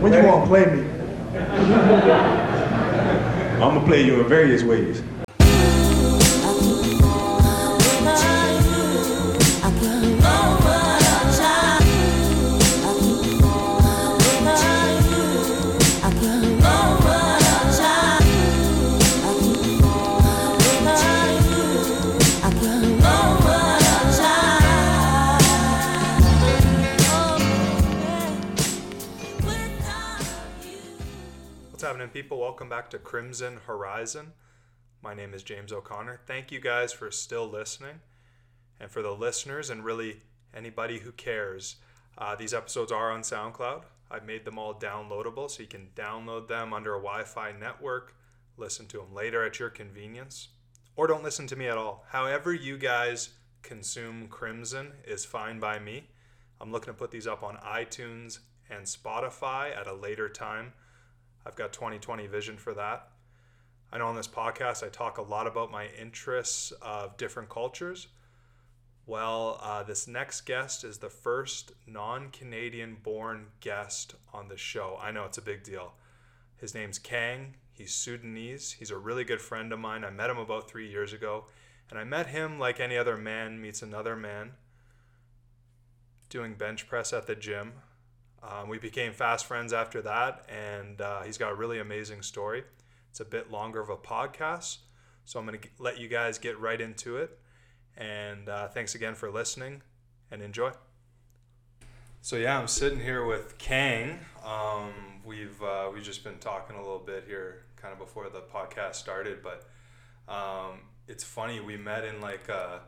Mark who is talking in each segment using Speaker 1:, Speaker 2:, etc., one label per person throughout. Speaker 1: When you gonna play me?
Speaker 2: I'm gonna play you in various ways.
Speaker 3: What's happening, people? Welcome back to Crimson Horizon. My name is James O'Connor. Thank you guys for still listening. And for the listeners and really anybody who cares, uh, these episodes are on SoundCloud. I've made them all downloadable so you can download them under a Wi Fi network, listen to them later at your convenience, or don't listen to me at all. However, you guys consume Crimson is fine by me. I'm looking to put these up on iTunes and Spotify at a later time. I've got 2020 vision for that. I know on this podcast I talk a lot about my interests of different cultures. Well, uh, this next guest is the first non Canadian born guest on the show. I know it's a big deal. His name's Kang. He's Sudanese. He's a really good friend of mine. I met him about three years ago, and I met him like any other man meets another man doing bench press at the gym. Um, we became fast friends after that, and uh, he's got a really amazing story. It's a bit longer of a podcast, so I'm going to let you guys get right into it. And uh, thanks again for listening and enjoy. So yeah, I'm sitting here with Kang. Um, we've uh, we've just been talking a little bit here, kind of before the podcast started, but um, it's funny we met in like a,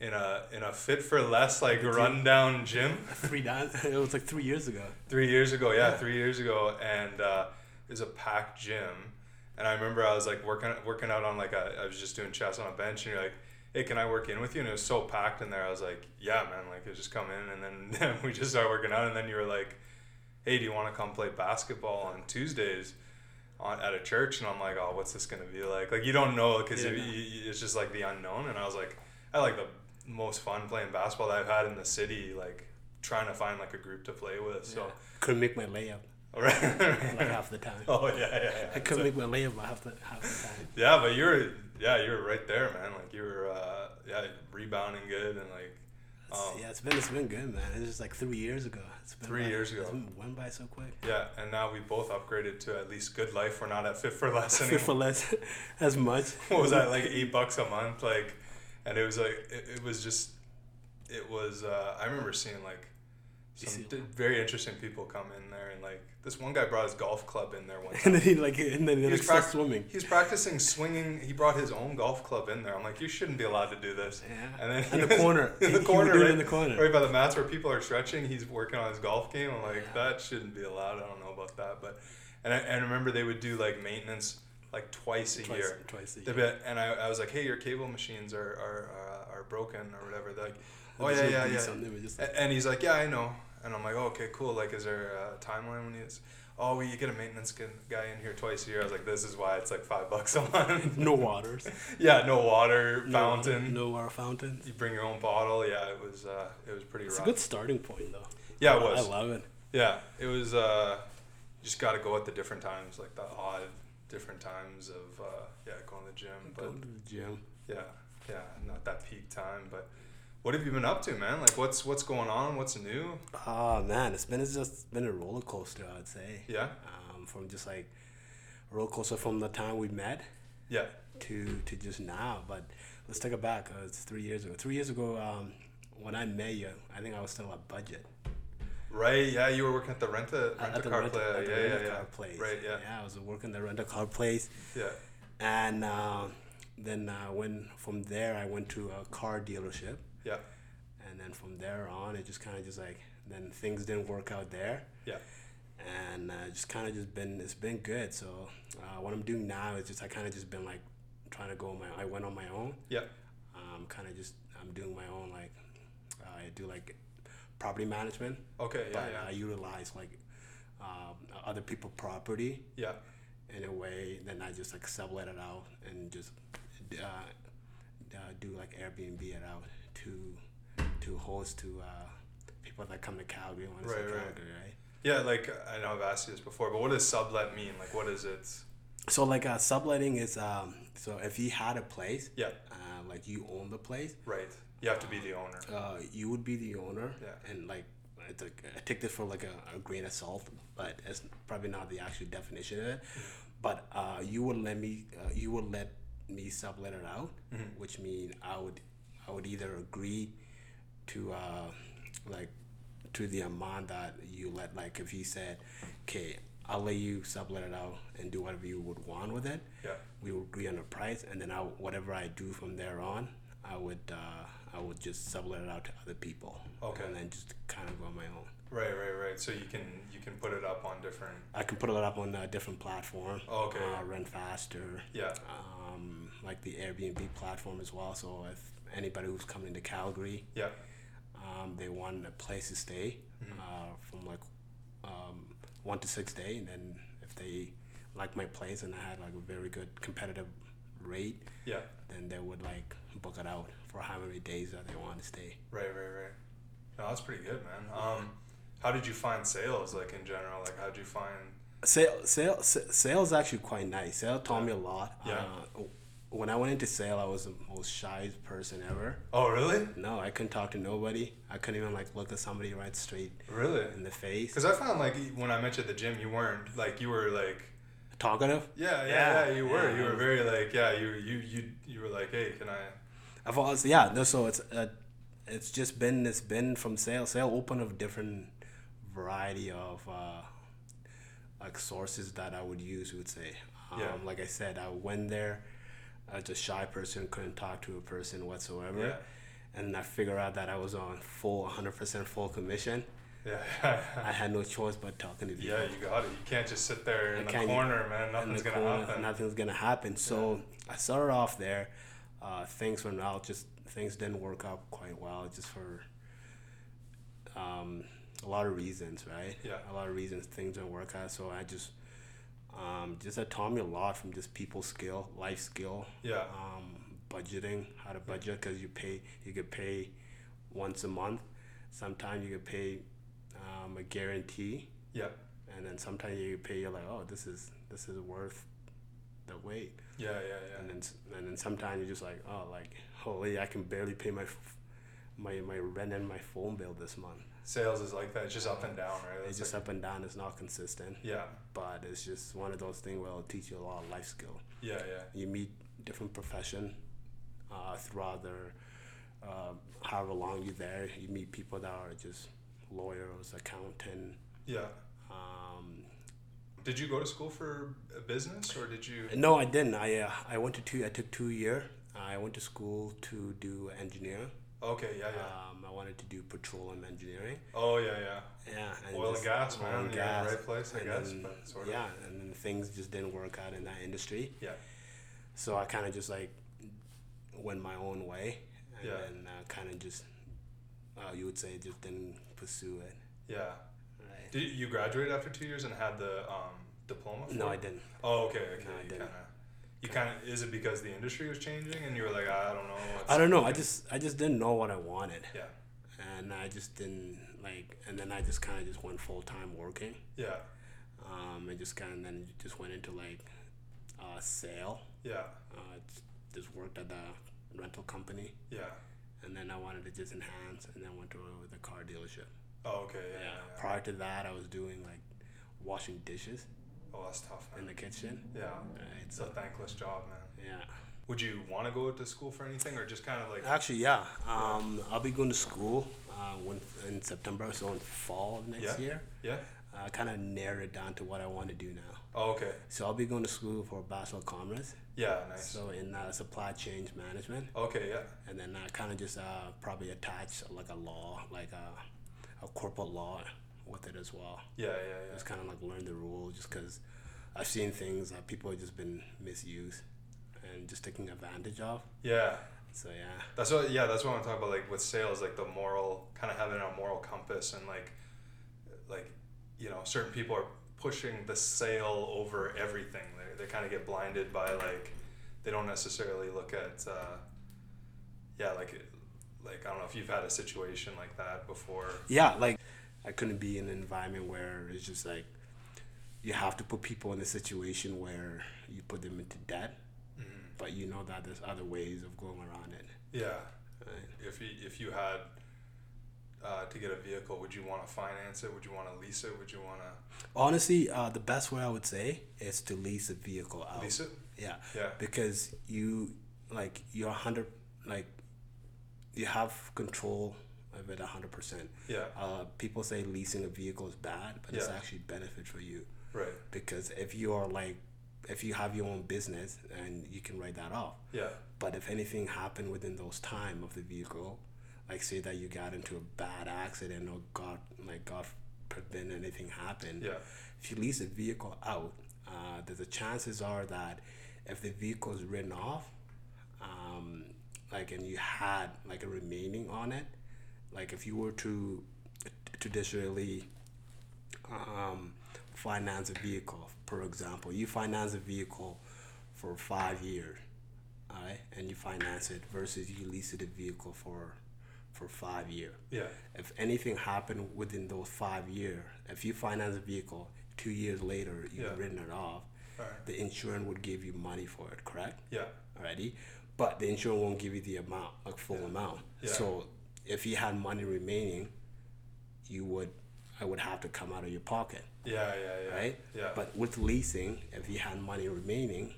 Speaker 3: in a in a fit for less like rundown gym.
Speaker 4: three dance. It was like three years ago.
Speaker 3: three years ago yeah, three years ago and uh, it was a packed gym and i remember i was like working working out on like a, i was just doing chest on a bench and you're like hey can i work in with you and it was so packed in there i was like yeah man like I just come in and then, then we just started working out and then you were like hey do you want to come play basketball on tuesdays on, at a church and i'm like oh what's this gonna be like like you don't know because
Speaker 4: Yeah,
Speaker 3: you
Speaker 4: no.
Speaker 3: you- it's just like the unknown and i was like i had, like the most fun playing basketball that i've had in the city like trying to find like a group to play with so
Speaker 4: Couldn't make my layup
Speaker 3: Right.
Speaker 4: like half the time.
Speaker 3: oh yeah, yeah, yeah.
Speaker 4: I couldn't make my layup like half the half the time.
Speaker 3: Yeah, but you were yeah, you were right there, man. Like you were uh, yeah, rebounding good and like
Speaker 4: It's- yeah, it's been it's been good, man. It's just like three years ago. It's been
Speaker 3: Oh. Three
Speaker 4: by-
Speaker 3: years ago.
Speaker 4: it's been- went by so quick.
Speaker 3: yeah, and now we both upgraded to at least good life. We're not at fit for less
Speaker 4: Fit
Speaker 3: anymore.
Speaker 4: for less, as much.
Speaker 3: what was that like eight bucks a month like and it was like it, it was just it was uh, i remember seeing like some
Speaker 4: see-
Speaker 3: d- very interesting people come in there and like this one guy brought his golf club in there one time
Speaker 4: And then he like and then he like starts
Speaker 3: prac-
Speaker 4: swimming.
Speaker 3: he was practicing swinging. He brought his own golf club in there. I'm like, you shouldn't be allowed to do this.
Speaker 4: Yeah.
Speaker 3: And then
Speaker 4: In
Speaker 3: he
Speaker 4: the
Speaker 3: was-
Speaker 4: corner.
Speaker 3: in
Speaker 4: He- he
Speaker 3: the
Speaker 4: would
Speaker 3: corner,
Speaker 4: do it
Speaker 3: right,
Speaker 4: in the corner.
Speaker 3: right by the mats where people are stretching. He's working on his golf game. I'm like, that shouldn't be allowed. I don't know about that, but and I, and remember they would do like maintenance like twice a
Speaker 4: Twice-
Speaker 3: year.
Speaker 4: twice a
Speaker 3: They'd be like- And I, I was like, hey, your cable machines are are, are, are broken or whatever. They're like, oh
Speaker 4: Just
Speaker 3: yeah,
Speaker 4: would
Speaker 3: yeah,
Speaker 4: do
Speaker 3: yeah. Eh.
Speaker 4: something, they would just
Speaker 3: A- And he's like, yeah, I know. And I'm like, oh, okay, cool. Like, is there a timeline when he's? Oh, we get a maintenance gu- guy in here twice a year. I was like, this is why it's like five bucks a month.
Speaker 4: No waters.
Speaker 3: yeah, no water,
Speaker 4: No-
Speaker 3: fountain.
Speaker 4: No, water fountains.
Speaker 3: You bring your own bottle. Yeah, it was uh, it was pretty
Speaker 4: It's a
Speaker 3: rough.
Speaker 4: good starting point though.
Speaker 3: yeah, it
Speaker 4: I
Speaker 3: was.
Speaker 4: love it.
Speaker 3: yeah, it was. Uh, you just got to go at the different times, like the odd different times of uh, yeah going to the gym. But
Speaker 4: Go to the gym.
Speaker 3: yeah, yeah, not that peak time. But what have you been up to, man? Like, what's what's going on? What's new?
Speaker 4: Oh man, it's been it's just been a roller coaster. I'd say.
Speaker 3: Yeah,
Speaker 4: Um, from just like roller coaster from the time we met
Speaker 3: yeah,
Speaker 4: to to just now. But let's take it back. Uh, it's three years ago. Three years ago, um, when I met you, I think I was still at budget.
Speaker 3: Right. Yeah, you were working at the rent a
Speaker 4: At-
Speaker 3: rent
Speaker 4: at
Speaker 3: a
Speaker 4: the
Speaker 3: car
Speaker 4: rent-
Speaker 3: play.
Speaker 4: at the
Speaker 3: yeah,
Speaker 4: rental
Speaker 3: yeah, yeah.
Speaker 4: car place.
Speaker 3: Right. Yeah.
Speaker 4: I was working the rental car place,
Speaker 3: Yeah.
Speaker 4: and um then uh, when from there I went to a car dealership,
Speaker 3: Yeah.
Speaker 4: and then from there on it just kind of just like then things didn't work out there.
Speaker 3: Yeah.
Speaker 4: and uh, just kind of just been it's been good. So uh, what I'm doing now is just I kind of just been like trying to go on my I went on my own.
Speaker 3: Yeah.
Speaker 4: Um, kind of just I'm doing my own like uh, I do like property management,
Speaker 3: Okay. Yeah.
Speaker 4: but I
Speaker 3: Yeah.
Speaker 4: utilize like um, other people property
Speaker 3: Yeah.
Speaker 4: in a way. Then I just like sublet it out and just uh, uh, do like Airbnb it out to to host to uh, people that come to Calgary. When it's
Speaker 3: Right,
Speaker 4: in
Speaker 3: right.
Speaker 4: Calgary, right?
Speaker 3: Yeah, like I know I've asked you this before, but what does sublet mean? Like, what is it?
Speaker 4: So like uh, subletting is um, so if you had a place,
Speaker 3: Yeah,
Speaker 4: uh, like you own the place,
Speaker 3: right. You have to be the owner.
Speaker 4: uh, you would be the owner,
Speaker 3: Yeah.
Speaker 4: and like it's like I take this for like a, a grain of salt, but it's probably not the actual definition of it.
Speaker 3: Mm-hmm.
Speaker 4: But uh, you would let me, uh, you would let me sublet it out,
Speaker 3: Mm-hmm.
Speaker 4: which means I would, I would either agree to uh, like to the amount that you let. Like if he said, okay, I'll let you sublet it out and do whatever you would want with it
Speaker 3: Yeah,
Speaker 4: we would agree on a price, and then I, whatever I do from there on, I would uh, I would just sublet it out to other people.
Speaker 3: Okay.
Speaker 4: And then just kind of go on my own.
Speaker 3: right, right, right. So you can you can put it up on different.
Speaker 4: I can put it up on a different platform.
Speaker 3: Okay.
Speaker 4: Uh, rent faster.
Speaker 3: Yeah,
Speaker 4: Um, like the Airbnb platform as well. So if anybody who's coming to Calgary,
Speaker 3: yeah,
Speaker 4: um, they want a place to stay
Speaker 3: Mm-hmm.
Speaker 4: uh, from like um, one to six day, and then if they like my place and I had like a very good competitive rate,
Speaker 3: yeah.
Speaker 4: then they would like book it out for how many days that they want to stay.
Speaker 3: Right, right, right. No, that's pretty good, man. Um, how did you find sales, like in general? Like, how did you find?
Speaker 4: Sale, sale, s- sales actually quite nice. Sale taught me a lot.
Speaker 3: Yeah.
Speaker 4: Uh, when I went into sale, I was the most shy person ever.
Speaker 3: Oh, really?
Speaker 4: No, I couldn't talk to nobody. I couldn't even like look at somebody right straight
Speaker 3: Really?
Speaker 4: in the face.
Speaker 3: Because I found like when I met you at the gym, you weren't like you were like
Speaker 4: Talkative.
Speaker 3: yeah, yeah, yeah.
Speaker 4: Yeah,
Speaker 3: you were,
Speaker 4: yeah.
Speaker 3: you were very like yeah, you you you you were like hey, can I?
Speaker 4: I've always yeah. No, so it's uh, it's just been it's been from sale. Sale open of different variety of uh, like sources that I would use. Would say, um,
Speaker 3: Yeah.
Speaker 4: like I said, I went there as a shy person, couldn't talk to a person whatsoever,
Speaker 3: Yeah.
Speaker 4: and I figured out that I was on full 100 percent full commission.
Speaker 3: Yeah,
Speaker 4: I had no choice but talking to people.
Speaker 3: yeah, you got it. You can't just sit there in the
Speaker 4: can't-
Speaker 3: corner, man.
Speaker 4: in
Speaker 3: Nothing's
Speaker 4: the
Speaker 3: gonna
Speaker 4: corner,
Speaker 3: happen.
Speaker 4: Nothing's gonna happen. So I started off there. Uh, things went out. Just things didn't work out quite well, just for um, a lot of reasons, right?
Speaker 3: Yeah.
Speaker 4: A lot of reasons things didn't work out. So I just um, just that taught me a lot from just people skill, life skill,
Speaker 3: yeah,
Speaker 4: um, budgeting, how to budget because you pay you could pay once a month. Sometimes you could pay um, a guarantee
Speaker 3: yeah,
Speaker 4: and then sometimes you pay you're like oh this is this is worth the wait
Speaker 3: yeah, yeah, yeah.
Speaker 4: and then s- and then sometimes you're just like oh like holy i can barely pay my f- my my rent and my phone bill this month
Speaker 3: Sales is like that. It's just up and down, right?
Speaker 4: it's
Speaker 3: That's
Speaker 4: just
Speaker 3: like-
Speaker 4: up and down it's not consistent
Speaker 3: yeah,
Speaker 4: but it's just one of those things where it'll teach you a lot of life skill
Speaker 3: yeah, yeah.
Speaker 4: you meet different profession uh, throughout their uh, however long you're there you meet people that are just lawyers accountant
Speaker 3: Yeah.
Speaker 4: um,
Speaker 3: Did you go to school for a business or did you?
Speaker 4: No, I didn't. I uh, I went to two. I took two year. I went to school to do engineering.
Speaker 3: Okay, yeah, yeah.
Speaker 4: Um, I wanted to do petroleum engineering.
Speaker 3: Oh, yeah, yeah.
Speaker 4: Yeah,
Speaker 3: Oil and
Speaker 4: just-
Speaker 3: gas, man.
Speaker 4: oil and
Speaker 3: You're in the
Speaker 4: gas.
Speaker 3: right place, I
Speaker 4: And
Speaker 3: guess.
Speaker 4: then-
Speaker 3: But sort of.
Speaker 4: yeah, and then things just didn't work out in that industry.
Speaker 3: Yeah.
Speaker 4: So I kind of just like went my own way, and
Speaker 3: Yeah.
Speaker 4: then uh, kind of just uh, you would say just didn't pursue it.
Speaker 3: Yeah.
Speaker 4: Right.
Speaker 3: Did you graduate after two years and had the um, diploma? For
Speaker 4: No, I
Speaker 3: it?
Speaker 4: didn't.
Speaker 3: Oh, okay, okay.
Speaker 4: No, I
Speaker 3: you
Speaker 4: didn't.
Speaker 3: kind of. You kind of. Is it because the industry was changing and you were like, I don't know. What's,
Speaker 4: I don't know. I just I just didn't know what I wanted,
Speaker 3: Yeah.
Speaker 4: and I just didn't like. And then I just kind of just went full time working.
Speaker 3: Yeah.
Speaker 4: um, and just kind of then just went into like uh, sale.
Speaker 3: Yeah.
Speaker 4: Uh, j- just worked at the rental company,
Speaker 3: Yeah.
Speaker 4: and then I wanted to just enhance, and then went to the car dealership. Uh,
Speaker 3: Oh, okay. Yeah. yeah. yeah.
Speaker 4: Prior to that, I was doing like washing dishes
Speaker 3: Oh, that's tough,
Speaker 4: in
Speaker 3: man.
Speaker 4: the kitchen.
Speaker 3: Yeah.
Speaker 4: Right,
Speaker 3: It's a
Speaker 4: so
Speaker 3: thankless job, man.
Speaker 4: yeah,
Speaker 3: Would you want to go to school for anything or just kind of like.
Speaker 4: actually, yeah. Um, I'll be going to school uh, when, in September, so in fall of next
Speaker 3: Yeah.
Speaker 4: year.
Speaker 3: Yeah.
Speaker 4: I kind of narrowed it down to what I want to do now.
Speaker 3: Oh, okay.
Speaker 4: So I'll be going to school for a Bachelor of Commerce,
Speaker 3: Yeah. Nice.
Speaker 4: so in uh, supply chain management.
Speaker 3: okay. Yeah.
Speaker 4: and then I kind of just uh, probably attach like a law, like uh, a, a corporate law with it as well.
Speaker 3: Yeah. Yeah.
Speaker 4: Just kind of like learn the rules, just because I've seen things that people have just been misused and just taking advantage of.
Speaker 3: Yeah. Yeah.
Speaker 4: So yeah,
Speaker 3: That's what, yeah, that's what I'm talking about. Like with sales, like the moral, kind of having a moral compass, and like, like, you know, certain people are pushing the sale over everything. They, they kind of get blinded by like, they don't necessarily look at, uh, yeah, like, like I don't know if you've had a situation like that before.
Speaker 4: yeah, like I couldn't be in an environment where it's just like you have to put people in a situation where you put them into debt, but you know that there's other ways of going around it.
Speaker 3: Yeah.
Speaker 4: Right.
Speaker 3: If you, if you had uh, to get a vehicle, would you want to finance it? Would you want to lease it? Would you want to
Speaker 4: Honestly, uh, the best way I would say is to lease a vehicle out.
Speaker 3: lease it?
Speaker 4: Yeah.
Speaker 3: Yeah.
Speaker 4: Because you like you're hundred like you have control of it hundred percent.
Speaker 3: Yeah.
Speaker 4: Uh, people say leasing a vehicle is bad, but it's
Speaker 3: Yeah.
Speaker 4: actually benefit for you
Speaker 3: Right.
Speaker 4: because if you are like if you have your own business and you can write that off.
Speaker 3: Yeah.
Speaker 4: But if anything happened within those time of the vehicle, like say that you got into a bad accident or God like God prevent anything happened,
Speaker 3: Yeah.
Speaker 4: if you lease a vehicle out, uh, the, the chances are that if the vehicle is written off, um, like and you had like a remaining on it, like if you were to traditionally um, finance a vehicle, for example, you finance a vehicle for five years, all right, and you finance it versus you lease the vehicle for for five years
Speaker 3: Yeah.
Speaker 4: if anything happened within those five years, if you finance a vehicle two years later, you've
Speaker 3: Yeah.
Speaker 4: written it off,
Speaker 3: Alright.
Speaker 4: the insurance would give you money for it, correct?
Speaker 3: Yeah.
Speaker 4: Alrighty, but the insurance won't give you the amount, like full amount.
Speaker 3: Yeah.
Speaker 4: So if you had money remaining, you would, I would have to come out of your pocket,
Speaker 3: Yeah. Yeah. Yeah.
Speaker 4: right?
Speaker 3: Yeah.
Speaker 4: But with leasing, if you had money remaining,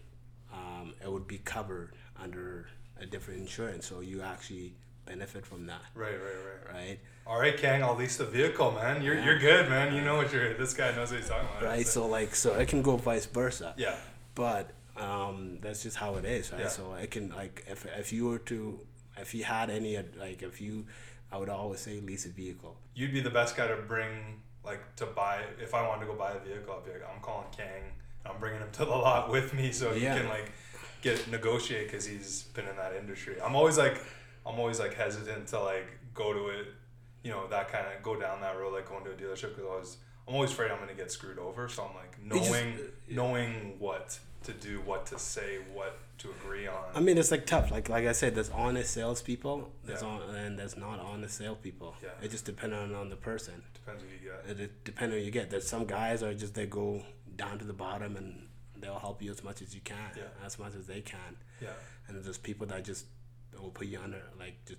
Speaker 4: um, it would be covered under a different insurance, so you actually benefit from that,
Speaker 3: right. Right. Right.
Speaker 4: right?
Speaker 3: All right, Kang, I'll lease the vehicle, man. You're, you're good, man. You know what you're. This guy knows what he's talking about.
Speaker 4: right? So like, so it can go vice versa.
Speaker 3: Yeah.
Speaker 4: But um, that's just how it is, right?
Speaker 3: Yeah.
Speaker 4: So it can like if if you were to if you had any uh, like if you, I would always say lease a vehicle.
Speaker 3: You'd be the best guy to bring, like, to buy. If I wanted to go buy a vehicle, I'd be like, I'm calling Kang. I'm bringing him to the lot with me so
Speaker 4: Yeah.
Speaker 3: he can, like, get negotiate because he's been in that industry. I'm always, like, I'm always, like, hesitant to, like, go to it, you know, that kind of go down that road, like going to a dealership because I was. I'm always afraid I'm gonna get screwed over, so I'm like
Speaker 4: just- uh,
Speaker 3: knowing, knowing what to do, what to say, what to agree on.
Speaker 4: I mean, it's like tough. Like like I said, there's honest salespeople, there's
Speaker 3: Yeah.
Speaker 4: on and there's not honest salespeople.
Speaker 3: Yeah.
Speaker 4: It just depends on, on the person.
Speaker 3: Depends who you get.
Speaker 4: It, it depends on who you get. There's some guys are just they go down to the bottom and they'll help you as much as you can,
Speaker 3: Yeah.
Speaker 4: as much as they can.
Speaker 3: Yeah.
Speaker 4: and there's people that just will put you under like just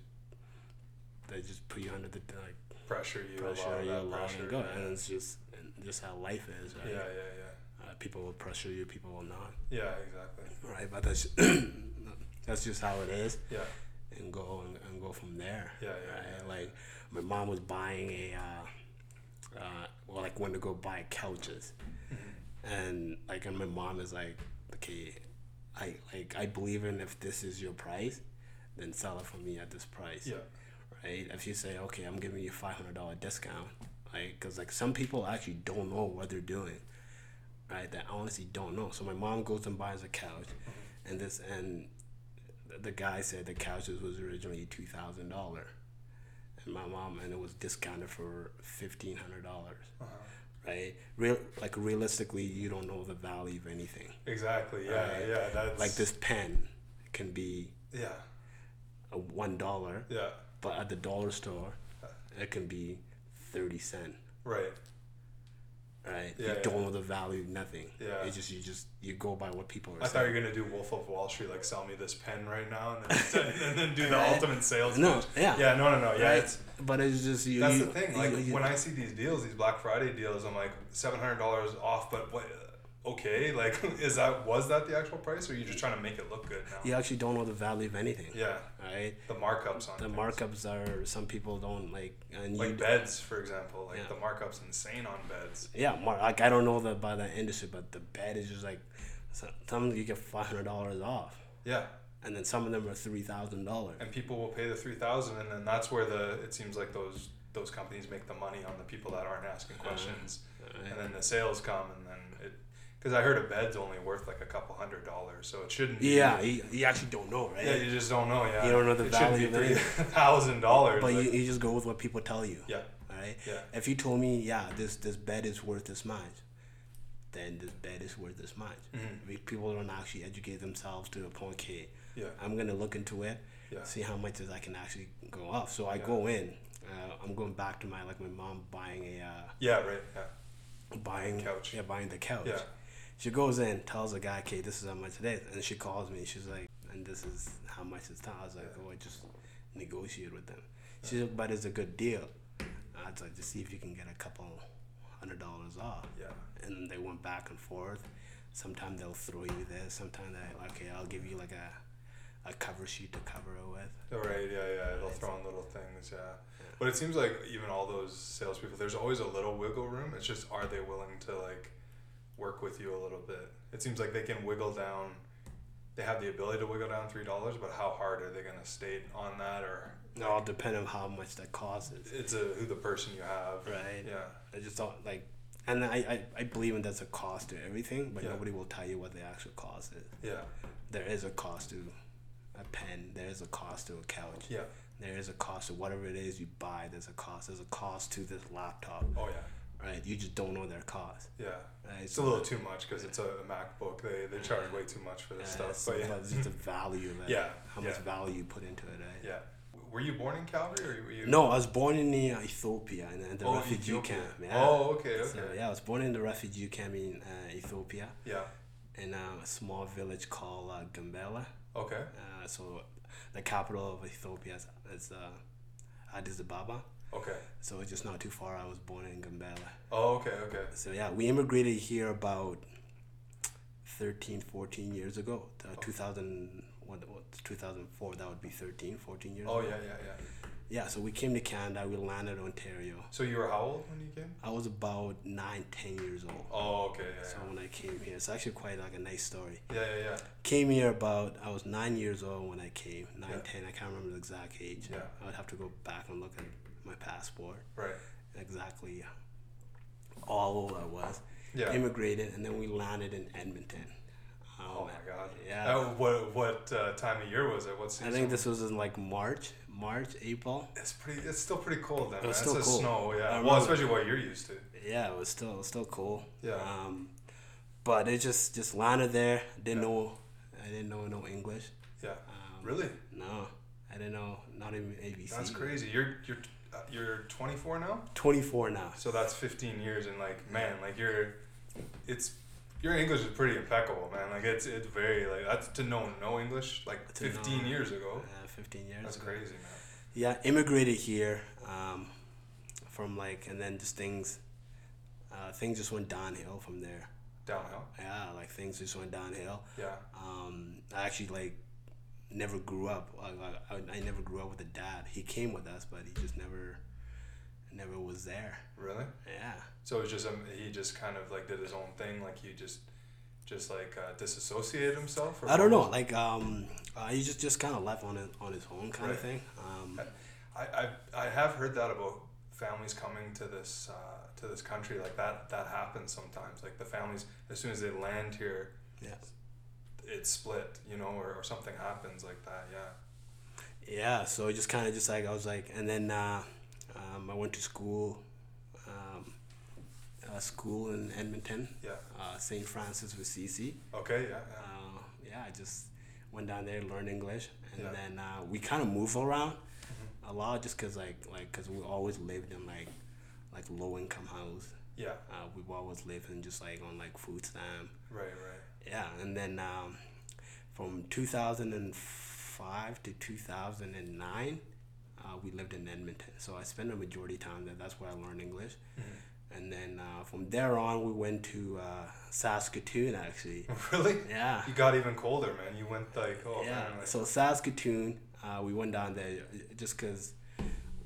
Speaker 4: they just put you under the like
Speaker 3: pressure you a lot
Speaker 4: pressure
Speaker 3: of
Speaker 4: you
Speaker 3: that
Speaker 4: allow
Speaker 3: pressure
Speaker 4: and go and it's just and just how life is
Speaker 3: yeah
Speaker 4: right
Speaker 3: yeah
Speaker 4: uh, people will pressure you people will not
Speaker 3: yeah yeah exactly
Speaker 4: right but that's that's just how it is
Speaker 3: yeah
Speaker 4: and go and, and go from there
Speaker 3: Yeah, yeah,
Speaker 4: right? like my mom was buying a uh, uh well like when to go buy couches
Speaker 3: Mm-hmm.
Speaker 4: and like and my mom is like okay i like i believe in if this is your price then sell it for me at this price
Speaker 3: yeah
Speaker 4: right? If you say, okay, I'm giving you a five hundred dollar discount, right? Because like some people actually don't know what they're doing, right? They honestly don't know. So my mom goes and buys a couch, and this and th- the guy said the couch was- was originally two thousand dollar, and my mom and it was discounted for fifteen hundred dollars, right? Real like realistically, you don't know the value of anything.
Speaker 3: exactly yeah
Speaker 4: Right.
Speaker 3: yeah that's
Speaker 4: Like this pen can be
Speaker 3: yeah
Speaker 4: a one dollar,
Speaker 3: yeah
Speaker 4: but at the dollar store, it can be 30 cent,
Speaker 3: right
Speaker 4: right? you
Speaker 3: Yeah, yeah.
Speaker 4: don't know the value of nothing.
Speaker 3: Yeah.
Speaker 4: It's just, you just, you go by what people are
Speaker 3: I thought
Speaker 4: saying.
Speaker 3: you were gonna do Wolf of Wall Street like sell me this pen right now and then, and then do the
Speaker 4: Right.
Speaker 3: ultimate sales
Speaker 4: No,
Speaker 3: pitch.
Speaker 4: yeah.
Speaker 3: yeah no no no yeah
Speaker 4: right?
Speaker 3: it's
Speaker 4: But it's just, you.
Speaker 3: that's
Speaker 4: you,
Speaker 3: the thing
Speaker 4: you-
Speaker 3: like
Speaker 4: you-
Speaker 3: when I see these deals these Black Friday deals I'm like seven hundred dollars off but what okay like is that was that the actual price or are you just trying to make it look good now
Speaker 4: you actually don't know the value of anything.
Speaker 3: yeah
Speaker 4: Right?
Speaker 3: the markups on
Speaker 4: The
Speaker 3: things.
Speaker 4: markups are, some people don't like, and
Speaker 3: like
Speaker 4: you.
Speaker 3: beds for example like
Speaker 4: Yeah.
Speaker 3: the markups insane on beds
Speaker 4: yeah, mar- like I don't know the, about that industry, but the bed is just like, so- sometimes you get $500 off.
Speaker 3: yeah
Speaker 4: And then some of them are three thousand dollars.
Speaker 3: and people will pay the 3000 and then that's where the it seems like those those companies make the money on the people that aren't asking questions and then the sales come and then it because i heard a bed's only worth like a couple hundred dollars so it shouldn't be
Speaker 4: Yeah, you, you actually don't know, right?
Speaker 3: yeah you just don't know yeah
Speaker 4: You don't know the
Speaker 3: it
Speaker 4: value
Speaker 3: should
Speaker 4: of
Speaker 3: be
Speaker 4: it.
Speaker 3: thousand dollars
Speaker 4: But you, you just go with what people tell you.
Speaker 3: yeah
Speaker 4: Right?
Speaker 3: Yeah.
Speaker 4: If you told me, yeah, this this bed is worth this much, then this bed is worth this much.
Speaker 3: Mm-hmm.
Speaker 4: If People don't actually educate themselves to the point, okay,
Speaker 3: Yeah.
Speaker 4: I'm gonna look into it,
Speaker 3: Yeah.
Speaker 4: see how much is I can actually go off. So I go in Uh, I'm going back to my like my mom buying a uh,
Speaker 3: Yeah, right. Yeah.
Speaker 4: buying
Speaker 3: Couch.
Speaker 4: Yeah, buying the couch.
Speaker 3: Yeah.
Speaker 4: She goes in, tells the guy, "Okay, this is how much it is," and she calls me. She's like, "And this is how much it's." Time. I was like, "Oh, I just negotiate with them." She's like, "But it's a good deal." I was like, "Just see if you can get a couple hundred dollars off."
Speaker 3: Yeah.
Speaker 4: and they went back and forth. Sometimes they'll throw you there. Sometimes they okay, I'll give you like a, a cover sheet to cover it with.
Speaker 3: All right. Yeah, yeah. They'll throw in little things. Yeah. But it seems like even all those salespeople, there's always a little wiggle room. It's just are they willing to like work with you a little bit? It seems like they can wiggle down. They have the ability to wiggle down three dollars, but how hard are they going to stay on that? Or
Speaker 4: It all depend on how much that cost is,
Speaker 3: it's a, who the person you have.
Speaker 4: right?
Speaker 3: Yeah.
Speaker 4: I just thought like, and I, I, I believe in there's a cost to everything, but
Speaker 3: Yeah.
Speaker 4: nobody will tell you what the actual cost is.
Speaker 3: Yeah.
Speaker 4: There is a cost to a pen. There is a cost to a couch.
Speaker 3: Yeah.
Speaker 4: There is a cost to whatever it is you buy. There's a cost. There's a cost to this laptop,
Speaker 3: Oh yeah.
Speaker 4: right? You just don't know their cost.
Speaker 3: Yeah.
Speaker 4: Right?
Speaker 3: It's a little too much because it's a MacBook. They they charge way too much for
Speaker 4: Uh,
Speaker 3: this stuff.
Speaker 4: so
Speaker 3: But yeah.
Speaker 4: it's just the value of it.
Speaker 3: Yeah,
Speaker 4: How much
Speaker 3: yeah.
Speaker 4: value you put into it, right?
Speaker 3: Yeah. Were you born in Calgary or were you?
Speaker 4: No, I was born in the, uh, Ethiopia in, in the
Speaker 3: Oh,
Speaker 4: refugee
Speaker 3: Ethiopia.
Speaker 4: camp. Yeah.
Speaker 3: Oh, okay, okay.
Speaker 4: So, yeah, I was born in the refugee camp in uh, Ethiopia
Speaker 3: Yeah.
Speaker 4: in uh, a small village called uh, Gambela.
Speaker 3: Okay.
Speaker 4: Uh, so the capital of Ethiopia is, is uh, Addis Ababa.
Speaker 3: Okay.
Speaker 4: So it's just not too far. I was born in Gambela.
Speaker 3: Oh, okay, okay.
Speaker 4: So yeah, we immigrated here about 13, 14 years ago. Uh,
Speaker 3: Oh.
Speaker 4: 2000, what, what, 2004, that would be 13, 14 years
Speaker 3: Oh
Speaker 4: ago.
Speaker 3: yeah, yeah, yeah.
Speaker 4: Yeah, so we came to Canada, we landed in Ontario.
Speaker 3: So you were how old when you came?
Speaker 4: I was about nine, ten years old.
Speaker 3: Oh, okay, yeah,
Speaker 4: So when I came here, it's actually quite like a nice story.
Speaker 3: yeah, yeah, yeah,
Speaker 4: Came here about I was nine years old when I came, nine,
Speaker 3: Yeah.
Speaker 4: ten. I can't remember the exact age.
Speaker 3: Yeah.
Speaker 4: I would have to go back and look at my passport
Speaker 3: yeah. right.
Speaker 4: exactly all old I was.
Speaker 3: Yeah.
Speaker 4: Immigrated and then we landed in Edmonton. Um,
Speaker 3: Oh my God.
Speaker 4: Yeah.
Speaker 3: Uh, what what uh, time of year was it? What
Speaker 4: I
Speaker 3: season?
Speaker 4: think this was in like March, March, April.
Speaker 3: it's pretty. It's still pretty cold then.
Speaker 4: It was
Speaker 3: man.
Speaker 4: still
Speaker 3: it's
Speaker 4: cold.
Speaker 3: a snow.
Speaker 4: I
Speaker 3: Yeah. Well,
Speaker 4: remember.
Speaker 3: especially what you're used to.
Speaker 4: yeah, it was still it was still cool.
Speaker 3: Yeah.
Speaker 4: Um, but it just just landed there. Didn't know I didn't know no English.
Speaker 3: Yeah.
Speaker 4: Um,
Speaker 3: really?
Speaker 4: No, I didn't know not even ABC.
Speaker 3: That's crazy. You're you're uh, you're 24 now.
Speaker 4: Twenty four now.
Speaker 3: So that's 15 years, and like, man, like you're, it's your English is pretty impeccable, man. Like it's it's very like that's to know no English like
Speaker 4: To know-
Speaker 3: 15 years ago.
Speaker 4: Uh, Fifteen years.
Speaker 3: That's
Speaker 4: ago.
Speaker 3: crazy, man.
Speaker 4: Yeah, immigrated here um, from like, and then just things, uh, things just went downhill from there.
Speaker 3: Downhill.
Speaker 4: Yeah, like things just went downhill.
Speaker 3: Yeah.
Speaker 4: um, I actually like never grew up. I, I, I never grew up with a dad. He came with us, but he just never, never was there.
Speaker 3: Really?
Speaker 4: Yeah,
Speaker 3: So it was just um, he just kind of like did his own thing, like he just, just like uh, disassociated himself. Or
Speaker 4: I don't know.
Speaker 3: what was-
Speaker 4: Like um, uh, he just just kind of left on his, on his own
Speaker 3: Right.
Speaker 4: kind of thing. Um,
Speaker 3: I, I I have heard that about families coming to this uh, to this country like that that happens sometimes. Like the families as soon as they land here,
Speaker 4: yeah,
Speaker 3: it's split, you know, or, or something happens like that. Yeah.
Speaker 4: yeah. So it just kind of just like I was like, and then uh, um, I went to school, um, uh, school in Edmonton,
Speaker 3: Yeah.
Speaker 4: uh, St. Francis with Assisi.
Speaker 3: Okay. Yeah. yeah.
Speaker 4: uh, yeah, I just went down there, learned English, and
Speaker 3: Yeah. Mm-hmm.
Speaker 4: then uh, we kind of move around a lot just because like like 'cause we always lived in like like low income house.
Speaker 3: Yeah.
Speaker 4: Uh, we always lived in just like on like food stamp.
Speaker 3: Right. Right.
Speaker 4: Yeah, and then um, from 2005 to 2009, uh, we lived in Edmonton. So I spent a majority of time there. That's where I learned English.
Speaker 3: Mm-hmm.
Speaker 4: And then uh, from there on, we went to uh, Saskatoon actually.
Speaker 3: Really?
Speaker 4: Yeah.
Speaker 3: You got even colder, man. You went like, oh
Speaker 4: Yeah,
Speaker 3: man, like,
Speaker 4: so Saskatoon, uh, we went down there uh, just because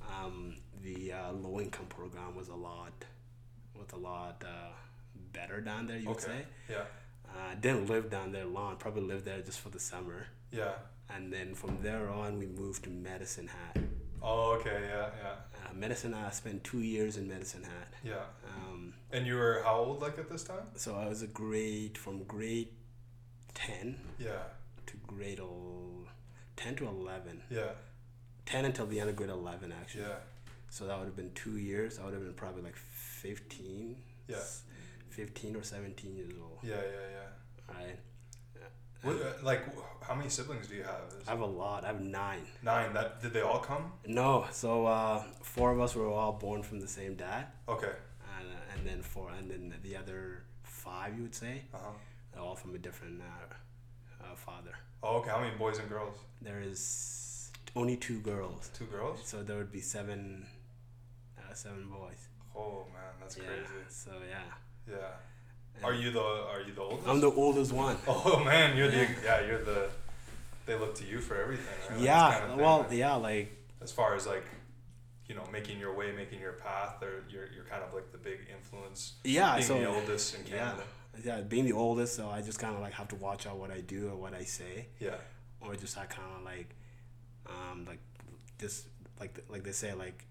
Speaker 4: um, the uh, low income program was a lot was a lot uh, better down there. You would
Speaker 3: okay.
Speaker 4: say.
Speaker 3: Yeah.
Speaker 4: Uh, didn't live down there long. Probably lived there just for the summer,
Speaker 3: Yeah.
Speaker 4: and then from there on, we moved to Medicine Hat.
Speaker 3: Oh, okay. Yeah. Yeah.
Speaker 4: Uh, Medicine Hat. I spent two years in Medicine Hat.
Speaker 3: Yeah.
Speaker 4: Um,
Speaker 3: And you were how old like at this time?
Speaker 4: so I was a grade from grade ten
Speaker 3: Yeah.
Speaker 4: to grade el- ten to eleven.
Speaker 3: Yeah.
Speaker 4: Ten until the end of grade eleven, actually.
Speaker 3: Yeah.
Speaker 4: So that would have been two years. I would have been probably like 15.
Speaker 3: Yeah.
Speaker 4: s- 15 or 17 years old.
Speaker 3: Yeah. Yeah. Yeah.
Speaker 4: Right.
Speaker 3: What, uh, like, wh- how many siblings do you have? Is
Speaker 4: I have a lot. I have nine.
Speaker 3: Nine. That did they all come?
Speaker 4: No, so uh, four of us were all born from the same dad,
Speaker 3: Okay.
Speaker 4: and, uh, and then four, and then the other five, you would say,
Speaker 3: Uh huh.
Speaker 4: are all from a different uh, uh, father.
Speaker 3: Oh, okay. How many boys and girls?
Speaker 4: There is only two girls,
Speaker 3: Two girls.
Speaker 4: so there would be seven, uh, seven boys.
Speaker 3: Oh man, that's
Speaker 4: yeah.
Speaker 3: crazy.
Speaker 4: So yeah,
Speaker 3: Yeah. Are you the Are you the oldest?
Speaker 4: I'm the oldest one.
Speaker 3: Oh man, you're the yeah. You're the. They look to you for everything. Right? Like,
Speaker 4: yeah.
Speaker 3: it's kinda thing,
Speaker 4: well,
Speaker 3: like,
Speaker 4: yeah, like
Speaker 3: as far as like, you know, making your way, making your path, or you're you're kind of like the big influence.
Speaker 4: yeah.
Speaker 3: being
Speaker 4: so
Speaker 3: the oldest in
Speaker 4: yeah,
Speaker 3: Canada.
Speaker 4: yeah, being the oldest, so I just kind of like have to watch out what I do or what I say.
Speaker 3: Yeah.
Speaker 4: or just I kind of like, um, like just like like they say like,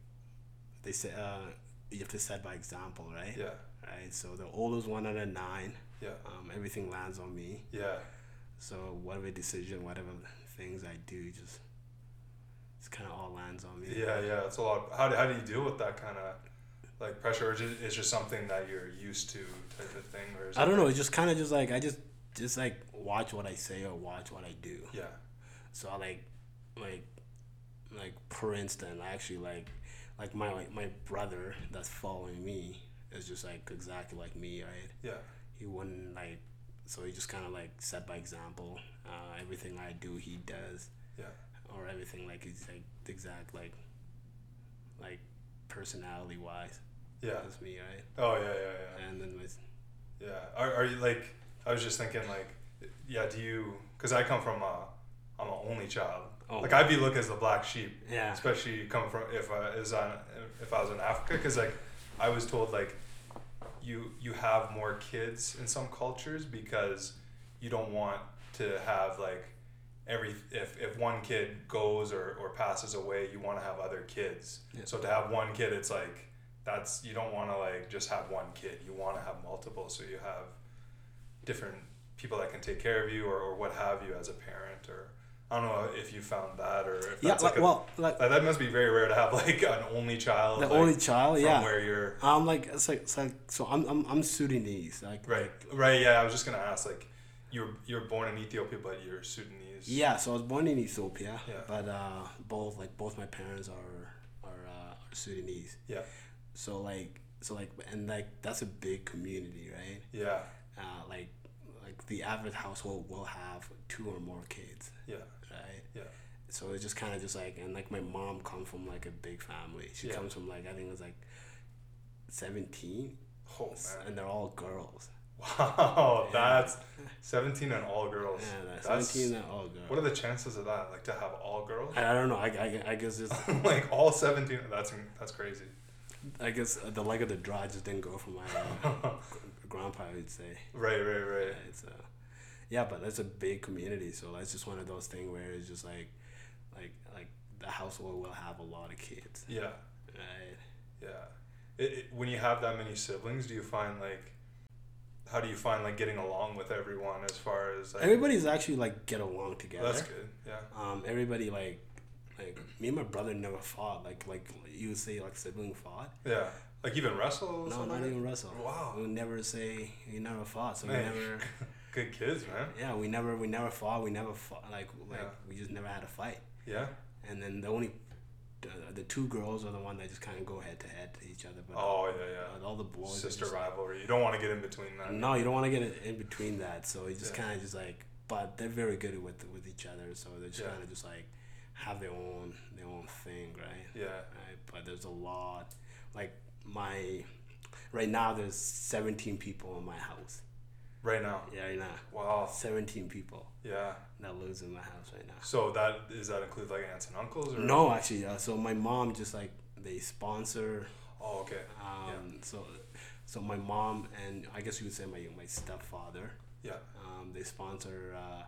Speaker 4: they say uh, you have to set by example, right?
Speaker 3: Yeah.
Speaker 4: Right. So the oldest one out of nine,
Speaker 3: Yeah.
Speaker 4: um, everything lands on me.
Speaker 3: Yeah.
Speaker 4: So whatever decision, whatever things I do, just it's kind of all lands on me.
Speaker 3: Yeah, yeah, it's a lot. How do, how do you deal with that kind of like pressure? Or is it- it's just something that you're used to type of thing? Or is
Speaker 4: I
Speaker 3: it-
Speaker 4: don't know. It's just kind of just like I just just like watch what I say or watch what I do.
Speaker 3: Yeah,
Speaker 4: So I like, like, like for instance, I actually like, like my like my brother that's following me is just like exactly like me, right?
Speaker 3: yeah,
Speaker 4: He wouldn't like, so he just kind of like set by example. Uh, everything I do, he does,
Speaker 3: yeah,
Speaker 4: or everything like he's like the exact like, like personality wise,
Speaker 3: yeah.
Speaker 4: that's me, right?
Speaker 3: Oh yeah, yeah,
Speaker 4: And then with
Speaker 3: yeah, yeah. Are, are you like? I was just thinking like, yeah. Do you? Because I come from a, I'm an only child.
Speaker 4: Oh.
Speaker 3: Like I'd be looked as the black sheep,
Speaker 4: yeah,
Speaker 3: especially coming from if I is on if I was in Africa, because like I was told like, you you have more kids in some cultures because you don't want to have like every if, if one kid goes or, or passes away you want to have other kids
Speaker 4: Yeah.
Speaker 3: so to have one kid it's like that's you don't want to like just have one kid you want to have multiple so you have different people that can take care of you or, or what have you as a parent or i don't know if you found that or if
Speaker 4: yeah.
Speaker 3: that's
Speaker 4: Like,
Speaker 3: like a,
Speaker 4: well, like
Speaker 3: that, that must be very rare to have like an only child
Speaker 4: the
Speaker 3: like,
Speaker 4: only child,
Speaker 3: from
Speaker 4: yeah.
Speaker 3: where you're
Speaker 4: I'm like it's like, it's like so I'm I'm I'm Sudanese, like
Speaker 3: Right, right. Yeah, I was just gonna ask. Like, you were you were born in Ethiopia, but you're Sudanese.
Speaker 4: Yeah, so I was born in Ethiopia,
Speaker 3: Yeah.
Speaker 4: but uh, both like both my parents are are, uh, are Sudanese.
Speaker 3: Yeah,
Speaker 4: So like so like and like that's a big community, right?
Speaker 3: yeah,
Speaker 4: Uh, like like the average household will have two or more kids,
Speaker 3: yeah,
Speaker 4: right?
Speaker 3: yeah.
Speaker 4: So it's just kind of just like and like my mom come from like a big family. She
Speaker 3: Yeah.
Speaker 4: comes from like I think it was like seventeen,
Speaker 3: Oh
Speaker 4: s-
Speaker 3: man!
Speaker 4: and they're all girls.
Speaker 3: Wow, that's seventeen and all girls.
Speaker 4: Yeah, like,
Speaker 3: that's,
Speaker 4: seventeen, they're all girls.
Speaker 3: What are the chances of that? Like to have all girls?
Speaker 4: I, I don't know. I, I, I guess it's
Speaker 3: like all seventeen? That's that's crazy.
Speaker 4: I guess uh, the leg of the draw just didn't go for my uh,
Speaker 3: right,
Speaker 4: grandpa. I would say
Speaker 3: right, right.
Speaker 4: yeah, it's uh, yeah, but that's a big community, so that's just one of those things where it's just like, like like the household will have a lot of kids,
Speaker 3: Yeah,
Speaker 4: right?
Speaker 3: yeah. It, it, when you have that many siblings, do you find like, how do you find like getting along with everyone as far as like,
Speaker 4: Everybody's actually like get along together.
Speaker 3: That's good. Yeah.
Speaker 4: Um, everybody like like me and my brother never fought. Like like you would say like sibling fought.
Speaker 3: Yeah. Like even wrestle?
Speaker 4: No,
Speaker 3: somebody?
Speaker 4: not even wrestle.
Speaker 3: Wow.
Speaker 4: We would never say we never fought. So we
Speaker 3: Man.
Speaker 4: never.
Speaker 3: Good kids, man.
Speaker 4: Yeah, we never we never fought. We never fought. Like like
Speaker 3: Yeah.
Speaker 4: we just never had a fight.
Speaker 3: Yeah.
Speaker 4: and then the only the, the two girls are the one that just kind of go head to head to each other. But
Speaker 3: Oh
Speaker 4: but
Speaker 3: yeah,
Speaker 4: all the
Speaker 3: yeah.
Speaker 4: boys, are
Speaker 3: Sister
Speaker 4: just-
Speaker 3: rivalry. You don't want to get in between that.
Speaker 4: no, you don't want to get in- in between that. So it's just
Speaker 3: Yeah.
Speaker 4: kind of just like, but they're very good with with each other. So they're just
Speaker 3: Yeah.
Speaker 4: kind of just like have their own their own thing, right?
Speaker 3: Yeah.
Speaker 4: Right. But there's a lot, like my. Right now, there's 17 people in my house.
Speaker 3: Right now.
Speaker 4: Yeah, right now,
Speaker 3: Wow.
Speaker 4: 17 people
Speaker 3: Yeah.
Speaker 4: that lives in my house right now.
Speaker 3: So that does that include like aunts and uncles or
Speaker 4: No, actually, uh, so my mom just like they sponsor
Speaker 3: Oh okay.
Speaker 4: Um, So, so my mom and I guess you would say my my stepfather.
Speaker 3: Yeah.
Speaker 4: Um, they sponsor uh,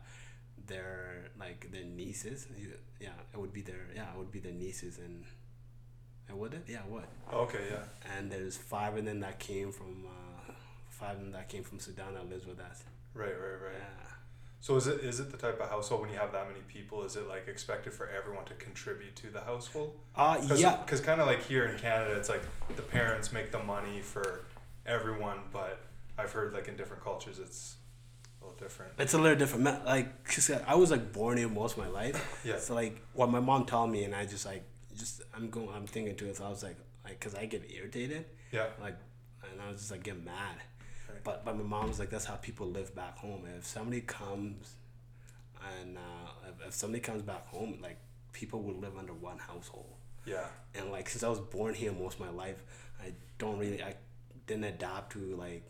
Speaker 4: their like their nieces. You- Yeah, it would be their yeah, it would be their nieces and. and Would it? Yeah, what?
Speaker 3: Okay. Yeah.
Speaker 4: And there's five of them that came from uh, five of them that came from Sudan that lives with us. Uh,
Speaker 3: Right. Right. Right.
Speaker 4: Yeah.
Speaker 3: So is it is it the type of household when you have that many people? Is it like expected for everyone to contribute to the household?
Speaker 4: Uh,
Speaker 3: Cause,
Speaker 4: yeah.
Speaker 3: kind of like here in Canada, it's like the parents make the money for everyone, but I've heard like in different cultures, it's a little different.
Speaker 4: It's a little different. Ma- Like, 'cause I was like born here most of my life.
Speaker 3: Yeah.
Speaker 4: So like, what my mom told me, and I just like, just I'm going, I'm thinking to it. So I was like, like, cause I get irritated,
Speaker 3: Yeah.
Speaker 4: like, and I was just like get mad.
Speaker 3: Right.
Speaker 4: But but my mom's like, that's how people live back home. If somebody comes, and uh, if, if somebody comes back home, like people will live under one household.
Speaker 3: Yeah.
Speaker 4: And like, since I was born here most of my life, I don't really, I didn't adapt to like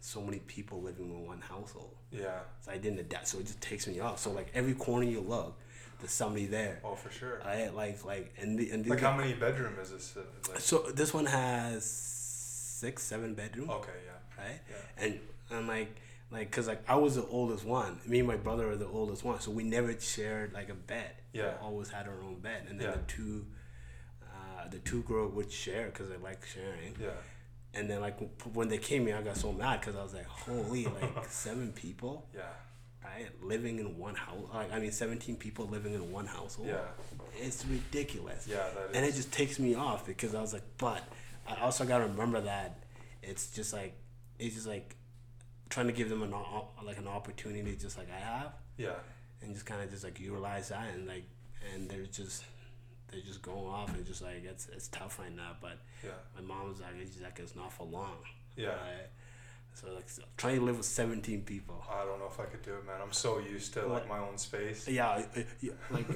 Speaker 4: so many people living in one household.
Speaker 3: Yeah.
Speaker 4: So I didn't adapt. So it just takes me off. So like every corner you look, there's somebody there.
Speaker 3: Oh, for sure.
Speaker 4: I like like and the and the,
Speaker 3: Like, how many bedroom is this? Uh, Like,
Speaker 4: so this one has six seven bedroom
Speaker 3: okay, yeah.
Speaker 4: right?
Speaker 3: Oh, Yeah.
Speaker 4: And and like like cause like I was the oldest one. Me and my brother are the oldest one, so we never shared like a bed.
Speaker 3: Yeah.
Speaker 4: We always had our own bed, and then
Speaker 3: Yeah.
Speaker 4: the two. Uh, the two girl would share because they like sharing,
Speaker 3: Yeah.
Speaker 4: and then like w- when they came here, I got so mad because I was like, "Holy, like seven people!"
Speaker 3: Yeah.
Speaker 4: right? Living in one house, like I mean, seventeen people living in one household.
Speaker 3: Yeah.
Speaker 4: it's ridiculous.
Speaker 3: Yeah, that
Speaker 4: and it
Speaker 3: is.
Speaker 4: just takes me off because I was like, but I also gotta remember that it's just like it's just like trying to give them an op- like an opportunity, just like I have,
Speaker 3: Yeah.
Speaker 4: and just kind of just like utilize that and like and they're just they're just going off and just like it's it's tough right now, but
Speaker 3: Yeah.
Speaker 4: my mom's like it's just like it's not for long.
Speaker 3: Yeah.
Speaker 4: Right? So like so- trying to live with seventeen people.
Speaker 3: I don't know if I could do it, man. I'm so used to like my own space.
Speaker 4: Yeah, y- y- y- like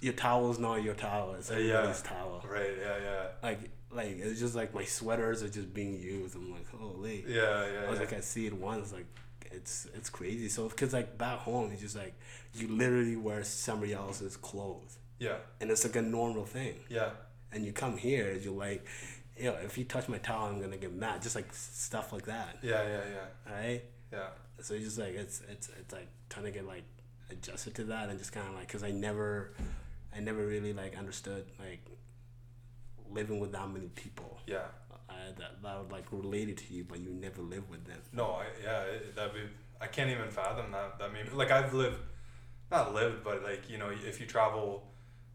Speaker 4: your towel's not your towel. It's
Speaker 3: Uh, yeah.
Speaker 4: everybody's towel.
Speaker 3: Right. Yeah. Yeah.
Speaker 4: Like, like it's just like my sweaters are just being used. I'm like, holy.
Speaker 3: Yeah.
Speaker 4: I
Speaker 3: Yeah.
Speaker 4: was
Speaker 3: yeah.
Speaker 4: like, I see it once. Like, it's it's crazy. So, cause like back home, it's just like you literally wear somebody else's clothes,
Speaker 3: yeah.
Speaker 4: and it's like a normal thing.
Speaker 3: Yeah.
Speaker 4: And you come here, you're like, you know, if you touch my towel, I'm gonna get mad. Just like s- stuff like that,
Speaker 3: Yeah. Yeah. Yeah.
Speaker 4: right?
Speaker 3: Yeah.
Speaker 4: so it's just like it's it's it's like trying to get like adjusted to that and just kind of like because I never I never really like understood like living with that many people
Speaker 3: Yeah.
Speaker 4: I, that that would like related to you but you never live with them
Speaker 3: No. I, yeah. It, that'd be. I can't even fathom that. That mean, like I've lived, not lived, but like you know, if you travel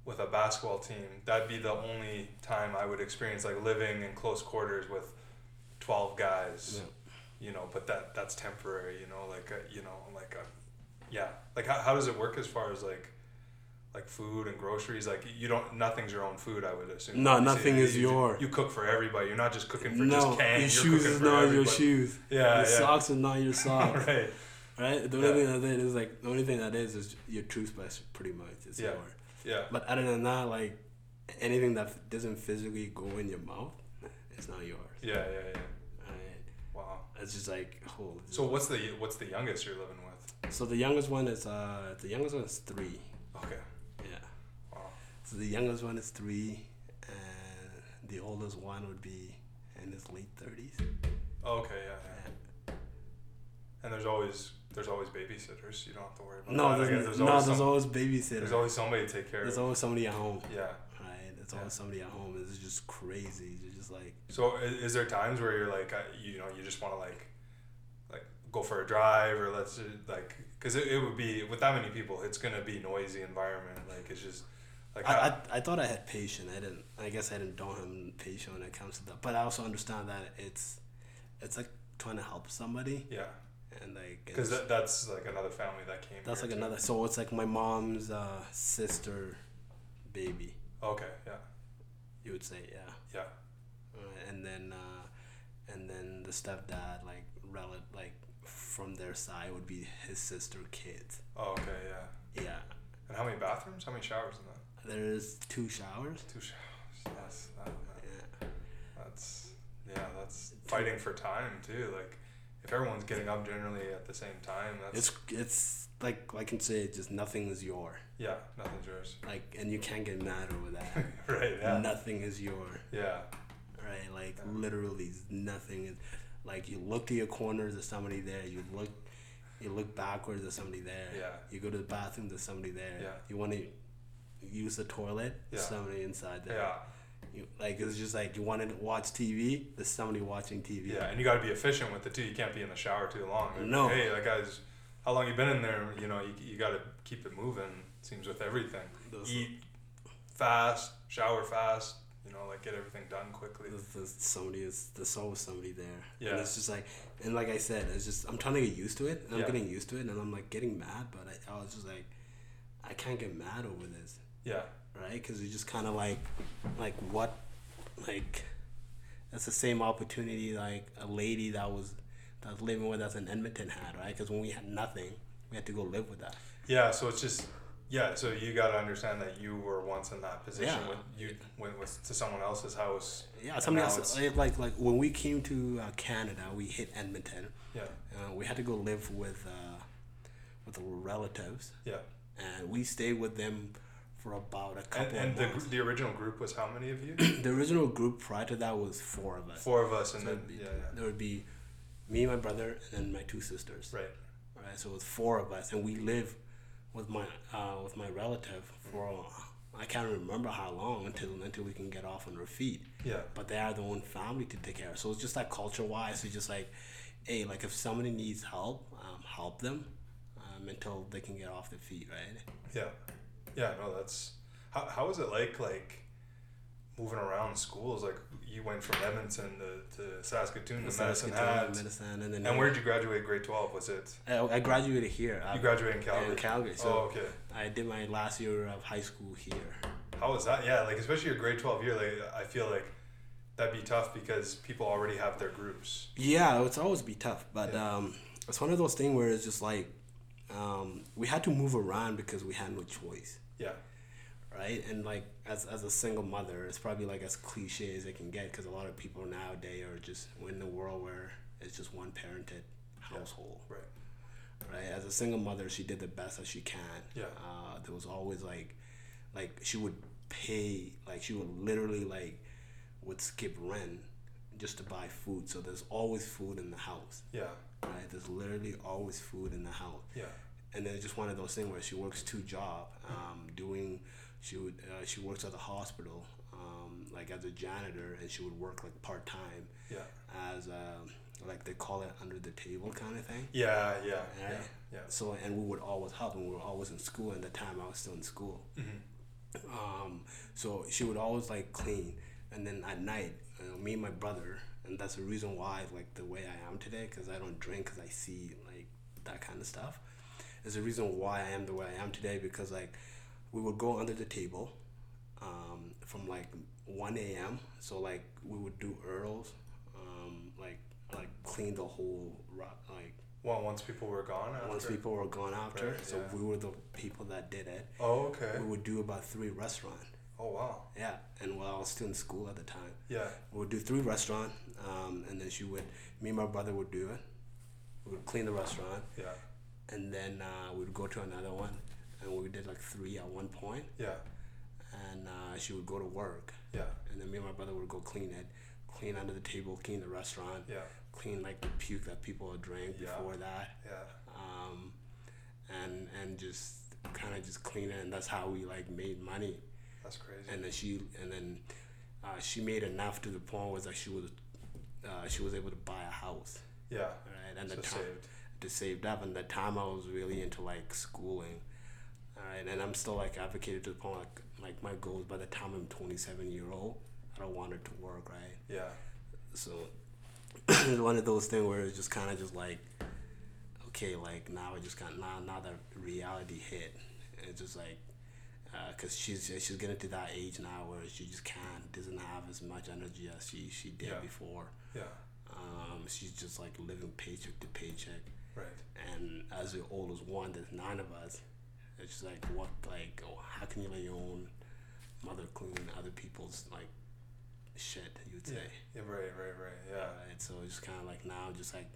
Speaker 3: with a basketball team, that'd be the only time I would experience like living in close quarters with twelve guys.
Speaker 4: yeah.
Speaker 3: you know but that that's temporary you know like uh, you know like uh, yeah like how, how does it work as far as like like food and groceries like you don't nothing's your own food i would assume
Speaker 4: No,
Speaker 3: You
Speaker 4: nothing is
Speaker 3: you- you-
Speaker 4: your-
Speaker 3: you cook for everybody you're not just cooking for
Speaker 4: no
Speaker 3: just cans
Speaker 4: your
Speaker 3: you're
Speaker 4: shoes
Speaker 3: cooking
Speaker 4: is
Speaker 3: for
Speaker 4: not your
Speaker 3: everybody.
Speaker 4: shoes
Speaker 3: yeah
Speaker 4: your
Speaker 3: yeah
Speaker 4: socks is not your socks right.
Speaker 3: right
Speaker 4: the only
Speaker 3: Yeah.
Speaker 4: thing that it is like the only thing that is is your toothbrush pretty much it's
Speaker 3: Yeah.
Speaker 4: your
Speaker 3: yeah
Speaker 4: but other than that like anything that doesn't physically go in your mouth it's not yours
Speaker 3: yeah yeah yeah
Speaker 4: right
Speaker 3: wow
Speaker 4: It's just like holy.
Speaker 3: so what's the what's the youngest you're living with
Speaker 4: So the youngest one is uh the youngest one is three.
Speaker 3: okay
Speaker 4: Yeah.
Speaker 3: wow
Speaker 4: So the youngest one is three, and the oldest one would be in his late thirties.
Speaker 3: oh, okay yeah, yeah and there's always there's always babysitters you don't have to worry about
Speaker 4: No,
Speaker 3: that. I
Speaker 4: there's,
Speaker 3: guess
Speaker 4: no,
Speaker 3: always
Speaker 4: there's
Speaker 3: some-
Speaker 4: always babysitter.
Speaker 3: there's always somebody to take care of
Speaker 4: somebody at home.
Speaker 3: yeah
Speaker 4: Right. There's
Speaker 3: Yeah.
Speaker 4: always somebody at home. It's just crazy. It's just like
Speaker 3: So i- is there times where you're like, uh, you know, you just want to like, like go for a drive or let's uh, like, cause it, it would be with that many people, it's gonna be noisy environment. Like it's just like
Speaker 4: I,
Speaker 3: how-
Speaker 4: I, I thought I had patience. I didn't. I guess I didn't don't have patience when it comes to that. But I also understand that it's it's like trying to help somebody
Speaker 3: yeah,
Speaker 4: and like it's-
Speaker 3: cause that, that's like another family that came.
Speaker 4: That's
Speaker 3: here
Speaker 4: like
Speaker 3: too.
Speaker 4: another. So it's like my mom's uh, sister, baby.
Speaker 3: Okay, yeah,
Speaker 4: You would say, yeah.
Speaker 3: yeah,
Speaker 4: Alright, And then, uh, and then the stepdad, like relative, like from their side, would be his sister kids.
Speaker 3: oh, okay, yeah.
Speaker 4: Yeah.
Speaker 3: And how many bathrooms? How many showers in that?
Speaker 4: There's two showers.
Speaker 3: Two showers. That's that,
Speaker 4: Yeah.
Speaker 3: that's yeah, that's fighting for time too. Like if everyone's getting up generally at the same time, that's
Speaker 4: It's it's like I can say, just nothing is your
Speaker 3: yeah, nothing's yours.
Speaker 4: like, and you can't get mad over that.
Speaker 3: right. Yeah.
Speaker 4: Nothing is your
Speaker 3: Yeah.
Speaker 4: right? Like
Speaker 3: Yeah.
Speaker 4: literally nothing. is- Like you look to your corners, there's somebody there. You look, you look backwards, there's somebody there.
Speaker 3: Yeah.
Speaker 4: You go to the bathroom, there's somebody there.
Speaker 3: Yeah.
Speaker 4: You want to use the toilet, there's
Speaker 3: Yeah.
Speaker 4: somebody inside there.
Speaker 3: Yeah.
Speaker 4: You, like it's just like you want to watch TV, there's somebody watching TV.
Speaker 3: Yeah, and you got to be efficient with it too. You can't be in the shower too long. Like,
Speaker 4: No.
Speaker 3: Hey, that guy's. How long you been in there? You know, you, you got to keep it moving. Seems with everything.
Speaker 4: Those-
Speaker 3: Eat fast, shower fast, you know, like get everything done quickly.
Speaker 4: There's, there's somebody, is there's always somebody there.
Speaker 3: Yeah.
Speaker 4: And it's just like, and like I said, it's just I'm trying to get used to it, and I'm
Speaker 3: Yeah.
Speaker 4: getting used to it, and I'm like getting mad, but I, I was just like, I can't get mad over this,
Speaker 3: Yeah,
Speaker 4: right? Because you just kind of like, like what, like, that's the same opportunity like a lady that was that was living with us in Edmonton had, right? Because when we had nothing, we had to go live with that.
Speaker 3: yeah. So it's just yeah. So you got to understand that you were once in that position
Speaker 4: Yeah.
Speaker 3: when you went with to someone else's house.
Speaker 4: Yeah,
Speaker 3: and
Speaker 4: something
Speaker 3: now
Speaker 4: else
Speaker 3: it's-
Speaker 4: like, like like when we came to uh, Canada, we hit Edmonton.
Speaker 3: Yeah,
Speaker 4: Uh, we had to go live with uh, with the relatives,
Speaker 3: yeah.
Speaker 4: and we stayed with them for about a
Speaker 3: And,
Speaker 4: couple.
Speaker 3: and
Speaker 4: of
Speaker 3: the
Speaker 4: months.
Speaker 3: gr- the original group was how many of you?
Speaker 4: The, original group prior to that was four of us.
Speaker 3: Four of us, and
Speaker 4: So
Speaker 3: then
Speaker 4: it'd be-
Speaker 3: yeah, yeah.
Speaker 4: There would be me, my brother, and then my two sisters.
Speaker 3: Right.
Speaker 4: Right, so it was four of us, and we live with my uh, with my relative for
Speaker 3: Mm-hmm.
Speaker 4: uh, I can't remember how long until until we can get off on our feet.
Speaker 3: Yeah.
Speaker 4: But they are their own family to take care of. So it's just like culture wise, it's just like, hey, like if somebody needs help, um, help them um, until they can get off their feet, right?
Speaker 3: Yeah, yeah. No, that's how. How was it like like moving around schools? Like you went from Edmonton to, to Saskatoon to Medicine Hat.
Speaker 4: medicine, and then
Speaker 3: And where did you graduate? Grade twelve was it?
Speaker 4: I, I graduated here. I,
Speaker 3: You graduated in Calgary.
Speaker 4: in Calgary. So
Speaker 3: oh, okay.
Speaker 4: I did my last year of high school here.
Speaker 3: How was that? Yeah, like especially your grade twelve year. Like I feel like that'd be tough because people already have their groups.
Speaker 4: Yeah, it's always be tough, but um, it's one of those things where it's just like um, we had to move around because we had no choice,
Speaker 3: Yeah,
Speaker 4: right? And like as, as a single mother, it's probably like as cliche as it can get because a lot of people nowadays are just in the world where it's just one parented household,
Speaker 3: right.
Speaker 4: right? As a single mother, she did the best that she can.
Speaker 3: Yeah.
Speaker 4: Uh, there was always like, like she would pay, like she would literally like would skip rent just to buy food. So there's always food in the house
Speaker 3: Yeah,
Speaker 4: right? There's literally always food in the house,
Speaker 3: yeah,
Speaker 4: and then it's just one of those things where she works two job, um, doing she would uh, she works at the hospital, um, like as a janitor, and she would work like part time
Speaker 3: yeah,
Speaker 4: as um, like they call it under the table kind of thing.
Speaker 3: yeah, yeah, yeah,
Speaker 4: Right.
Speaker 3: yeah.
Speaker 4: So and we would always help, and we were always in school. And the time I was still in school,
Speaker 3: Mm-hmm.
Speaker 4: um, so she would always like clean. And then at night, you know, me and my brother, and that's the reason why like the way I am today, because I don't drink, because I see like that kind of stuff. Is the reason why I am the way I am today because like we would go under the table um, from like 1 a.m. So like we would do earls, um, like like clean the whole ro- like
Speaker 3: Well, once people were gone. After.
Speaker 4: once people were gone after,
Speaker 3: Right,
Speaker 4: so
Speaker 3: yeah.
Speaker 4: we were the people that did it.
Speaker 3: Oh, okay.
Speaker 4: We would do about three restaurant.
Speaker 3: Oh, wow.
Speaker 4: Yeah, and while I was still in school at the time,
Speaker 3: Yeah,
Speaker 4: we would do three restaurant, um, and then she would, me and my brother would do it. We would clean the restaurant,
Speaker 3: yeah,
Speaker 4: and then uh, we would go to another one, and we did like three at one point,
Speaker 3: yeah,
Speaker 4: and uh, she would go to work,
Speaker 3: yeah,
Speaker 4: and then me and my brother would go clean it, clean under the table, clean the restaurant,
Speaker 3: yeah,
Speaker 4: clean like the puke that people had drank
Speaker 3: Yeah.
Speaker 4: before that.
Speaker 3: yeah.
Speaker 4: um, and and just kind of just clean it, and that's how we like made money.
Speaker 3: That's crazy.
Speaker 4: And then she and then uh, she made enough to the point was that she was uh, she was able to buy a house,
Speaker 3: yeah.
Speaker 4: right? And
Speaker 3: So
Speaker 4: the time
Speaker 3: saved.
Speaker 4: to saved up, and the time I was really into like schooling, all right. And I'm still like advocated to the point like like my goals by the time I'm 27 year old, I don't want it to work, right?
Speaker 3: Yeah,
Speaker 4: So it's one of those things where it's just kind of just like, okay, like now I just got now now that reality hit. It's just like, uh, cause she's she's getting to that age now where she just can't doesn't have as much energy as she she did
Speaker 3: Yeah.
Speaker 4: before.
Speaker 3: yeah,
Speaker 4: Um, she's just like living paycheck to paycheck,
Speaker 3: right.
Speaker 4: and as the oldest one, there's nine of us. It's just like what like oh, how can you let your own mother clean other people's like shit? You'd say.
Speaker 3: Yeah, yeah, right, right, right. Yeah,
Speaker 4: Right, Uh, so it's just kind of like now, just like,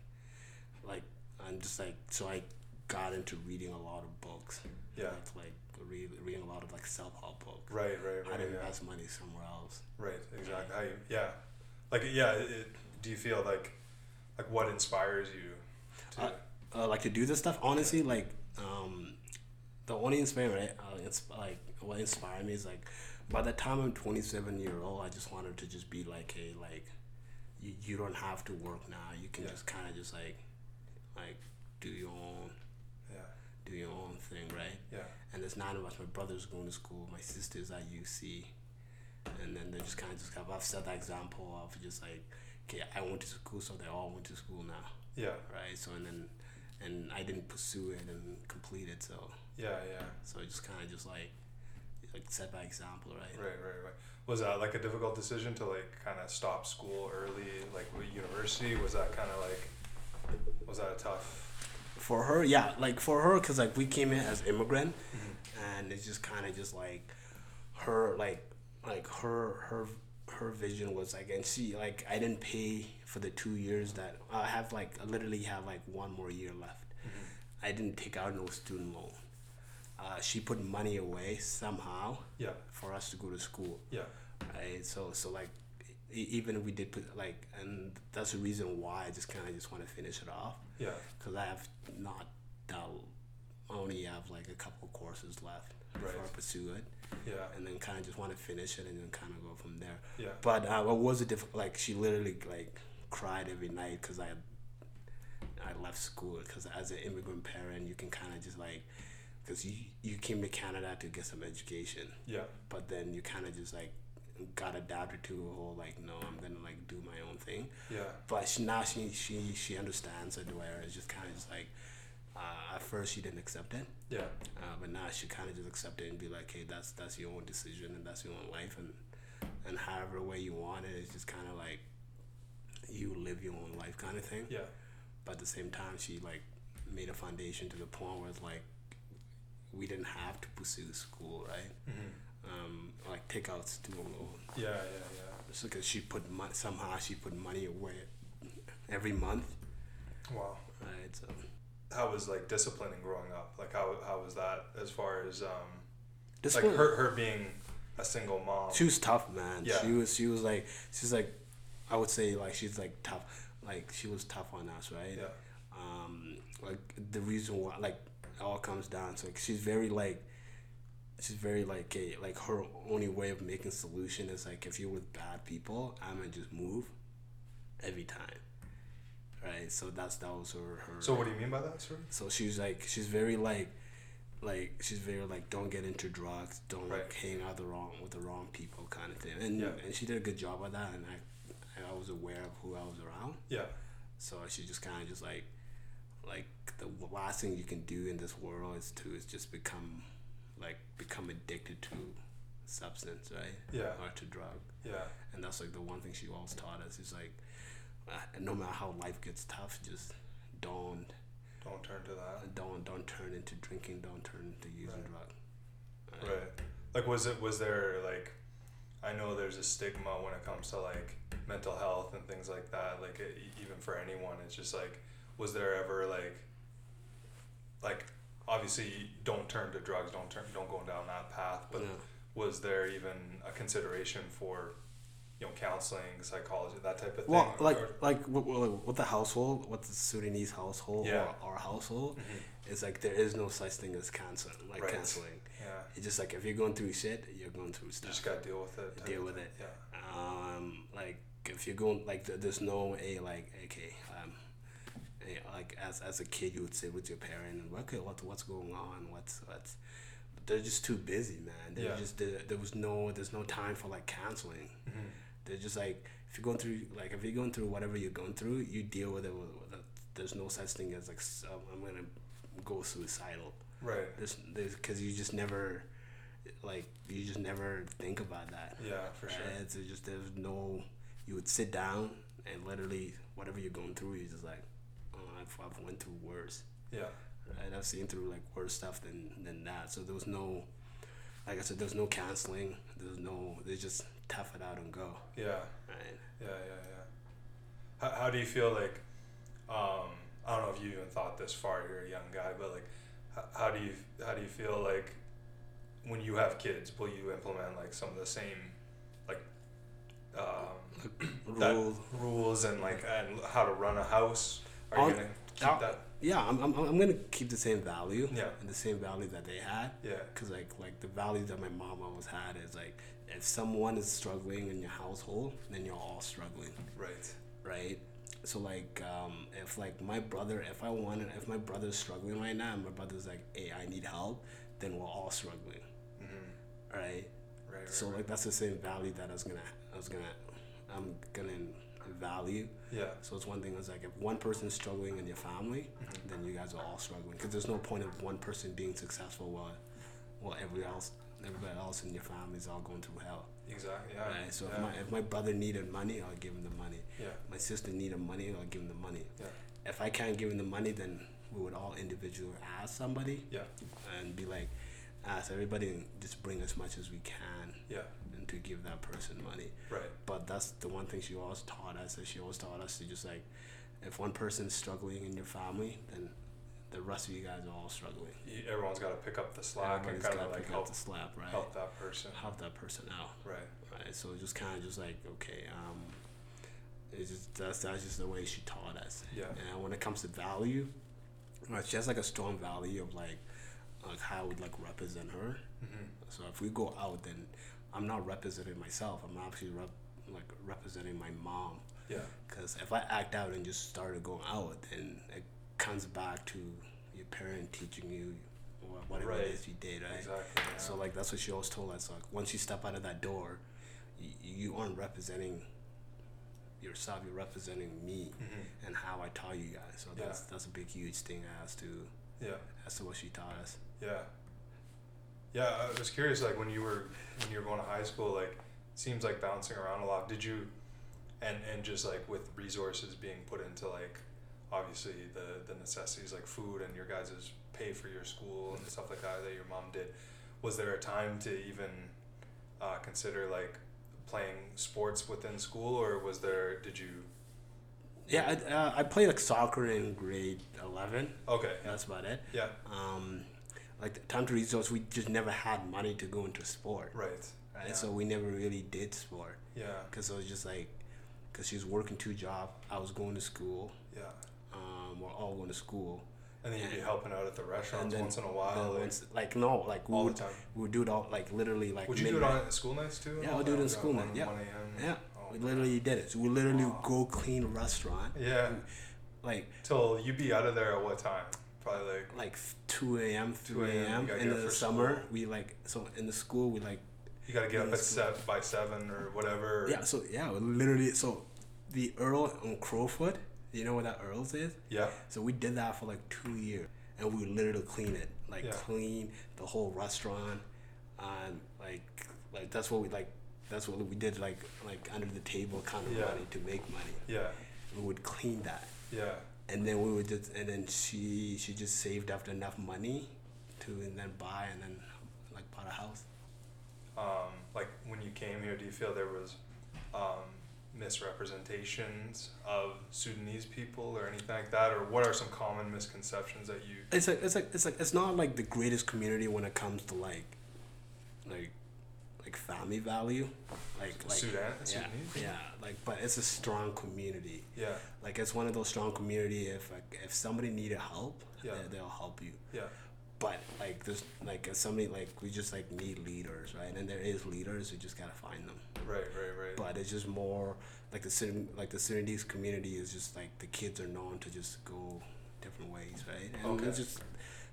Speaker 4: like I'm just like so I got into reading a lot of books.
Speaker 3: Yeah.
Speaker 4: Like, like read, reading a lot of like self help books.
Speaker 3: right, right,
Speaker 4: How
Speaker 3: right.
Speaker 4: to
Speaker 3: yeah.
Speaker 4: invest money somewhere else.
Speaker 3: Right, exactly. How you, yeah, like yeah. It, it- do you feel like like what inspires you? To,
Speaker 4: Uh, Uh, like to do this stuff. Honestly, like um, the only inspiration, right, uh, it's like what inspired me is like by the time I'm 27 year old, I just wanted to just be like, hey, like you, you don't have to work now. You can
Speaker 3: Yeah.
Speaker 4: just kind of just like like do your own
Speaker 3: yeah,
Speaker 4: do your own thing, right?
Speaker 3: yeah,
Speaker 4: and there's nine of us. My brother's going to school. My sister's at UC. and then they just kind of just have I've set that example of just like okay I went to school so they all went to school now
Speaker 3: Yeah.
Speaker 4: right so and then and I didn't pursue it and complete it so
Speaker 3: Yeah. Yeah.
Speaker 4: so it just kind of just like like set by example right
Speaker 3: Right, right, right. Was that like a difficult decision to like kind of stop school early, like with university? Was that kind of like, was that a tough?
Speaker 4: for her yeah like for her because like we came in as immigrant
Speaker 3: Mm-hmm.
Speaker 4: and it's just kind of just like her like like her her her vision was like and she like i didn't pay for the two years that i have like i literally have like one more year left
Speaker 3: Mm-hmm.
Speaker 4: i didn't take out no student loan uh, she put money away somehow
Speaker 3: Yeah,
Speaker 4: for us to go to school
Speaker 3: yeah,
Speaker 4: right so so like e- even if we did put like and that's the reason why i just kind of just want to finish it off
Speaker 3: yeah,
Speaker 4: because I have not that I only have like a couple courses left before I
Speaker 3: Right.
Speaker 4: pursue it,
Speaker 3: yeah,
Speaker 4: and then kind of just want to finish it and then kind of go from there.
Speaker 3: yeah,
Speaker 4: But uh, it was a difficult. Like she literally like cried every night because I I left school because as an immigrant parent you can kind of just like because you you came to Canada to get some education,
Speaker 3: yeah,
Speaker 4: but then you kind of just like got adapted to a whole like no I'm gonna like do my own thing
Speaker 3: yeah,
Speaker 4: but she, now she she she understands it where it's just kind of just like uh, at first she didn't accept it
Speaker 3: yeah,
Speaker 4: uh, but now she kind of just accept it and be like hey that's that's your own decision and that's your own life and and however way you want it it's just kind of like you live your own life kind of thing
Speaker 3: yeah,
Speaker 4: but at the same time she like made a foundation to the point where it's like we didn't have to pursue school right um, like take out student loan
Speaker 3: yeah, Mm-hmm. yeah,
Speaker 4: just because she put mon- somehow she put money away every month
Speaker 3: yeah. Wow.
Speaker 4: Right, so
Speaker 3: How was like disciplining growing up? Like how how was that as far as um
Speaker 4: this
Speaker 3: like
Speaker 4: one,
Speaker 3: her her being a single mom?
Speaker 4: she was tough, man.
Speaker 3: Yeah.
Speaker 4: She was, she was like, she's like, I would say like she's like tough, like she was tough on us, right?
Speaker 3: Yeah,
Speaker 4: Um, like the reason why, like, it all comes down to like she's very like, she's very like a like her only way of making solution is like if you're with bad people, I'm gonna just move, every time, right? So that's that was her her.
Speaker 3: So what do you mean by that, sir?
Speaker 4: So she's like, she's very like, like she's very like, don't get into drugs, don't
Speaker 3: Right.
Speaker 4: like hang out the wrong with the wrong people, kind of thing. And
Speaker 3: Yeah.
Speaker 4: and she did a good job of that, and I, I was aware of who I was around.
Speaker 3: Yeah,
Speaker 4: So she just kind of just like, like the last thing you can do in this world is to is just become, like become addicted to substance, right?
Speaker 3: Yeah.
Speaker 4: Or to drug
Speaker 3: yeah,
Speaker 4: and that's like the one thing she always taught us is like, uh, no matter how life gets tough, just don't
Speaker 3: don't turn to that.
Speaker 4: don't don't turn into drinking, don't turn into using
Speaker 3: Right.
Speaker 4: drug.
Speaker 3: Right. Like, was it was there like, I know there's a stigma when it comes to like mental health and things like that. Like, e even for anyone, it's just like, was there ever like, like, obviously don't turn to drugs, don't turn, don't go down that path. But
Speaker 4: Yeah.
Speaker 3: was there even a consideration for, you know, counseling, psychology, that type of thing?
Speaker 4: Well, like
Speaker 3: Or-
Speaker 4: like with, with the household, with the Sudanese household,
Speaker 3: Yeah. Mm-hmm.
Speaker 4: or our household, it's like there is no such thing as cancer, like
Speaker 3: Right.
Speaker 4: canceling.
Speaker 3: yeah,
Speaker 4: It's just like if you're going through shit, you're going through
Speaker 3: you
Speaker 4: stuff.
Speaker 3: just gotta deal with it. type
Speaker 4: deal
Speaker 3: of
Speaker 4: with
Speaker 3: thing.
Speaker 4: it.
Speaker 3: Yeah.
Speaker 4: um like if you're going like th- there's no a like okay um eh, like as as a kid you would sit with your parent and okay what what's going on what's what's but they're just too busy man they're
Speaker 3: Yeah.
Speaker 4: just there, there was no there's no time for like counseling
Speaker 3: Mm-hmm.
Speaker 4: they're just like if you're going through like if you're going through whatever you're going through you deal with it with, with it. there's no such thing as like s- um, i'm gonna go suicidal
Speaker 3: Right.
Speaker 4: there's there's because you just never like you just never think about that
Speaker 3: Yeah, for sure.
Speaker 4: and It's just there's no. You would sit down and literally whatever you're going through, you're just like, oh, I've, I've went through worse.
Speaker 3: Yeah.
Speaker 4: Right? I've seen through like worse stuff than than that. So there was no, like I said, there was no counseling. There was no. They just tough it out and go.
Speaker 3: Yeah.
Speaker 4: Right.
Speaker 3: Yeah, yeah, yeah. How, how do you feel like? Um, I don't know if you even thought this far. You're a young guy, but like, how, how do you how do you feel like when you have kids? Will you implement like some of the same like um, that-
Speaker 4: Rules.
Speaker 3: rules and like and how to run a house? Are
Speaker 4: I'll-
Speaker 3: you gonna keep
Speaker 4: I'll-
Speaker 3: that?
Speaker 4: Yeah, I'm, I'm, I'm gonna keep the same value.
Speaker 3: Yeah.
Speaker 4: And the same value that they had.
Speaker 3: Yeah,
Speaker 4: Cause like like the value that my mom always had is like if someone is struggling in your household, then you're all struggling.
Speaker 3: right.
Speaker 4: right? So like, um, if like my brother, if I wanted, if my brother's struggling right now, and my brother's like, "Hey, I need help," then we're all struggling,
Speaker 3: Mm-hmm.
Speaker 4: right?
Speaker 3: Right.
Speaker 4: So like that's the same value that I was gonna I was gonna I'm gonna value.
Speaker 3: Yeah.
Speaker 4: So it's one thing. It's like if one person's struggling in your family,
Speaker 3: Mm-hmm.
Speaker 4: then you guys are all struggling because there's no point of one person being successful while while everybody else everybody else in your family is all going through hell.
Speaker 3: Exactly. Yeah.
Speaker 4: Right. So
Speaker 3: yeah.
Speaker 4: if my if my brother needed money, I'll give him the money.
Speaker 3: yeah.
Speaker 4: My sister needed money, I'll give him the money.
Speaker 3: Yeah.
Speaker 4: If I can't give him the money, then we would all individually ask somebody
Speaker 3: Yeah.
Speaker 4: and be like, ask everybody and just bring as much as we can
Speaker 3: Yeah.
Speaker 4: and to give that person money.
Speaker 3: Right.
Speaker 4: But that's the one thing she always taught us. That she always taught us to just like, if one person's struggling in your family, then the rest of you guys are all struggling.
Speaker 3: You, everyone's got to pick up the slack and
Speaker 4: Everybody's
Speaker 3: kind
Speaker 4: gotta
Speaker 3: of like
Speaker 4: pick up
Speaker 3: help
Speaker 4: the slap, right?
Speaker 3: help that person.
Speaker 4: Help that person out,
Speaker 3: Right.
Speaker 4: right? So it's just kind of just like okay, um, it's just that's that's just the way she taught us.
Speaker 3: Yeah.
Speaker 4: And when it comes to value, like, she has like a strong value of like, like how I would like represent her.
Speaker 3: Mm-hmm.
Speaker 4: So if we go out, then I'm not representing myself. I'm actually rep- like representing my mom.
Speaker 3: Yeah.
Speaker 4: Because if I act out and just started going out, then it comes back to your parent teaching you wh- whatever
Speaker 3: Right.
Speaker 4: it is you did, right?
Speaker 3: Exactly. Yeah.
Speaker 4: So like that's what she always told us. Like once you step out of that door, you, you aren't representing yourself. You're representing me
Speaker 3: Mhm.
Speaker 4: and how I taught you guys. So
Speaker 3: Yeah.
Speaker 4: that's that's a big huge thing as to
Speaker 3: Yeah.
Speaker 4: as to what she taught us.
Speaker 3: Yeah. Yeah, I was curious, like when you were when you were going to high school, like it seems like bouncing around a lot. Did you and and just like with resources being put into like obviously the the necessities like food and your guys' pay for your school and stuff like that that your mom did, was there a time to even uh, consider like playing sports within school or was there did you
Speaker 4: Yeah, I, uh, I played like soccer in grade eleven.
Speaker 3: okay yeah
Speaker 4: That's about it.
Speaker 3: yeah
Speaker 4: Um, like the time to resource, we just never had money to go into sport.
Speaker 3: right
Speaker 4: right?
Speaker 3: yeah
Speaker 4: So we never really did sport
Speaker 3: yeah
Speaker 4: because it was just like, because she was working two jobs, I was going to school,
Speaker 3: yeah
Speaker 4: um, we're all going to school.
Speaker 3: and then you'd be
Speaker 4: And-
Speaker 3: helping out at the restaurants
Speaker 4: then-
Speaker 3: once in a while
Speaker 4: Then
Speaker 3: like,
Speaker 4: once- like no, like we
Speaker 3: all
Speaker 4: would
Speaker 3: the time.
Speaker 4: we would do it all like literally like.
Speaker 3: Would you do it
Speaker 4: midnight.
Speaker 3: on school nights too?
Speaker 4: Yeah, I'll do it in
Speaker 3: on
Speaker 4: school night, yeah.
Speaker 3: 1 a.m.
Speaker 4: Yeah,
Speaker 3: Oh,
Speaker 4: we
Speaker 3: man.
Speaker 4: literally did it. So we literally
Speaker 3: Wow.
Speaker 4: go clean restaurant
Speaker 3: Yeah.
Speaker 4: like
Speaker 3: Till you'd be out of there at what time? Probably like
Speaker 4: like two a.m.
Speaker 3: 2
Speaker 4: three
Speaker 3: a.m., you
Speaker 4: a.m.
Speaker 3: gotta
Speaker 4: in
Speaker 3: get up
Speaker 4: the
Speaker 3: for
Speaker 4: summer
Speaker 3: school.
Speaker 4: we like so in the school we like
Speaker 3: you gotta get up
Speaker 4: Yeah,
Speaker 3: at
Speaker 4: school.
Speaker 3: seven by seven or whatever.
Speaker 4: yeah so yeah we literally so the Earl on Crowfoot you know what that Earl's is
Speaker 3: Yeah.
Speaker 4: So we did that for like two years, and we literally clean it, like
Speaker 3: Yeah.
Speaker 4: clean the whole restaurant, and like like that's what we like. That's what we did, like like under the table kind of
Speaker 3: Yeah.
Speaker 4: money to make money.
Speaker 3: Yeah.
Speaker 4: We would clean that,
Speaker 3: Yeah.
Speaker 4: and then we would just and then she she just saved up enough money to and then buy and then like bought a house.
Speaker 3: Um, like when you came here, do you feel there was um, misrepresentations of Sudanese people or anything like that, or what are some common misconceptions that you?
Speaker 4: It's like it's like it's like it's not like the greatest community when it comes to like like like family value, like like
Speaker 3: Sudan,
Speaker 4: yeah,
Speaker 3: Sudanese.
Speaker 4: yeah, like but it's a strong community.
Speaker 3: Yeah.
Speaker 4: Like it's one of those strong community. If like, if somebody needed help,
Speaker 3: Yeah.
Speaker 4: they, they'll help you.
Speaker 3: Yeah.
Speaker 4: But like there's like if somebody like we just like need leaders, right? And there is leaders. We just gotta find them.
Speaker 3: Right. Right. Right.
Speaker 4: But it's just more like the Sun- like the Sudanese community is just like the kids are known to just go different ways, right? And
Speaker 3: Okay.
Speaker 4: it just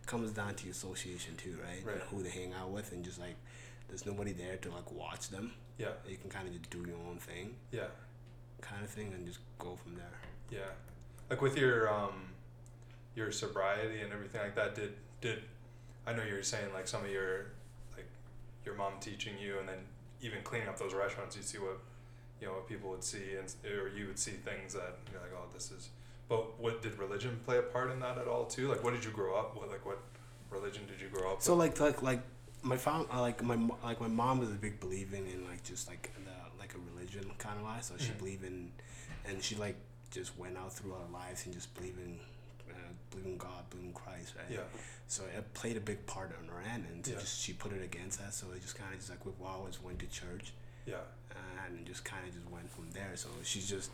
Speaker 4: comes down to association too, right?
Speaker 3: Right.
Speaker 4: And who they hang out with, and just like there's nobody there to like watch them.
Speaker 3: Yeah.
Speaker 4: You can kind of just do your own thing,
Speaker 3: Yeah.
Speaker 4: kind of thing, and just go from there.
Speaker 3: Yeah, like with your um, your sobriety and everything like that. Did did I know you were saying like some of your like your mom teaching you, and then even cleaning up those restaurants, you see what you know what people would see, and or you would see things that you're like, oh, this is. But what did religion play a part in that at all too? Like, what did you grow up? What like what religion did you grow up?
Speaker 4: So like like like my fam uh, like my mo- like my mom is a big believer in like just like the like a religion kind of life. So she
Speaker 3: Mhm.
Speaker 4: believed in, and she like just went out through our lives and just believe in, uh, believe in God, believe in Christ, right?
Speaker 3: with? Yeah,
Speaker 4: So it played a big part on her end, and so
Speaker 3: Yeah.
Speaker 4: just she put it against us. So it just kind of just like we always went to church, uh,
Speaker 3: yeah,
Speaker 4: and just kind of just went from there. So she's just.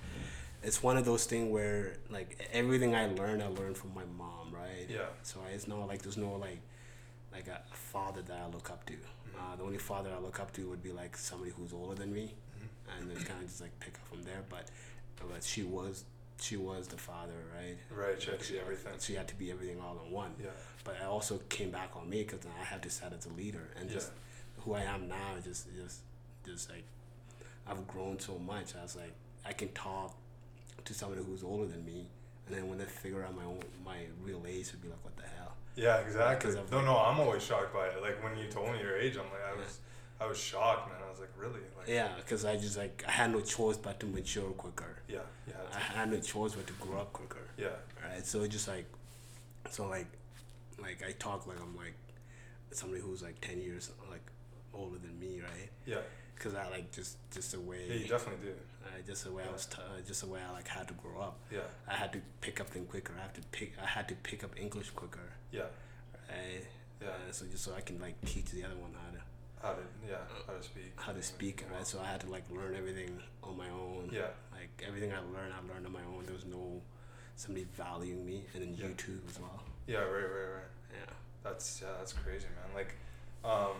Speaker 4: It's one of those things where like everything I learned, I learned from my mom, right?
Speaker 3: yeah,
Speaker 4: So it's not like there's no like like a father that I look up to.
Speaker 3: Mm-hmm.
Speaker 4: Uh, the only father I look up to would be like somebody who's older than me,
Speaker 3: Mm-hmm.
Speaker 4: and it's kind of just like pick up from there. But but she was she was the father, right?
Speaker 3: right. She had to be everything.
Speaker 4: She had to be everything all in one.
Speaker 3: Yeah,
Speaker 4: But it also came back on me because I had to set as a leader and
Speaker 3: yeah,
Speaker 4: just who I am now is just just just like I've grown so much. I was like I can talk to somebody who's older than me, and then when they figure out my own, my real age, it'd be like, what the hell?
Speaker 3: Yeah, exactly.
Speaker 4: 'Cause I've-
Speaker 3: No, no, I'm always shocked by it. Like when you told me your age, I'm like, I was, I was shocked, man. I was like, really? Like,
Speaker 4: Yeah, because I just like I had no choice but to mature quicker.
Speaker 3: yeah, yeah,
Speaker 4: I had no choice but to grow up quicker.
Speaker 3: yeah,
Speaker 4: right? So it's just like, so like, like I talk like I'm like somebody who's like ten years like older than me, right?
Speaker 3: yeah.
Speaker 4: Because I like just just the way,
Speaker 3: Yeah, you definitely do.
Speaker 4: uh, just the way I was, t- uh, just the way I like had to grow up.
Speaker 3: Yeah,
Speaker 4: I had to pick up things quicker. I have to pick. I had to pick up English quicker,
Speaker 3: yeah.
Speaker 4: right?
Speaker 3: Yeah.
Speaker 4: Uh, so just so I can like teach the other one how to
Speaker 3: How to, yeah, how to speak.
Speaker 4: how to speak,
Speaker 3: Yeah.
Speaker 4: right? So I had to like learn everything on my own.
Speaker 3: Yeah.
Speaker 4: Like everything I learned, I learned on my own. There was no somebody valuing me, and then
Speaker 3: Yeah.
Speaker 4: YouTube as well.
Speaker 3: Yeah, right, right, right.
Speaker 4: Yeah.
Speaker 3: That's yeah, that's crazy, man. Like, um,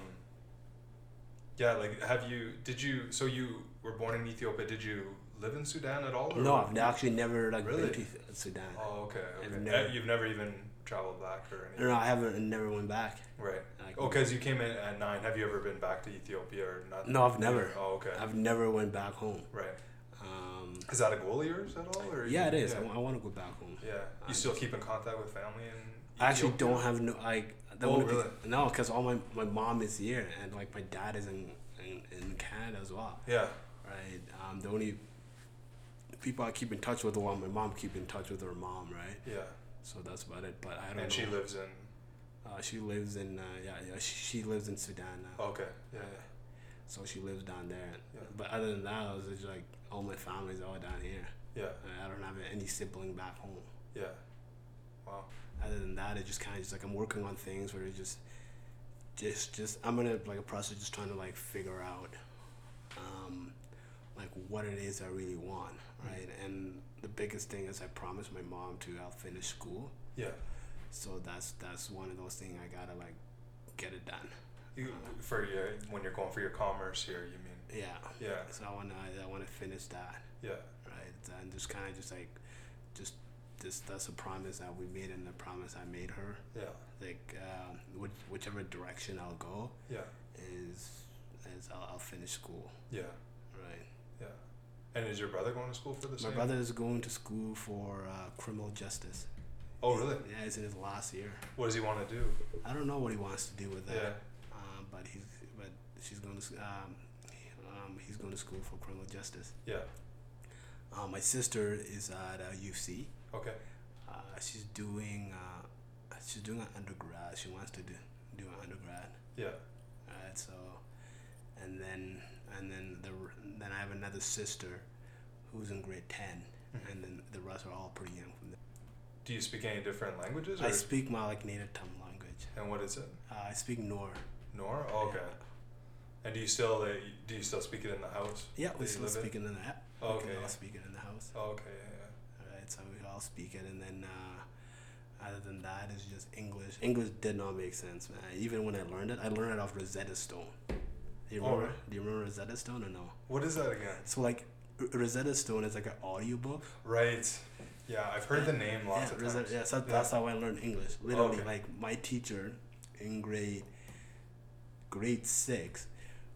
Speaker 3: yeah, like, have you? Did you? So you were born in Ethiopia. Did you live in Sudan at all? or-
Speaker 4: No, I've actually never like
Speaker 3: Really?
Speaker 4: been to Sudan.
Speaker 3: Oh, okay. okay.
Speaker 4: I've
Speaker 3: Eh,
Speaker 4: never- Er
Speaker 3: You've never even traveled back or anything,
Speaker 4: No, I haven't. I never went back.
Speaker 3: right?
Speaker 4: Like,
Speaker 3: Oh, because you came in at nine. Have you ever been back to Ethiopia or not?
Speaker 4: No, I've never.
Speaker 3: Oh, okay.
Speaker 4: I've never went back home.
Speaker 3: Right.
Speaker 4: Um,
Speaker 3: Is that a goal of yours at all? Or
Speaker 4: yeah, it is. I
Speaker 3: Yeah.
Speaker 4: want to go back home.
Speaker 3: Yeah. You still keep in contact with family and.
Speaker 4: I actually don't have no like. that
Speaker 3: Oh,
Speaker 4: wouldn't
Speaker 3: really?
Speaker 4: Be, no, because all my my mom is here, and like my dad is in in, in Canada as well.
Speaker 3: Yeah.
Speaker 4: Right. Um, the only people I keep in touch with, well, my mom keep in touch with her mom, right?
Speaker 3: Yeah.
Speaker 4: So that's about it. But I don't.
Speaker 3: And
Speaker 4: know.
Speaker 3: she lives in.
Speaker 4: Uh, she lives in uh, yeah yeah she, she lives in Sudan now.
Speaker 3: Okay. Yeah. yeah.
Speaker 4: So she lives down there.
Speaker 3: Oh. Yeah.
Speaker 4: But other than that, I was just like, all my family's all down here. Uh,
Speaker 3: Yeah.
Speaker 4: I I don't have any sibling back home.
Speaker 3: Yeah. Wow.
Speaker 4: Other than that, it just kind of just like I'm working on things where it's just, just, just I'm in a like a process of just trying to like figure out, um, like what it is I really want, right? And the biggest thing is I promised my mom to I'll finish school.
Speaker 3: Yeah.
Speaker 4: So that's that's one of those things I gotta like get it done.
Speaker 3: You, for your when you're going for your commerce here, you mean?
Speaker 4: Yeah.
Speaker 3: Yeah.
Speaker 4: So I wanna I wanna finish that.
Speaker 3: Yeah.
Speaker 4: right? And just kind of just like, just this that's a promise that we made and the promise I made her.
Speaker 3: Yeah.
Speaker 4: Like, um, which, whichever direction I'll go
Speaker 3: Yeah.
Speaker 4: is is I'll, I'll finish school,
Speaker 3: Yeah.
Speaker 4: right?
Speaker 3: Yeah. And is your brother going to school for the
Speaker 4: My
Speaker 3: same?
Speaker 4: brother is going to school for uh, criminal justice.
Speaker 3: Oh, really?
Speaker 4: Yeah, it's in his last year.
Speaker 3: What does he want to do?
Speaker 4: I don't know what he wants to do with that.
Speaker 3: Yeah.
Speaker 4: Um, but he's but she's going to s- um, um, he's going to school for criminal justice.
Speaker 3: Yeah.
Speaker 4: Uh, my sister is at uh, UFC.
Speaker 3: Okay.
Speaker 4: Uh, she's doing uh, she's doing an undergrad. She wants to do do an undergrad.
Speaker 3: Yeah.
Speaker 4: Alright, so and then and then the r- then I have another sister who's in grade 10
Speaker 3: Mhm.
Speaker 4: and then the rest are all pretty young. From there.
Speaker 3: Do you speak any different languages? Or,
Speaker 4: I speak my like native tongue language.
Speaker 3: and what is it?
Speaker 4: Uh, I speak Noor.
Speaker 3: Nor. Oh, okay. And do you still uh, do you still speak it in the house?
Speaker 4: Yeah,
Speaker 3: that
Speaker 4: we
Speaker 3: you
Speaker 4: still
Speaker 3: live in?
Speaker 4: speak it in the house.
Speaker 3: Oh,
Speaker 4: We
Speaker 3: okay,
Speaker 4: can
Speaker 3: yeah.
Speaker 4: all speak it in the house.
Speaker 3: Oh, okay. Yeah. yeah.
Speaker 4: Alright, so we all speak it, and then uh, other than that, it's just English. English did not make sense, man. Even when I learned it, I learned it off Rosetta Stone. Do you
Speaker 3: Oh,
Speaker 4: remember?
Speaker 3: really?
Speaker 4: Do you remember Rosetta Stone or no?
Speaker 3: What is that again?
Speaker 4: So like, R- Rosetta Stone is like an audiobook.
Speaker 3: Right. Yeah, I've heard the name lots
Speaker 4: yeah,
Speaker 3: of
Speaker 4: Rosetta,
Speaker 3: times.
Speaker 4: yeah, so that's how I learned English. Literally,
Speaker 3: okay.
Speaker 4: like my teacher in grade grade six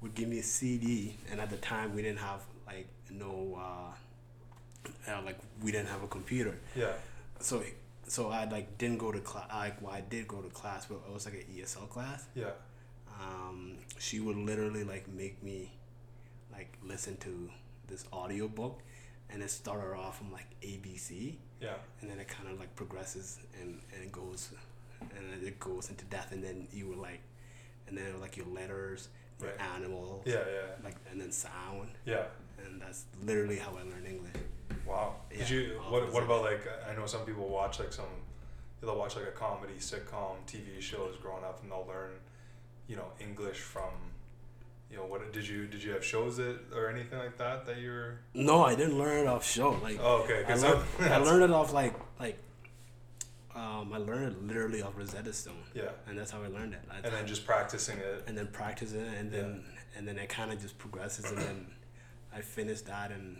Speaker 4: would give me a CD, and at the time we didn't have like no uh, uh like we didn't have a computer.
Speaker 3: Yeah.
Speaker 4: so so I like didn't go to class. Like well, I did go to class, but it was like an ESL class.
Speaker 3: Yeah.
Speaker 4: Um, she would literally like make me like listen to this audio book, and it started off from like ABC,
Speaker 3: Yeah.
Speaker 4: and then it kind of like progresses and and it goes, and then it goes into death, and then you were like, and then like your letters, your
Speaker 3: Right.
Speaker 4: animals,
Speaker 3: Yeah.
Speaker 4: like and then sound,
Speaker 3: Yeah. Yeah.
Speaker 4: and that's literally how I learned English.
Speaker 3: Wow. Did
Speaker 4: Yeah.
Speaker 3: you?
Speaker 4: Oh,
Speaker 3: What?
Speaker 4: that's
Speaker 3: What
Speaker 4: it.
Speaker 3: about like? I know some people watch like some. They'll watch like a comedy sitcom, TV shows growing up, and they'll learn, you know, English from, you know, what did you did you have shows that or anything like that that you were?
Speaker 4: No, I didn't learn it off show. Like
Speaker 3: Oh, okay.
Speaker 4: I
Speaker 3: Cause
Speaker 4: learned,
Speaker 3: some-
Speaker 4: I learned it off like like um, I learned it literally off Rosetta Stone,
Speaker 3: Yeah.
Speaker 4: and that's how I learned it. I,
Speaker 3: And then just practicing it.
Speaker 4: and then practice it, and then and then it kind of just progresses, and then I finished that in,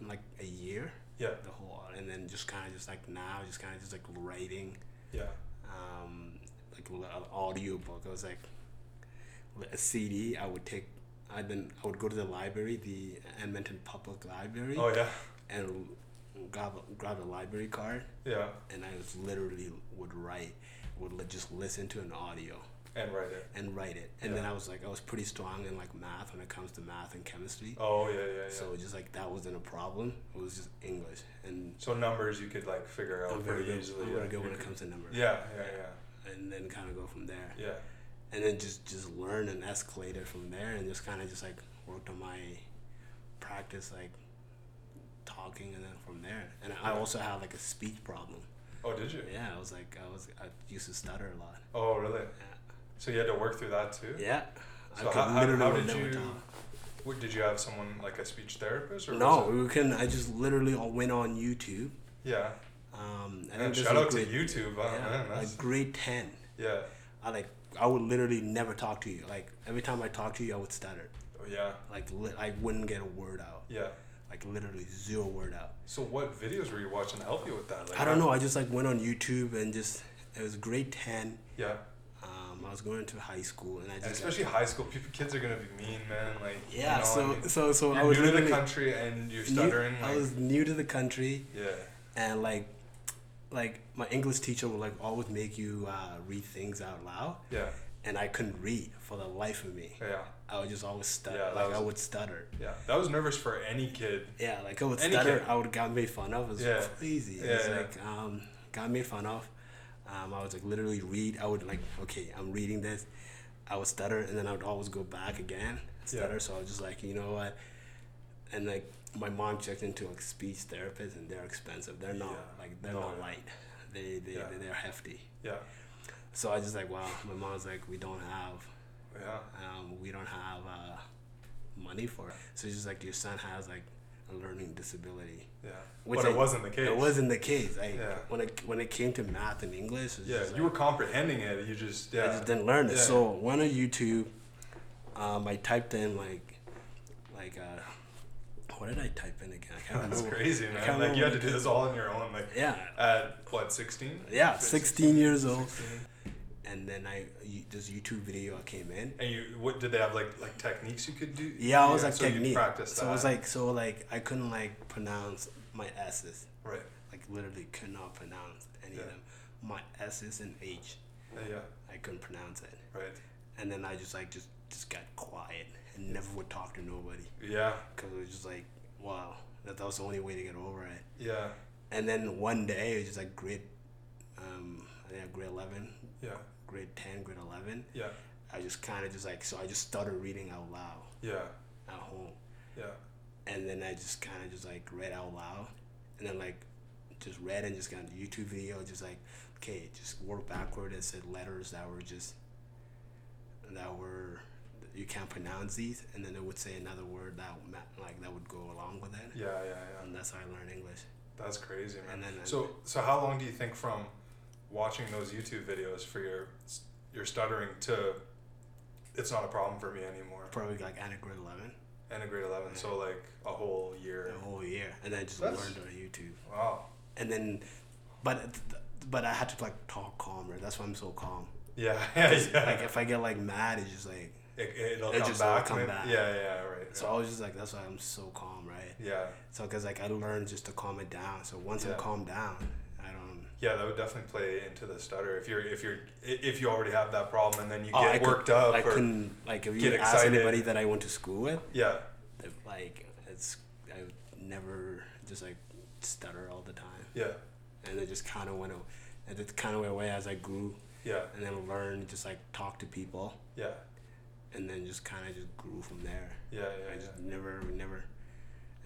Speaker 4: in like a year,
Speaker 3: Yeah.
Speaker 4: the whole, and then just kind of just like now, just kind of just like writing,
Speaker 3: Yeah.
Speaker 4: uh, um, like l- an audio book. I was like, a CD, I would take. I then I would go to the library, the Edmonton Public Library,
Speaker 3: Oh yeah,
Speaker 4: and grab a, grab a library card,
Speaker 3: yeah,
Speaker 4: and I was literally would write, would li- just listen to an audio
Speaker 3: and write it.
Speaker 4: and write it. And then I was like, I was pretty strong in like math when it comes to math and chemistry.
Speaker 3: Oh yeah, yeah, yeah.
Speaker 4: So
Speaker 3: So,
Speaker 4: just like that wasn't a problem. It was just English, and
Speaker 3: numbers you could like figure out
Speaker 4: I'm very
Speaker 3: pretty
Speaker 4: good.
Speaker 3: easily.
Speaker 4: I'm very
Speaker 3: yeah.
Speaker 4: good when it comes to numbers.
Speaker 3: yeah, yeah,
Speaker 4: And then kind of go from there,
Speaker 3: yeah, yeah.
Speaker 4: and then just just learn and escalate it from there, and just kind of just like worked on my practice, like talking, and then from there. And I also had like a speech problem.
Speaker 3: Oh, did you?
Speaker 4: Yeah, I was like I was I used to stutter a lot.
Speaker 3: Oh, really? So you had to work through that too.
Speaker 4: Yeah.
Speaker 3: So how- how- how did
Speaker 4: would never
Speaker 3: you- What, did you have someone like a speech therapist or was
Speaker 4: No,
Speaker 3: it-
Speaker 4: we couldn't. I just literally all went on YouTube.
Speaker 3: Yeah.
Speaker 4: Um, I think
Speaker 3: And
Speaker 4: this
Speaker 3: shout
Speaker 4: was
Speaker 3: out to
Speaker 4: grade-
Speaker 3: YouTube. huh?
Speaker 4: Yeah,
Speaker 3: man,
Speaker 4: like
Speaker 3: that's,
Speaker 4: grade ten.
Speaker 3: yeah.
Speaker 4: I like I would literally never talk to you. Like every time I talk to you, I would stutter.
Speaker 3: Oh, yeah.
Speaker 4: Like li- I wouldn't get a word out.
Speaker 3: Yeah.
Speaker 4: Like literally zero word out.
Speaker 3: So what videos were you watching to help you with that? Like,
Speaker 4: I don't know. I just like went on YouTube and just it was grade ten.
Speaker 3: Yeah.
Speaker 4: Um, I was going to high school and I just
Speaker 3: And especially high school people, kids are gonna be mean, man. Like you
Speaker 4: yeah.
Speaker 3: know,
Speaker 4: so,
Speaker 3: I mean,
Speaker 4: so so
Speaker 3: you're
Speaker 4: I was
Speaker 3: new to the
Speaker 4: literally
Speaker 3: country and you're
Speaker 4: new-
Speaker 3: stuttering.
Speaker 4: I
Speaker 3: like,
Speaker 4: was new to the country
Speaker 3: yeah.
Speaker 4: and like like my English teacher would like always make you uh, read things out loud
Speaker 3: Yeah.
Speaker 4: and I couldn't read for the life of me.
Speaker 3: Yeah.
Speaker 4: I would just always stutter.
Speaker 3: Yeah, that
Speaker 4: like I
Speaker 3: was-
Speaker 4: would stutter.
Speaker 3: Yeah. That was nervous for any kid.
Speaker 4: Yeah, like I would
Speaker 3: Any
Speaker 4: stutter.
Speaker 3: kid.
Speaker 4: I would got made fun of. It was
Speaker 3: Yeah.
Speaker 4: crazy.
Speaker 3: Yeah,
Speaker 4: it's
Speaker 3: yeah.
Speaker 4: like um, got made fun of. Um, I was like literally read. I would like okay, I'm reading this. I would stutter, and then I would always go back again stutter. So I was just like, you know what? And like my mom checked into a speech therapist, and they're expensive. They're not
Speaker 3: Yeah.
Speaker 4: like they're
Speaker 3: No,
Speaker 4: not
Speaker 3: yeah.
Speaker 4: light. They they
Speaker 3: Yeah.
Speaker 4: they're hefty.
Speaker 3: Yeah.
Speaker 4: So I just like wow. My mom's like we don't have
Speaker 3: Yeah.
Speaker 4: um, we don't have uh, money for it. So it's just like your son has like a learning disability.
Speaker 3: Yeah.
Speaker 4: Which
Speaker 3: but
Speaker 4: I-
Speaker 3: it wasn't the case.
Speaker 4: It wasn't the case. I
Speaker 3: Yeah.
Speaker 4: when it when it came to math and English, it was
Speaker 3: Yeah.
Speaker 4: just
Speaker 3: You were
Speaker 4: like,
Speaker 3: comprehending it. You just yeah.
Speaker 4: I just didn't learn it.
Speaker 3: Yeah.
Speaker 4: So went on YouTube. Um, I typed in like like uh, what did I type in again? I can't
Speaker 3: That's
Speaker 4: remember.
Speaker 3: crazy,
Speaker 4: I
Speaker 3: man.
Speaker 4: can't
Speaker 3: Like you had
Speaker 4: remember
Speaker 3: to do this all on your own. Like
Speaker 4: Yeah.
Speaker 3: at what 16?
Speaker 4: Yeah, 16 years old. And then I you- this YouTube video came in.
Speaker 3: And you what did they have like like techniques you could do?
Speaker 4: Yeah, I was like
Speaker 3: so you
Speaker 4: technique.
Speaker 3: practiced
Speaker 4: So I was
Speaker 3: that.
Speaker 4: like so like I couldn't like pronounce my s's.
Speaker 3: right.
Speaker 4: Like literally could not pronounce any
Speaker 3: Yeah.
Speaker 4: of them. My s's and h.
Speaker 3: Yeah, yeah,
Speaker 4: I couldn't pronounce it.
Speaker 3: right.
Speaker 4: And then I just like just just got quiet and never would talk to nobody
Speaker 3: Yeah,
Speaker 4: because it was just like wow that, that was the only way to get over it.
Speaker 3: yeah,
Speaker 4: And then one day it was just like grade, um, I think grade eleven,
Speaker 3: yeah,
Speaker 4: grade ten, grade eleven.
Speaker 3: yeah,
Speaker 4: I just kind of just like so I just started reading out loud
Speaker 3: yeah,
Speaker 4: at home.
Speaker 3: yeah.
Speaker 4: and then I just kind of just like read out loud, and then like just read and just got a YouTube video, just like okay, just work backward and said letters that were just that were you can't pronounce these, and then it would say another word that ma- like that would go along with it,
Speaker 3: Yeah, yeah, yeah.
Speaker 4: and that's how I learned English.
Speaker 3: That's crazy, man.
Speaker 4: And then
Speaker 3: So, so how long do you think from watching those YouTube videos for your your stuttering to it's not a problem for me anymore?
Speaker 4: probably like at grade eleven,
Speaker 3: And a grade eleven, so like a whole year.
Speaker 4: the whole year, and then I just
Speaker 3: That's-
Speaker 4: learned on YouTube,
Speaker 3: Wow.
Speaker 4: and then but but I had to like talk calmer. That's why I'm so calm.
Speaker 3: Yeah, yeah, yeah.
Speaker 4: Like if I get like mad, it's just like
Speaker 3: it, it'll
Speaker 4: it
Speaker 3: come
Speaker 4: just all
Speaker 3: back.
Speaker 4: come
Speaker 3: man.
Speaker 4: back.
Speaker 3: Yeah, yeah, right.
Speaker 4: So I was just like, that's why I'm so calm, right?
Speaker 3: yeah. yeah,
Speaker 4: So because like I learned just to calm it down. So once
Speaker 3: Yeah.
Speaker 4: I'm calmed down, I don't.
Speaker 3: yeah, that would definitely play into the stutter if you're if you're i- if you already have that problem and then you
Speaker 4: Oh, I
Speaker 3: get
Speaker 4: could-
Speaker 3: worked up
Speaker 4: I
Speaker 3: or
Speaker 4: couldn't like if you
Speaker 3: get
Speaker 4: ask
Speaker 3: excited.
Speaker 4: anybody that I went to school with,
Speaker 3: yeah,
Speaker 4: they like it's I would never just like stutter all the time,
Speaker 3: yeah,
Speaker 4: and it just kind of went. aw- And it kind of went away as I grew,
Speaker 3: yeah,
Speaker 4: and then learned just like talk to people,
Speaker 3: yeah,
Speaker 4: and then just kind of just grew from there.
Speaker 3: yeah, yeah,
Speaker 4: I
Speaker 3: yeah.
Speaker 4: just never, never.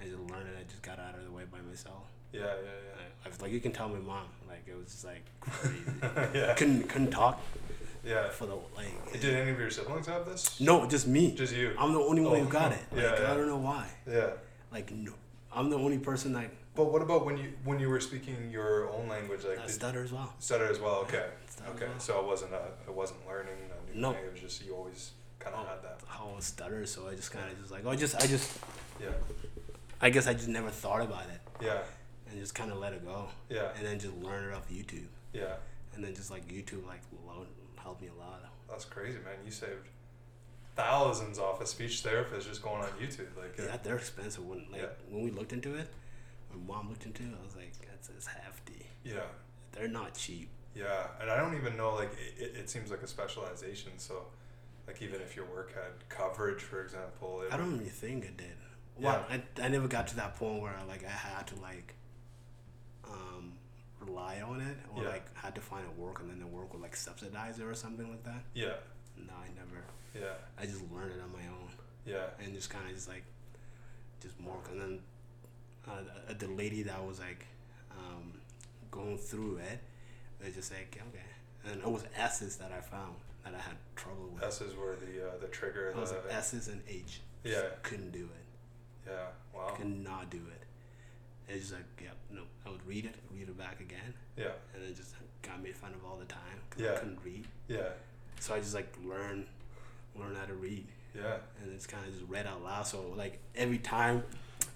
Speaker 4: I just learned it. I just got out of the way by myself.
Speaker 3: Yeah,
Speaker 4: I was like, you can tell my mom. Like it was just like crazy.
Speaker 3: yeah, yeah. yeah,
Speaker 4: couldn't couldn't talk
Speaker 3: yeah.
Speaker 4: for the like.
Speaker 3: Did any of your siblings have this?
Speaker 4: no, just me.
Speaker 3: Just you.
Speaker 4: I'm the only one
Speaker 3: Oh.
Speaker 4: who got it. Like,
Speaker 3: Yeah, yeah.
Speaker 4: I don't know why.
Speaker 3: Yeah.
Speaker 4: Like no, I'm the only person that
Speaker 3: But what about when you when you were speaking your own language, like
Speaker 4: that
Speaker 3: did
Speaker 4: stutter as well.
Speaker 3: stutter as well? Okay.
Speaker 4: Stutter as
Speaker 3: Okay.
Speaker 4: well.
Speaker 3: So it wasn't a it wasn't learning a new
Speaker 4: No.
Speaker 3: thing. It was just you always kind of
Speaker 4: Oh,
Speaker 3: had that.
Speaker 4: how I stutter, so I just kind of just like oh, just I just
Speaker 3: Yeah.
Speaker 4: I guess I just never thought about it
Speaker 3: Yeah.
Speaker 4: and just kind of let it go
Speaker 3: Yeah.
Speaker 4: and then just learn it off YouTube
Speaker 3: Yeah.
Speaker 4: and then just like YouTube like lo- helped me a lot.
Speaker 3: That's crazy, man. You saved thousands off a speech therapist just going on YouTube. Like,
Speaker 4: Yeah, they're expensive. When like
Speaker 3: Yeah.
Speaker 4: when we looked into it, when mom looked into it, I was like, that's it's hefty.
Speaker 3: yeah,
Speaker 4: They're not cheap.
Speaker 3: yeah. And I don't even know. Like, it, it, it seems like a specialization. So, like, even if your work had coverage, for example, it
Speaker 4: I
Speaker 3: would-
Speaker 4: don't even think it did. Well, I, I never got to that point where I, like I had to like um, rely on it or
Speaker 3: Yeah.
Speaker 4: like had to find a work and then the work would like subsidize it or something like that.
Speaker 3: Yeah,
Speaker 4: No, I never.
Speaker 3: yeah,
Speaker 4: I just learned it on my own
Speaker 3: yeah,
Speaker 4: and just kind of just like just work and then uh, the- the lady that was like um, going through it was just like okay and it was S's that I found that I had trouble with.
Speaker 3: S's were the uh, the trigger.
Speaker 4: I was
Speaker 3: the,
Speaker 4: like S's and H.
Speaker 3: Yeah.
Speaker 4: couldn't do it.
Speaker 3: yeah. Wow.
Speaker 4: Could not do it. It's just like yeah, no. I would read it, read it back again,
Speaker 3: Yeah,
Speaker 4: and it just got made fun of all the time 'cause I
Speaker 3: Yeah.
Speaker 4: couldn't read.
Speaker 3: yeah,
Speaker 4: So I just like learn, learn how to read
Speaker 3: yeah,
Speaker 4: and it's kind of just read out loud. So like every time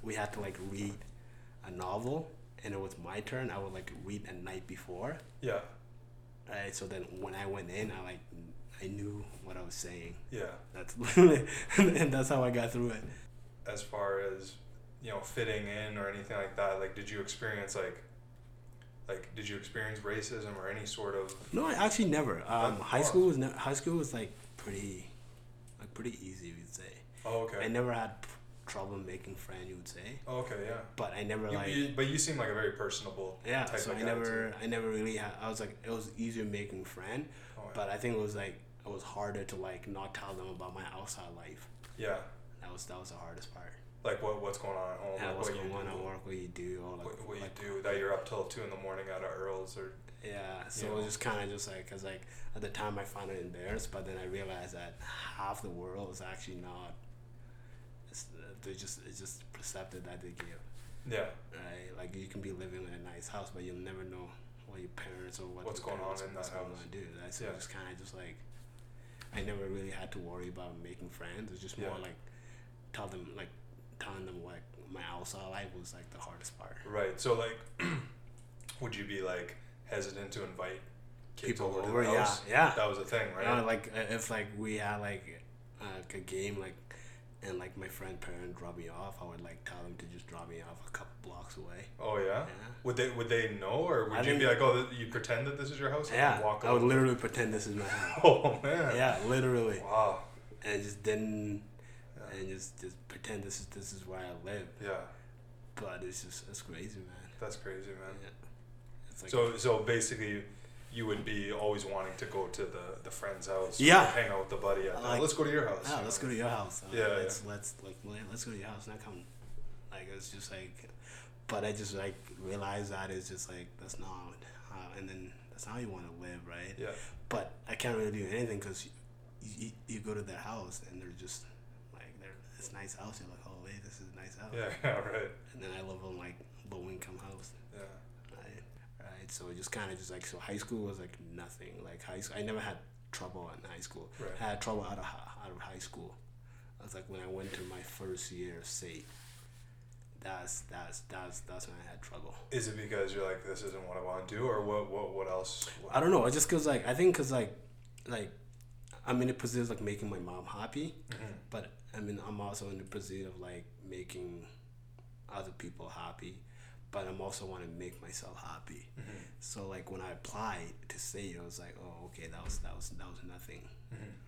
Speaker 4: we had to like read a novel, and it was my turn, I would like read a night before,
Speaker 3: yeah,
Speaker 4: right? So then when I went in, I like I knew what I was saying.
Speaker 3: yeah.
Speaker 4: That's and that's how I got through it.
Speaker 3: as far as you know fitting in or anything like that like did you experience like like did you experience racism or any sort of
Speaker 4: No, I actually never. Um,
Speaker 3: Of
Speaker 4: high
Speaker 3: course.
Speaker 4: school was ne- high school was like pretty, like pretty easy. You'd say.
Speaker 3: oh okay
Speaker 4: I never had p- trouble making friends. You'd say,
Speaker 3: oh, okay yeah
Speaker 4: but I never like.
Speaker 3: you, you, but you seem like a very personable
Speaker 4: Yeah,
Speaker 3: type
Speaker 4: so
Speaker 3: of
Speaker 4: I
Speaker 3: guy
Speaker 4: never,
Speaker 3: too.
Speaker 4: I never really had. I was like, it was easier making friend,
Speaker 3: Oh, yeah.
Speaker 4: but I think it was like it was harder to like not tell them about my outside life.
Speaker 3: yeah
Speaker 4: That was that was the hardest part.
Speaker 3: like what what's going on at home
Speaker 4: Yeah,
Speaker 3: like
Speaker 4: what's
Speaker 3: what
Speaker 4: going
Speaker 3: you
Speaker 4: on
Speaker 3: do
Speaker 4: at work? What you do? All like,
Speaker 3: what, what
Speaker 4: like-
Speaker 3: you do that you're up till two in the morning out of Earl's or
Speaker 4: Yeah, so
Speaker 3: Yeah.
Speaker 4: it was just kind of just like, cause like at the time I found it embarrassed, but then I realized that half the world is actually not. It's, they just it's just perceptive that they give.
Speaker 3: yeah
Speaker 4: right? Like you can be living in a nice house, but you'll never know what your parents or what
Speaker 3: What's
Speaker 4: your
Speaker 3: going on
Speaker 4: parents
Speaker 3: in
Speaker 4: what's
Speaker 3: that
Speaker 4: going
Speaker 3: house.
Speaker 4: on do. That's so
Speaker 3: Yeah.
Speaker 4: just kind of just like I never really had to worry about making friends. It's just more
Speaker 3: Yeah.
Speaker 4: like tell them like telling them what my outside life was like the hardest part.
Speaker 3: right so like would you be like hesitant to invite kids
Speaker 4: People
Speaker 3: over,
Speaker 4: over,
Speaker 3: to the
Speaker 4: yeah,
Speaker 3: house?
Speaker 4: yeah.
Speaker 3: that was a thing right
Speaker 4: You know, like uh, if like we had like uh, like a game like. And like my friend parent dropped me off, I would like tell them to just drop me off a couple blocks away.
Speaker 3: oh yeah?
Speaker 4: Yeah.
Speaker 3: would they would they know or would
Speaker 4: I
Speaker 3: you be
Speaker 4: think-
Speaker 3: like oh th- you pretend that this is your house and
Speaker 4: Yeah,
Speaker 3: walk
Speaker 4: I would
Speaker 3: over?
Speaker 4: literally pretend this is my house.
Speaker 3: Oh man.
Speaker 4: yeah, literally.
Speaker 3: Wow.
Speaker 4: and just didn't and just just pretend this is this is where I live.
Speaker 3: Yeah.
Speaker 4: But it's just it's crazy, man.
Speaker 3: That's crazy, man.
Speaker 4: Yeah. It's like
Speaker 3: So so basically you would be always wanting to go to the, the friend's house. or
Speaker 4: Yeah.
Speaker 3: Hang out with the buddy. At,
Speaker 4: Like-
Speaker 3: let's go to your house.
Speaker 4: yeah, let's go to your house. Uh,
Speaker 3: Yeah,
Speaker 4: let's
Speaker 3: yeah.
Speaker 4: let's like let- let's go to your house. Not come. Like it's just like, but I just like realized that it's just like that's not how, and then that's not how you want to live, right?
Speaker 3: Yeah.
Speaker 4: But I can't really do anything because you, you you go to their house and they're just like they're it's a nice house. You're like, oh wait, this is a nice house.
Speaker 3: Yeah, yeah, right.
Speaker 4: And then I live in like low income house.
Speaker 3: Yeah.
Speaker 4: right? Right. So it just kind of just like so high school was like nothing. Like high school, I never had trouble in high school.
Speaker 3: Right.
Speaker 4: I had trouble out of hi- out of high school. I was like when I went to my first year of state. That's that's that's that's when I had trouble.
Speaker 3: Is it because you're like this isn't what I want to do or what what what else?
Speaker 4: I don't know. It's just cause like I think cause like like I'm in the position of like making my mom happy, but I mean I'm also in the position of like making other people happy, but I'm also want to make myself happy. So like when I applied to say, I was like, oh okay, that was that was that was nothing,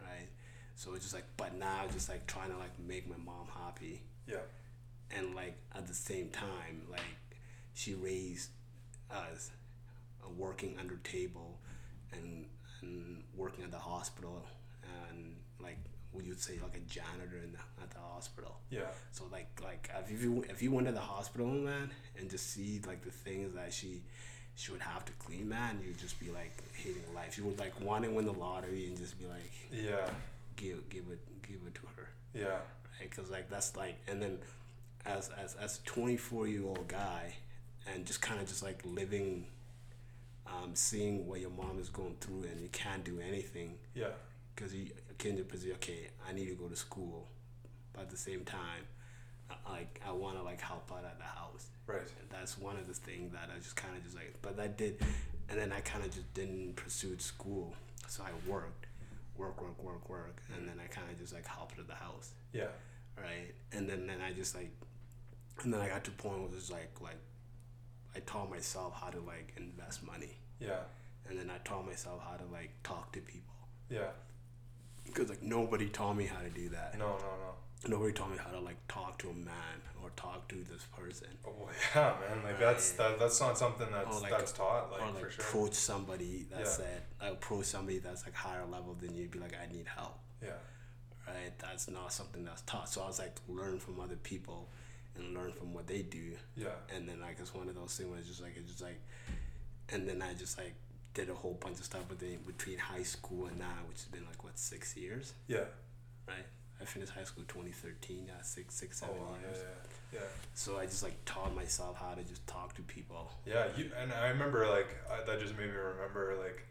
Speaker 4: right? So it's just like, but now I'm just like trying to like make my mom happy,
Speaker 3: Yeah.
Speaker 4: and like at the same time, like she raised us uh, working under table and, and working at the hospital and like what you'd say like a janitor in the, at the hospital.
Speaker 3: Yeah.
Speaker 4: So like like if you if you went to the hospital man and just see like the things that she she would have to clean man you'd just be like hating life. She would like want to win the lottery and just be like
Speaker 3: Yeah.
Speaker 4: give give it give it to her
Speaker 3: Yeah.
Speaker 4: because like that's like and then as as as a 24 year old guy and just kind of just like living um, seeing what your mom is going through and you can't do anything
Speaker 3: Yeah.
Speaker 4: because you can to position okay i need to go to school but at the same time I- like i want to like help out at the house
Speaker 3: Right.
Speaker 4: and that's one of the things that i just kind of just like but that did and then i kind of just didn't pursue school so i worked work, work, work, work, and then I kind of just like helped at the house,
Speaker 3: Yeah.
Speaker 4: right? And then then I just like, and then I got to a point where it was like like, I taught myself how to like invest money,
Speaker 3: Yeah.
Speaker 4: and then I taught myself how to like talk to people
Speaker 3: Yeah.
Speaker 4: because like nobody taught me how to do that.
Speaker 3: No, no, no.
Speaker 4: Nobody taught me how to like talk to a man or talk to this person.
Speaker 3: Oh, Well, yeah, man. Like that's that, that's not something that's
Speaker 4: Or, like,
Speaker 3: that's taught like,
Speaker 4: or like
Speaker 3: for sure.
Speaker 4: approach somebody that
Speaker 3: Yeah.
Speaker 4: said like, approach somebody that's like higher level than you be like i need help
Speaker 3: yeah.
Speaker 4: right that's not something that's taught so i was like learn from other people and learn from what they do
Speaker 3: Yeah.
Speaker 4: and then like it's one of those things where it's just like it's just like and then i just like did a whole bunch of stuff within between high school and now which has been like what six years
Speaker 3: Yeah.
Speaker 4: right i finished high school 2013 uh, six six
Speaker 3: Oh,
Speaker 4: seven
Speaker 3: wow,
Speaker 4: years
Speaker 3: yeah. Yeah. yeah.
Speaker 4: so i just like taught myself how to just talk to people
Speaker 3: Yeah, you and I remember like I, that just made me remember like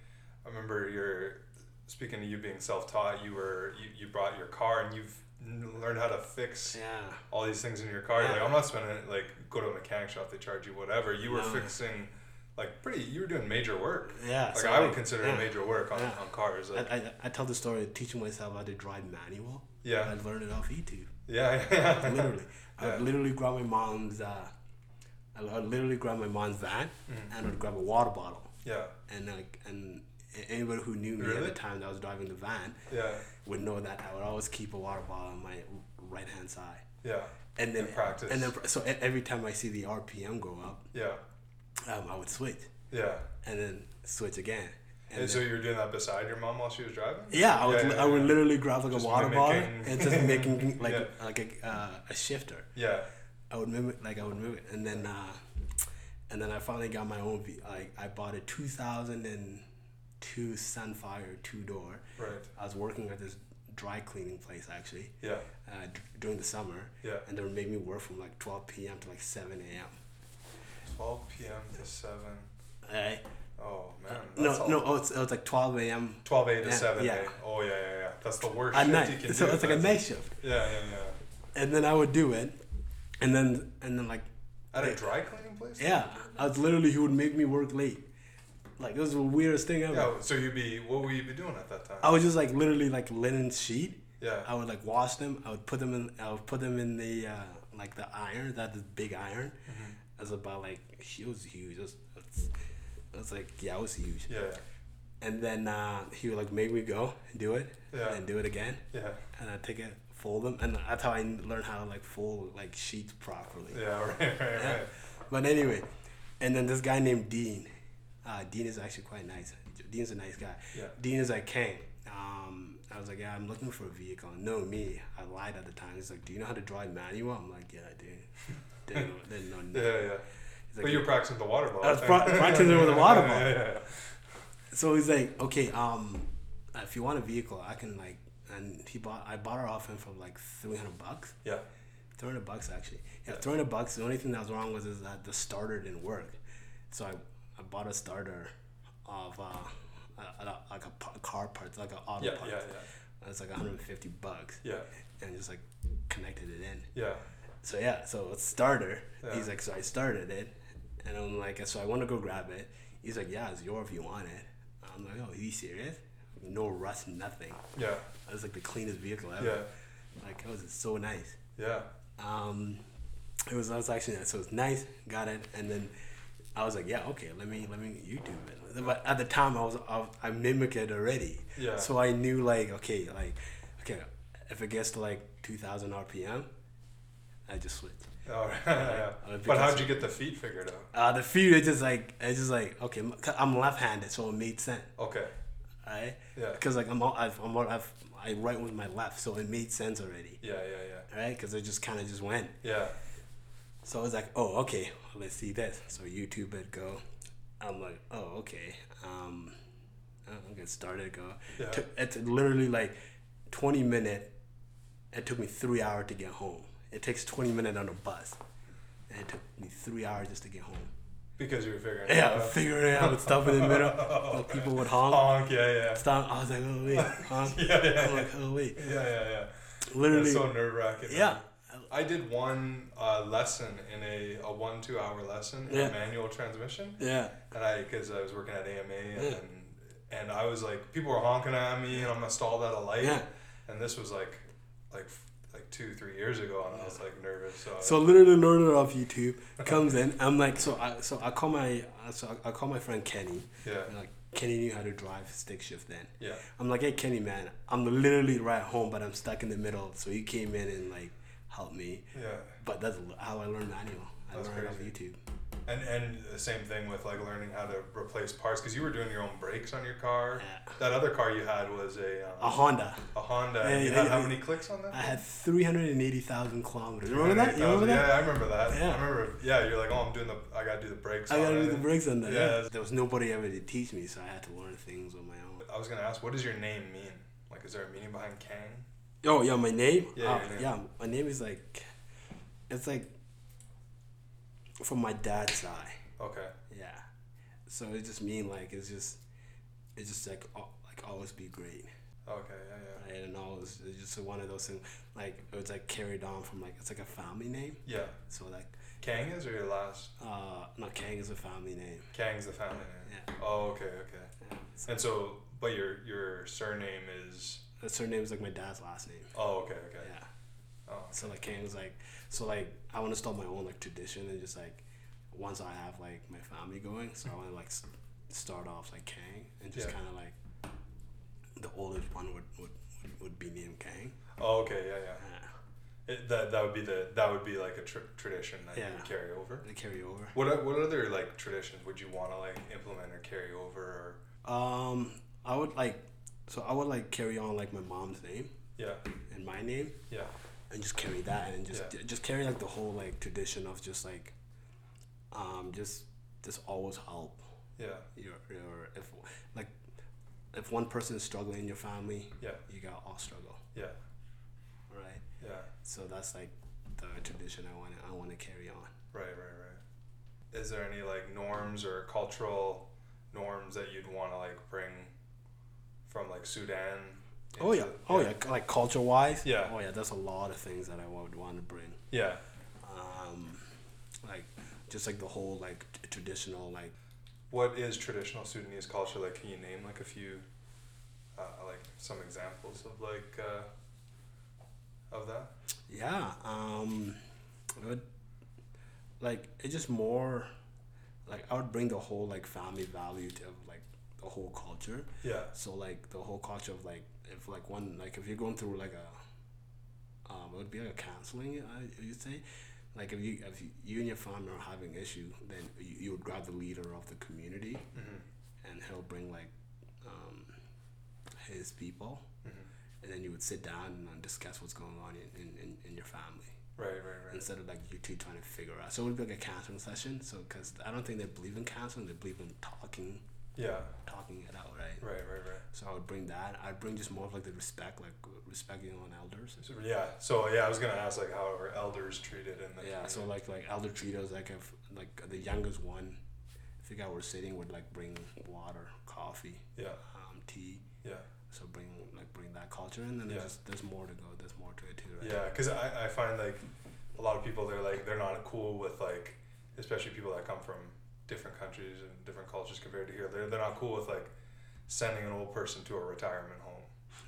Speaker 3: I remember your speaking of you being self-taught. You were you, you brought your car and you've n- learned how to fix
Speaker 4: yeah
Speaker 3: all these things in your car. You're
Speaker 4: Yeah.
Speaker 3: like I'm not spending it, like go to a mechanic shop they charge you whatever. You were
Speaker 4: No.
Speaker 3: fixing like pretty you were doing major work.
Speaker 4: yeah
Speaker 3: Like
Speaker 4: so,
Speaker 3: I would consider it
Speaker 4: yeah.
Speaker 3: major work on,
Speaker 4: Yeah.
Speaker 3: on cars. Like,
Speaker 4: I, I, I tell the story of teaching myself how to drive manual. I
Speaker 3: yeah,
Speaker 4: learned it off YouTube.
Speaker 3: yeah, yeah,
Speaker 4: Literally. I
Speaker 3: Yeah.
Speaker 4: would literally grab my mom's uh, I would literally grab my mom's van
Speaker 3: Mm-hmm.
Speaker 4: and I'd grab a water bottle.
Speaker 3: yeah,
Speaker 4: And like and a- anybody who knew me at
Speaker 3: Really?
Speaker 4: the time that I was driving the van
Speaker 3: yeah,
Speaker 4: would know that I would always keep a water bottle on my right hand side.
Speaker 3: yeah,
Speaker 4: And then
Speaker 3: And practice.
Speaker 4: And then so e- every time I see the RPM go up,
Speaker 3: yeah,
Speaker 4: um, I would switch
Speaker 3: yeah.
Speaker 4: and then switch again.
Speaker 3: And, so you were doing that beside your mom while she was driving.
Speaker 4: Yeah, I would,
Speaker 3: Yeah, yeah,
Speaker 4: I would
Speaker 3: yeah.
Speaker 4: literally grab like
Speaker 3: Just
Speaker 4: a water bottle
Speaker 3: mimicking-
Speaker 4: and just making like
Speaker 3: Yeah.
Speaker 4: like a, uh, a shifter.
Speaker 3: Yeah,
Speaker 4: I would mimic like I would move it, and then uh, and then I finally got my own. ve- Like I bought a two thousand and two Sunfire two door.
Speaker 3: right.
Speaker 4: I was working at this dry cleaning place actually
Speaker 3: Yeah,
Speaker 4: uh, d- during the summer,
Speaker 3: yeah.
Speaker 4: and they would make me work from like twelve p.m. to like seven a.m.
Speaker 3: 12 p.m. to 7.
Speaker 4: Alright.
Speaker 3: Oh, man. That's
Speaker 4: No,
Speaker 3: all-
Speaker 4: no, oh, it's, it was like twelve a.m.
Speaker 3: 12 a to
Speaker 4: Yeah,
Speaker 3: 7
Speaker 4: yeah.
Speaker 3: a. Oh, yeah, yeah, yeah. That's the worst
Speaker 4: at
Speaker 3: shift you can
Speaker 4: night. So
Speaker 3: do.
Speaker 4: it's like a
Speaker 3: That's-
Speaker 4: night shift,
Speaker 3: Yeah, yeah, yeah.
Speaker 4: and then I would do it, and then and then like
Speaker 3: At a
Speaker 4: Yeah.
Speaker 3: dry cleaning place?
Speaker 4: Yeah, I was literally he would make me work late. Like it was the weirdest thing ever.
Speaker 3: Yeah, so you'd be, what would you be doing at that time?
Speaker 4: I would just like literally like linen sheet.
Speaker 3: yeah,
Speaker 4: I would like wash them. I would put them in. I would put them in the uh, like the iron that is big iron.
Speaker 3: Mm-hmm.
Speaker 4: It was about like it was huge. It was, it's- it was like yeah, it was huge.
Speaker 3: yeah,
Speaker 4: And then uh, he would like make me go and do it
Speaker 3: Yeah.
Speaker 4: and do it again.
Speaker 3: yeah,
Speaker 4: And I take it, fold them, and that's how I learned how to like fold like sheets properly.
Speaker 3: yeah, right, right,
Speaker 4: Yeah.
Speaker 3: right.
Speaker 4: But anyway, and then this guy named Dean. Uh, Dean is actually quite nice. Dean's a nice guy.
Speaker 3: Yeah.
Speaker 4: Dean is like, Kang, um, I was like, yeah, I'm looking for a vehicle. No, me. I lied at the time. He's like, do you know how to drive manual? I'm like, yeah, I do. Didn't know, didn't know
Speaker 3: Yeah,
Speaker 4: nothing.
Speaker 3: yeah.
Speaker 4: He's
Speaker 3: but
Speaker 4: like,
Speaker 3: you were practicing the water ball.
Speaker 4: I was pra- practicing with the water ball.
Speaker 3: Yeah, yeah,
Speaker 4: so he's like, okay, um, if you want a vehicle, I can like, and he bought, I bought her off him for like 300 bucks.
Speaker 3: yeah.
Speaker 4: 300 bucks actually. Yeah, 300 bucks. The only thing that was wrong was is that the starter didn't work. So I, I bought a starter of uh, a, a, like a p- car part, like an auto
Speaker 3: Yeah,
Speaker 4: part.
Speaker 3: yeah,
Speaker 4: It's like 150 bucks.
Speaker 3: yeah,
Speaker 4: And just like connected it in.
Speaker 3: yeah,
Speaker 4: So yeah, so it's starter.
Speaker 3: Yeah.
Speaker 4: He's like, so I started it. And I'm like, so I want to go grab it. He's like, yeah, it's your if you want it. I'm like, oh, are you serious? No rust, nothing.
Speaker 3: yeah, yeah,
Speaker 4: It was like the cleanest vehicle ever.
Speaker 3: yeah,
Speaker 4: Like, it was so nice.
Speaker 3: yeah.
Speaker 4: Um, it was I was actually so it's nice, got it, and then I was like, yeah, okay, let me let me YouTube it. But at the time, I was I, was- I mimicked it already,
Speaker 3: Yeah.
Speaker 4: So I knew like okay, like okay, if it gets to like two thousand RPM, I just switch.
Speaker 3: All right. yeah.
Speaker 4: think
Speaker 3: But
Speaker 4: that's-
Speaker 3: how'd you get the feet figured out?
Speaker 4: Uh, the feet it's just like it's just like okay, m- 'cause I'm left-handed, so it made sense,
Speaker 3: Okay.
Speaker 4: right?
Speaker 3: Yeah.
Speaker 4: Because like I'm all I've, I'm all, I've, I write with my left, so it made sense already,
Speaker 3: Yeah, yeah,
Speaker 4: right? Because it just kind of just went.
Speaker 3: yeah, yeah.
Speaker 4: So I was like, oh, okay, let's see this. So YouTube it go. I'm like, oh, okay. Um, I'm gonna start it go.
Speaker 3: Yeah.
Speaker 4: Took- It's literally like 20 minute. It took me three hours to get home. It takes 20 minutes on a bus. And it took me three hours just to get home.
Speaker 3: Because you were figuring it
Speaker 4: Yeah,
Speaker 3: out.
Speaker 4: I'm figuring it out stuff in the middle. Like, people would honk.
Speaker 3: Honk, yeah, yeah.
Speaker 4: Stop. I was like, oh wait, honk.
Speaker 3: Yeah, yeah,
Speaker 4: I'm like, oh wait.
Speaker 3: Yeah, yeah, yeah.
Speaker 4: Literally,
Speaker 3: That's so nerve wracking.
Speaker 4: yeah.
Speaker 3: I did one uh, lesson in a, a one, two hour lesson in
Speaker 4: Yeah.
Speaker 3: a manual transmission.
Speaker 4: Yeah,
Speaker 3: And I, because I was working at AMA and
Speaker 4: Yeah.
Speaker 3: and I was like, people were honking at me, and I'm stalled at a light,
Speaker 4: Yeah.
Speaker 3: and this was like, like, like two, three years ago, and I was like nervous. So, I-
Speaker 4: So literally, learner of YouTube comes in. I'm like, so I so I call my uh, so I, I call my friend Kenny.
Speaker 3: Yeah.
Speaker 4: I'm Like Kenny knew how to drive stick shift then.
Speaker 3: Yeah.
Speaker 4: I'm like, hey Kenny, man, I'm literally right home, but I'm stuck in the middle. So he came in and like helped me.
Speaker 3: yeah,
Speaker 4: But that's l- how I learned manual. I
Speaker 3: That's
Speaker 4: learned off
Speaker 3: crazy.
Speaker 4: YouTube.
Speaker 3: and and the same thing with like learning how to replace parts because you were doing your own brakes on your car.
Speaker 4: Yeah.
Speaker 3: That other car you had was a
Speaker 4: A
Speaker 3: um,
Speaker 4: Honda.
Speaker 3: a Honda.
Speaker 4: Yeah,
Speaker 3: and you
Speaker 4: yeah,
Speaker 3: had
Speaker 4: yeah.
Speaker 3: how many clicks on that?
Speaker 4: I had three hundred and eighty thousand kilometers. Remember that? You remember that?
Speaker 3: Yeah, I remember that.
Speaker 4: Yeah.
Speaker 3: I remember. Yeah, you're like, oh, I'm doing the. I gotta do the brakes.
Speaker 4: I
Speaker 3: on
Speaker 4: gotta
Speaker 3: it.
Speaker 4: do the brakes on that. Yeah.
Speaker 3: Yeah.
Speaker 4: There was nobody ever to teach me, so I had to learn things on my own.
Speaker 3: I was gonna ask, what does your name mean? Like, is there a meaning behind Kang?
Speaker 4: Oh yeah, my name.
Speaker 3: Yeah,
Speaker 4: Uh,
Speaker 3: your name.
Speaker 4: yeah. My name is like, it's like from my dad's side.
Speaker 3: Okay.
Speaker 4: Yeah. So it just mean like it's just, it's just like al- like always be great.
Speaker 3: Okay. Yeah.
Speaker 4: Right? And always it's just one of those things like it's like carried on from like it's like a family name.
Speaker 3: Yeah. Yeah.
Speaker 4: So like,
Speaker 3: Kang is or your last?
Speaker 4: uh, no, Kang is a family name.
Speaker 3: Kang's the family name.
Speaker 4: Yeah.
Speaker 3: Oh, okay, okay.
Speaker 4: Yeah. So
Speaker 3: And so, but your your surname is.
Speaker 4: the surname is like my dad's last name.
Speaker 3: Oh, okay, okay.
Speaker 4: Yeah.
Speaker 3: Oh.
Speaker 4: So like Kang was like, so like I want to start my own like tradition and just like once I have like my family going, so I want to like s- start off like Kang and just
Speaker 3: Yeah.
Speaker 4: kind of like the oldest one would would, would, would be named Kang.
Speaker 3: Oh, okay. Yeah, yeah.
Speaker 4: Uh,
Speaker 3: It, that that would be the that would be like a tr- tradition that you
Speaker 4: Yeah.
Speaker 3: would carry over.
Speaker 4: they carry over.
Speaker 3: What o- what other like traditions would you want to like implement or carry over or
Speaker 4: Um, I would like, so I would like carry on like my mom's name
Speaker 3: yeah
Speaker 4: and my name
Speaker 3: yeah
Speaker 4: and just carry that and just
Speaker 3: Yeah.
Speaker 4: just carry like the whole like tradition of just like, um, just just always help.
Speaker 3: yeah
Speaker 4: your your if like if one person is struggling in your family,
Speaker 3: yeah
Speaker 4: you got all struggle,
Speaker 3: yeah
Speaker 4: right?
Speaker 3: yeah
Speaker 4: So that's like the tradition I want to I want to carry on.
Speaker 3: right right right. Is there any like norms or cultural norms that you'd want to like bring from like Sudan?
Speaker 4: Oh yeah,
Speaker 3: into-
Speaker 4: oh yeah, like culture wise.
Speaker 3: Yeah.
Speaker 4: Oh yeah, that's a lot of things that I would want to bring.
Speaker 3: yeah
Speaker 4: Um, like just like the whole like t- traditional like
Speaker 3: what is traditional Sudanese culture like? Can you name like a few, uh, like some examples of like uh, of that?
Speaker 4: yeah um, I would, like it's just more like I would bring the whole like family value to like the whole culture.
Speaker 3: Yeah,
Speaker 4: So like the whole culture of like if like one like if you're going through like a um it would be like a counseling I you'd say like if you if you and your family are having issue then you, you would grab the leader of the community and he'll bring like um his people and then you would sit down and discuss what's going on in, in, in, in your family
Speaker 3: right, right, right.
Speaker 4: instead of like you two trying to figure out so it would be like a counseling session so because I don't think they believe in counseling they believe in talking
Speaker 3: Yeah,
Speaker 4: talking it out right
Speaker 3: right, right, right.
Speaker 4: so I would bring that. I'd bring just more of like the respect, like respecting on elders.
Speaker 3: So, yeah, so yeah, I was gonna ask like how are elders treated in the
Speaker 4: Yeah. So like like elder treaters, like if like the youngest one, if the guy were sitting would like bring water, coffee,
Speaker 3: yeah,
Speaker 4: um, tea.
Speaker 3: yeah,
Speaker 4: So bring like bring that culture in, and
Speaker 3: Yeah.
Speaker 4: there's just there's more to go. There's more to it too, right?
Speaker 3: yeah. Because I, I find like a lot of people they're like they're not cool with like especially people that come from different countries and different cultures compared to here. They're they're not cool with like sending an old person to a retirement home.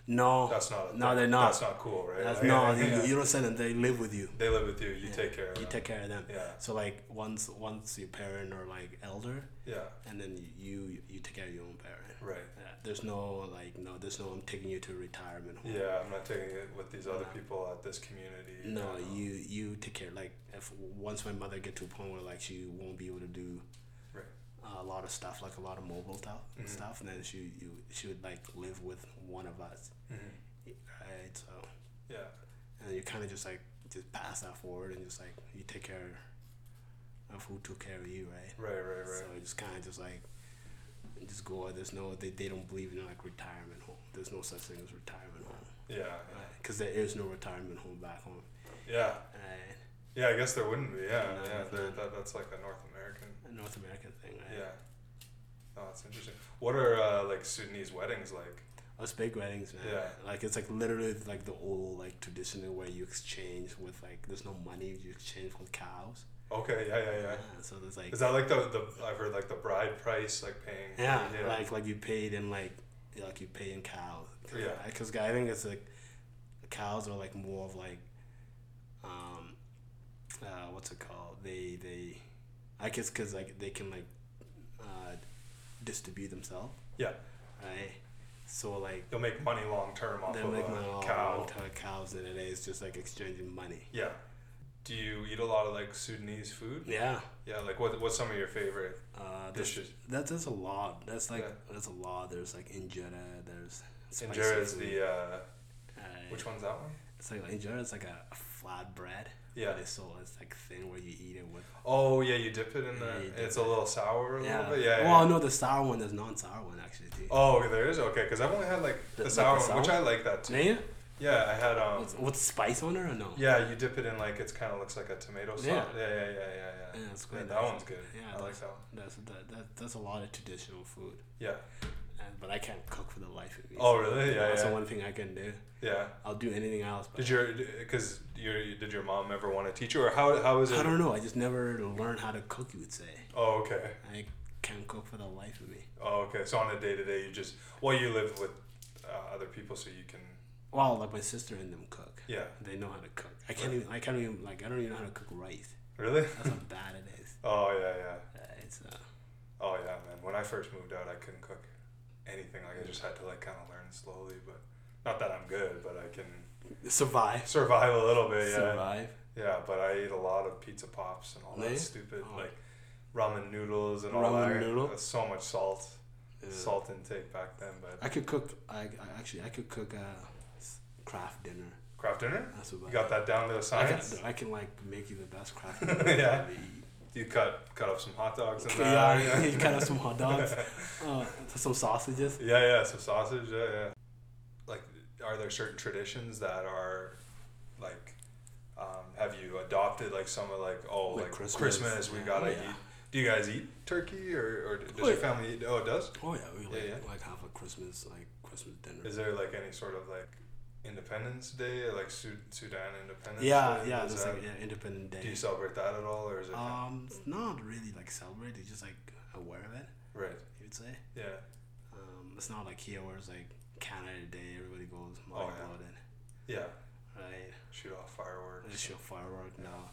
Speaker 4: No.
Speaker 3: That's not. A
Speaker 4: Oh, No,
Speaker 3: thing.
Speaker 4: they're not.
Speaker 3: That's not cool, right?
Speaker 4: That's
Speaker 3: Like,
Speaker 4: no.
Speaker 3: yeah.
Speaker 4: You, you don't send them. They live with you.
Speaker 3: They live with you. You take care of
Speaker 4: You
Speaker 3: them.
Speaker 4: take care of them.
Speaker 3: Yeah.
Speaker 4: So like once once your parent or like elder,
Speaker 3: yeah.
Speaker 4: and then you you take care of your own parent.
Speaker 3: Right.
Speaker 4: Yeah, there's no like no there's no I'm taking you to a retirement home.
Speaker 3: Yeah, I'm not taking it with these other people at this community.
Speaker 4: No, you you take care. Like if once my mother get to a point where like she won't be able to do
Speaker 3: Right.
Speaker 4: a lot of stuff, like a lot of mobile stuff,
Speaker 3: Mhm.
Speaker 4: stuff, and then she you she would like live with one of us,
Speaker 3: Mhm.
Speaker 4: right? So
Speaker 3: Yeah.
Speaker 4: and you kind of just like just pass that forward and just like you take care of who took care of you, right?
Speaker 3: Right. Right. Right.
Speaker 4: So it just kind of just like just go. There's no they they don't believe in like retirement home. There's no such thing as retirement home.
Speaker 3: yeah.
Speaker 4: Because there is no retirement home back home.
Speaker 3: Yeah.
Speaker 4: Right?
Speaker 3: Yeah. I guess there wouldn't be. Yeah.
Speaker 4: No,
Speaker 3: Yeah.
Speaker 4: no.
Speaker 3: There, that, that's like a North American.
Speaker 4: A North American thing, right?
Speaker 3: Yeah. Oh, that's interesting. What are uh, like Sudanese weddings like?
Speaker 4: Us big weddings, man.
Speaker 3: Yeah.
Speaker 4: Like it's like literally like the old like traditional where you exchange with like there's no money, you exchange with cows.
Speaker 3: Okay, yeah, yeah, yeah.
Speaker 4: Uh, so there's like
Speaker 3: Is that like the, the I've heard like the bride price, like paying?
Speaker 4: yeah, like like you paid in like yeah, like you pay in cows.
Speaker 3: Yeah.
Speaker 4: because I think it's like cows are like more of like um uh what's it called? They they I guess because like they can like uh distribute themselves,
Speaker 3: yeah.
Speaker 4: right? So like
Speaker 3: You'll make money long term off
Speaker 4: they
Speaker 3: of
Speaker 4: make
Speaker 3: a
Speaker 4: money all
Speaker 3: cow.
Speaker 4: cow. cows and it is just like exchanging money.
Speaker 3: Yeah. Do you eat a lot of like Sudanese food?
Speaker 4: Yeah.
Speaker 3: Yeah, like what what's some of your favorite?
Speaker 4: Uh, there's,
Speaker 3: Dishes.
Speaker 4: that's that's a lot. That's like
Speaker 3: Yeah.
Speaker 4: that's a lot. There's like injera. There's spicy
Speaker 3: Injera is
Speaker 4: food.
Speaker 3: the uh,
Speaker 4: Alright.
Speaker 3: which one's that one?
Speaker 4: It's like injera is like a, a flat bread.
Speaker 3: Yeah.
Speaker 4: But it's so it's like thin where you eat it with.
Speaker 3: Oh yeah, you dip it in
Speaker 4: Yeah,
Speaker 3: the.
Speaker 4: you dip Oh,
Speaker 3: it's a little sour a little bit. Yeah.
Speaker 4: Well,
Speaker 3: yeah.
Speaker 4: no, the sour one. There's non-sour one actually too.
Speaker 3: Oh, okay, there is okay because I've only had like the,
Speaker 4: The- like
Speaker 3: sour
Speaker 4: the
Speaker 3: one, which
Speaker 4: sour?
Speaker 3: I like that too.
Speaker 4: Yeah, yeah.
Speaker 3: Yeah, I had um.
Speaker 4: What's, what's spice on it or no?
Speaker 3: Yeah, you dip it in like it's kind of looks like a tomato sauce. Yeah, yeah,
Speaker 4: Yeah.
Speaker 3: yeah, yeah, yeah. yeah.
Speaker 4: Yeah, it's quite
Speaker 3: that
Speaker 4: nice.
Speaker 3: one's good.
Speaker 4: Yeah,
Speaker 3: I like
Speaker 4: that's-
Speaker 3: that one.
Speaker 4: That's that, that that's a lot of traditional food.
Speaker 3: Yeah,
Speaker 4: And, but I can't cook for the life of me.
Speaker 3: Oh,
Speaker 4: so
Speaker 3: really? Yeah,
Speaker 4: That's
Speaker 3: yeah.
Speaker 4: the one thing I can do.
Speaker 3: yeah.
Speaker 4: I'll do anything else. But
Speaker 3: Did your because your did your mom ever want to teach you or how how is it?
Speaker 4: I don't know. I just never learned how to cook. You would say
Speaker 3: Oh, okay.
Speaker 4: I can't cook for the life of me.
Speaker 3: Oh, okay. So on a day to day, you just well, you live with uh, other people, so you can
Speaker 4: Well, like my sister and them cook.
Speaker 3: yeah.
Speaker 4: They know how to cook. I can't even. I can't even. Like I don't even know how to cook rice.
Speaker 3: Really?
Speaker 4: That's how bad it is.
Speaker 3: Oh yeah, yeah.
Speaker 4: Uh, it's uh,
Speaker 3: Oh yeah, man. When I first moved out, I couldn't cook anything. Like I just had to like kind of learn slowly, but not that I'm good, but I can
Speaker 4: survive.
Speaker 3: survive a little bit. Yeah.
Speaker 4: Survive.
Speaker 3: Yeah, but I eat a lot of pizza pops and all
Speaker 4: Really?
Speaker 3: that stupid
Speaker 4: Oh.
Speaker 3: like ramen noodles and all
Speaker 4: Ramen
Speaker 3: that.
Speaker 4: noodle?
Speaker 3: That's so much salt,
Speaker 4: Yeah.
Speaker 3: salt intake back then. But
Speaker 4: I could cook. I, I actually I could cook a s- craft dinner.
Speaker 3: craft dinner,
Speaker 4: That's about.
Speaker 3: you got that down to a
Speaker 4: I can,
Speaker 3: science.
Speaker 4: I can like make you the best craft dinner. you've
Speaker 3: Yeah.
Speaker 4: ever eaten.
Speaker 3: You cut cut up some hot dogs and that.
Speaker 4: Yeah, you cut up some hot dogs, uh, some sausages.
Speaker 3: Yeah, yeah, some sausage. Yeah, yeah. Like, are there certain traditions that are, like, um, have you adopted like some of like oh
Speaker 4: Like
Speaker 3: like,
Speaker 4: Christmas.
Speaker 3: Christmas, we
Speaker 4: Yeah.
Speaker 3: gotta
Speaker 4: Oh, yeah.
Speaker 3: eat. Do you guys eat turkey or, or does
Speaker 4: Oh,
Speaker 3: your
Speaker 4: yeah.
Speaker 3: family eat? Oh, it does.
Speaker 4: Oh yeah, we like
Speaker 3: Yeah, yeah.
Speaker 4: like have a Christmas like Christmas dinner.
Speaker 3: Is there like any sort of like Independence Day or like Sud- Sudan Independence?
Speaker 4: yeah,
Speaker 3: Day?
Speaker 4: yeah,
Speaker 3: Is
Speaker 4: there's
Speaker 3: that-
Speaker 4: like yeah, Independent Day.
Speaker 3: Do you celebrate that at all, or is it
Speaker 4: Um, it's not really like celebrate. It's just like aware of it.
Speaker 3: right?
Speaker 4: You would say.
Speaker 3: Yeah,
Speaker 4: Um, it's not like here where it's like Canada Day. Everybody goes mind
Speaker 3: Oh, yeah.
Speaker 4: blown,
Speaker 3: yeah.
Speaker 4: right?
Speaker 3: Shoot off fireworks.
Speaker 4: They show firework now.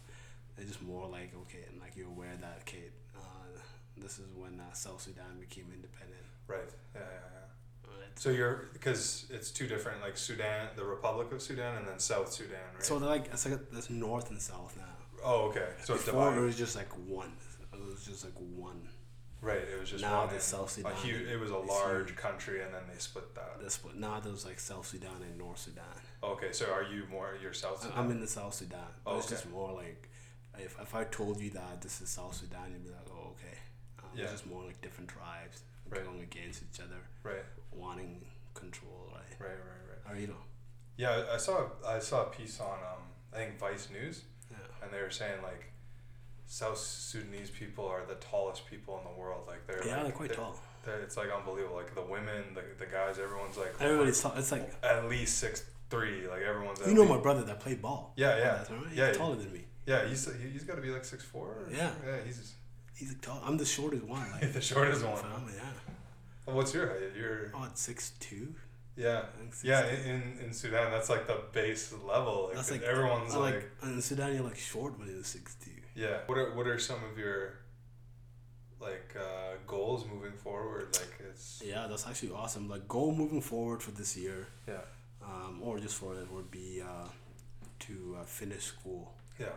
Speaker 4: It's just more like okay, and like you're aware that okay, uh, this is when uh, South Sudan became independent.
Speaker 3: Right. Yeah, yeah, yeah.
Speaker 4: Right.
Speaker 3: So you're because it's two different like Sudan, the Republic of Sudan, and then South Sudan, right?
Speaker 4: So they're like it's like there's north and south now.
Speaker 3: oh, okay. So it's
Speaker 4: Before it
Speaker 3: divided.
Speaker 4: was just like one. It was just like one.
Speaker 3: Right. It was just
Speaker 4: now
Speaker 3: one
Speaker 4: the
Speaker 3: in-
Speaker 4: South
Speaker 3: A
Speaker 4: Sudan
Speaker 3: huge. It was a
Speaker 4: is
Speaker 3: large
Speaker 4: huge.
Speaker 3: country, and then they split that.
Speaker 4: That's what now there's like South Sudan and North Sudan.
Speaker 3: Okay. So are you more your South
Speaker 4: I-
Speaker 3: Sudan?
Speaker 4: I'm in the South Sudan. But
Speaker 3: Oh,
Speaker 4: It's
Speaker 3: okay.
Speaker 4: just more like if, if I told you that this is South Sudan, you'd be like, oh, okay. Um,
Speaker 3: Yeah.
Speaker 4: It's just more like different tribes
Speaker 3: Right.
Speaker 4: going against each other,
Speaker 3: Right.
Speaker 4: wanting control, right?
Speaker 3: Right. Right. Right.
Speaker 4: Or, you know,
Speaker 3: Yeah, I saw I saw a piece on um, I think Vice News,
Speaker 4: yeah.
Speaker 3: and they were saying like South Sudanese people are the tallest people in the world. Like they're
Speaker 4: yeah,
Speaker 3: like,
Speaker 4: they're quite tall.
Speaker 3: they're- it's like unbelievable. Like the women, the, the guys, everyone's like
Speaker 4: Everybody's tall. It's like,
Speaker 3: at least six three. Like everyone's. at
Speaker 4: you know
Speaker 3: least-
Speaker 4: my brother that played ball.
Speaker 3: Yeah, yeah,
Speaker 4: That's all right. He's
Speaker 3: yeah,
Speaker 4: taller than me.
Speaker 3: yeah. He's he- he's got to be like six four.
Speaker 4: Yeah.
Speaker 3: yeah. He's
Speaker 4: He's like tall. I'm the shortest one. Like,
Speaker 3: the shortest
Speaker 4: in my
Speaker 3: one.
Speaker 4: Family, yeah.
Speaker 3: What's your height? You're
Speaker 4: Oh, it's six two.
Speaker 3: yeah.
Speaker 4: think six-
Speaker 3: Yeah, in, in Sudan, that's like the base level. Like,
Speaker 4: That's like
Speaker 3: everyone's
Speaker 4: I
Speaker 3: like,
Speaker 4: in Sudan you're like short when you're six two.
Speaker 3: Yeah. What are what are some of your like uh, goals moving forward? Like it's
Speaker 4: Yeah, that's actually awesome. Like goal moving forward for this year,
Speaker 3: yeah
Speaker 4: um, or just for it would be uh, to uh, finish school.
Speaker 3: yeah.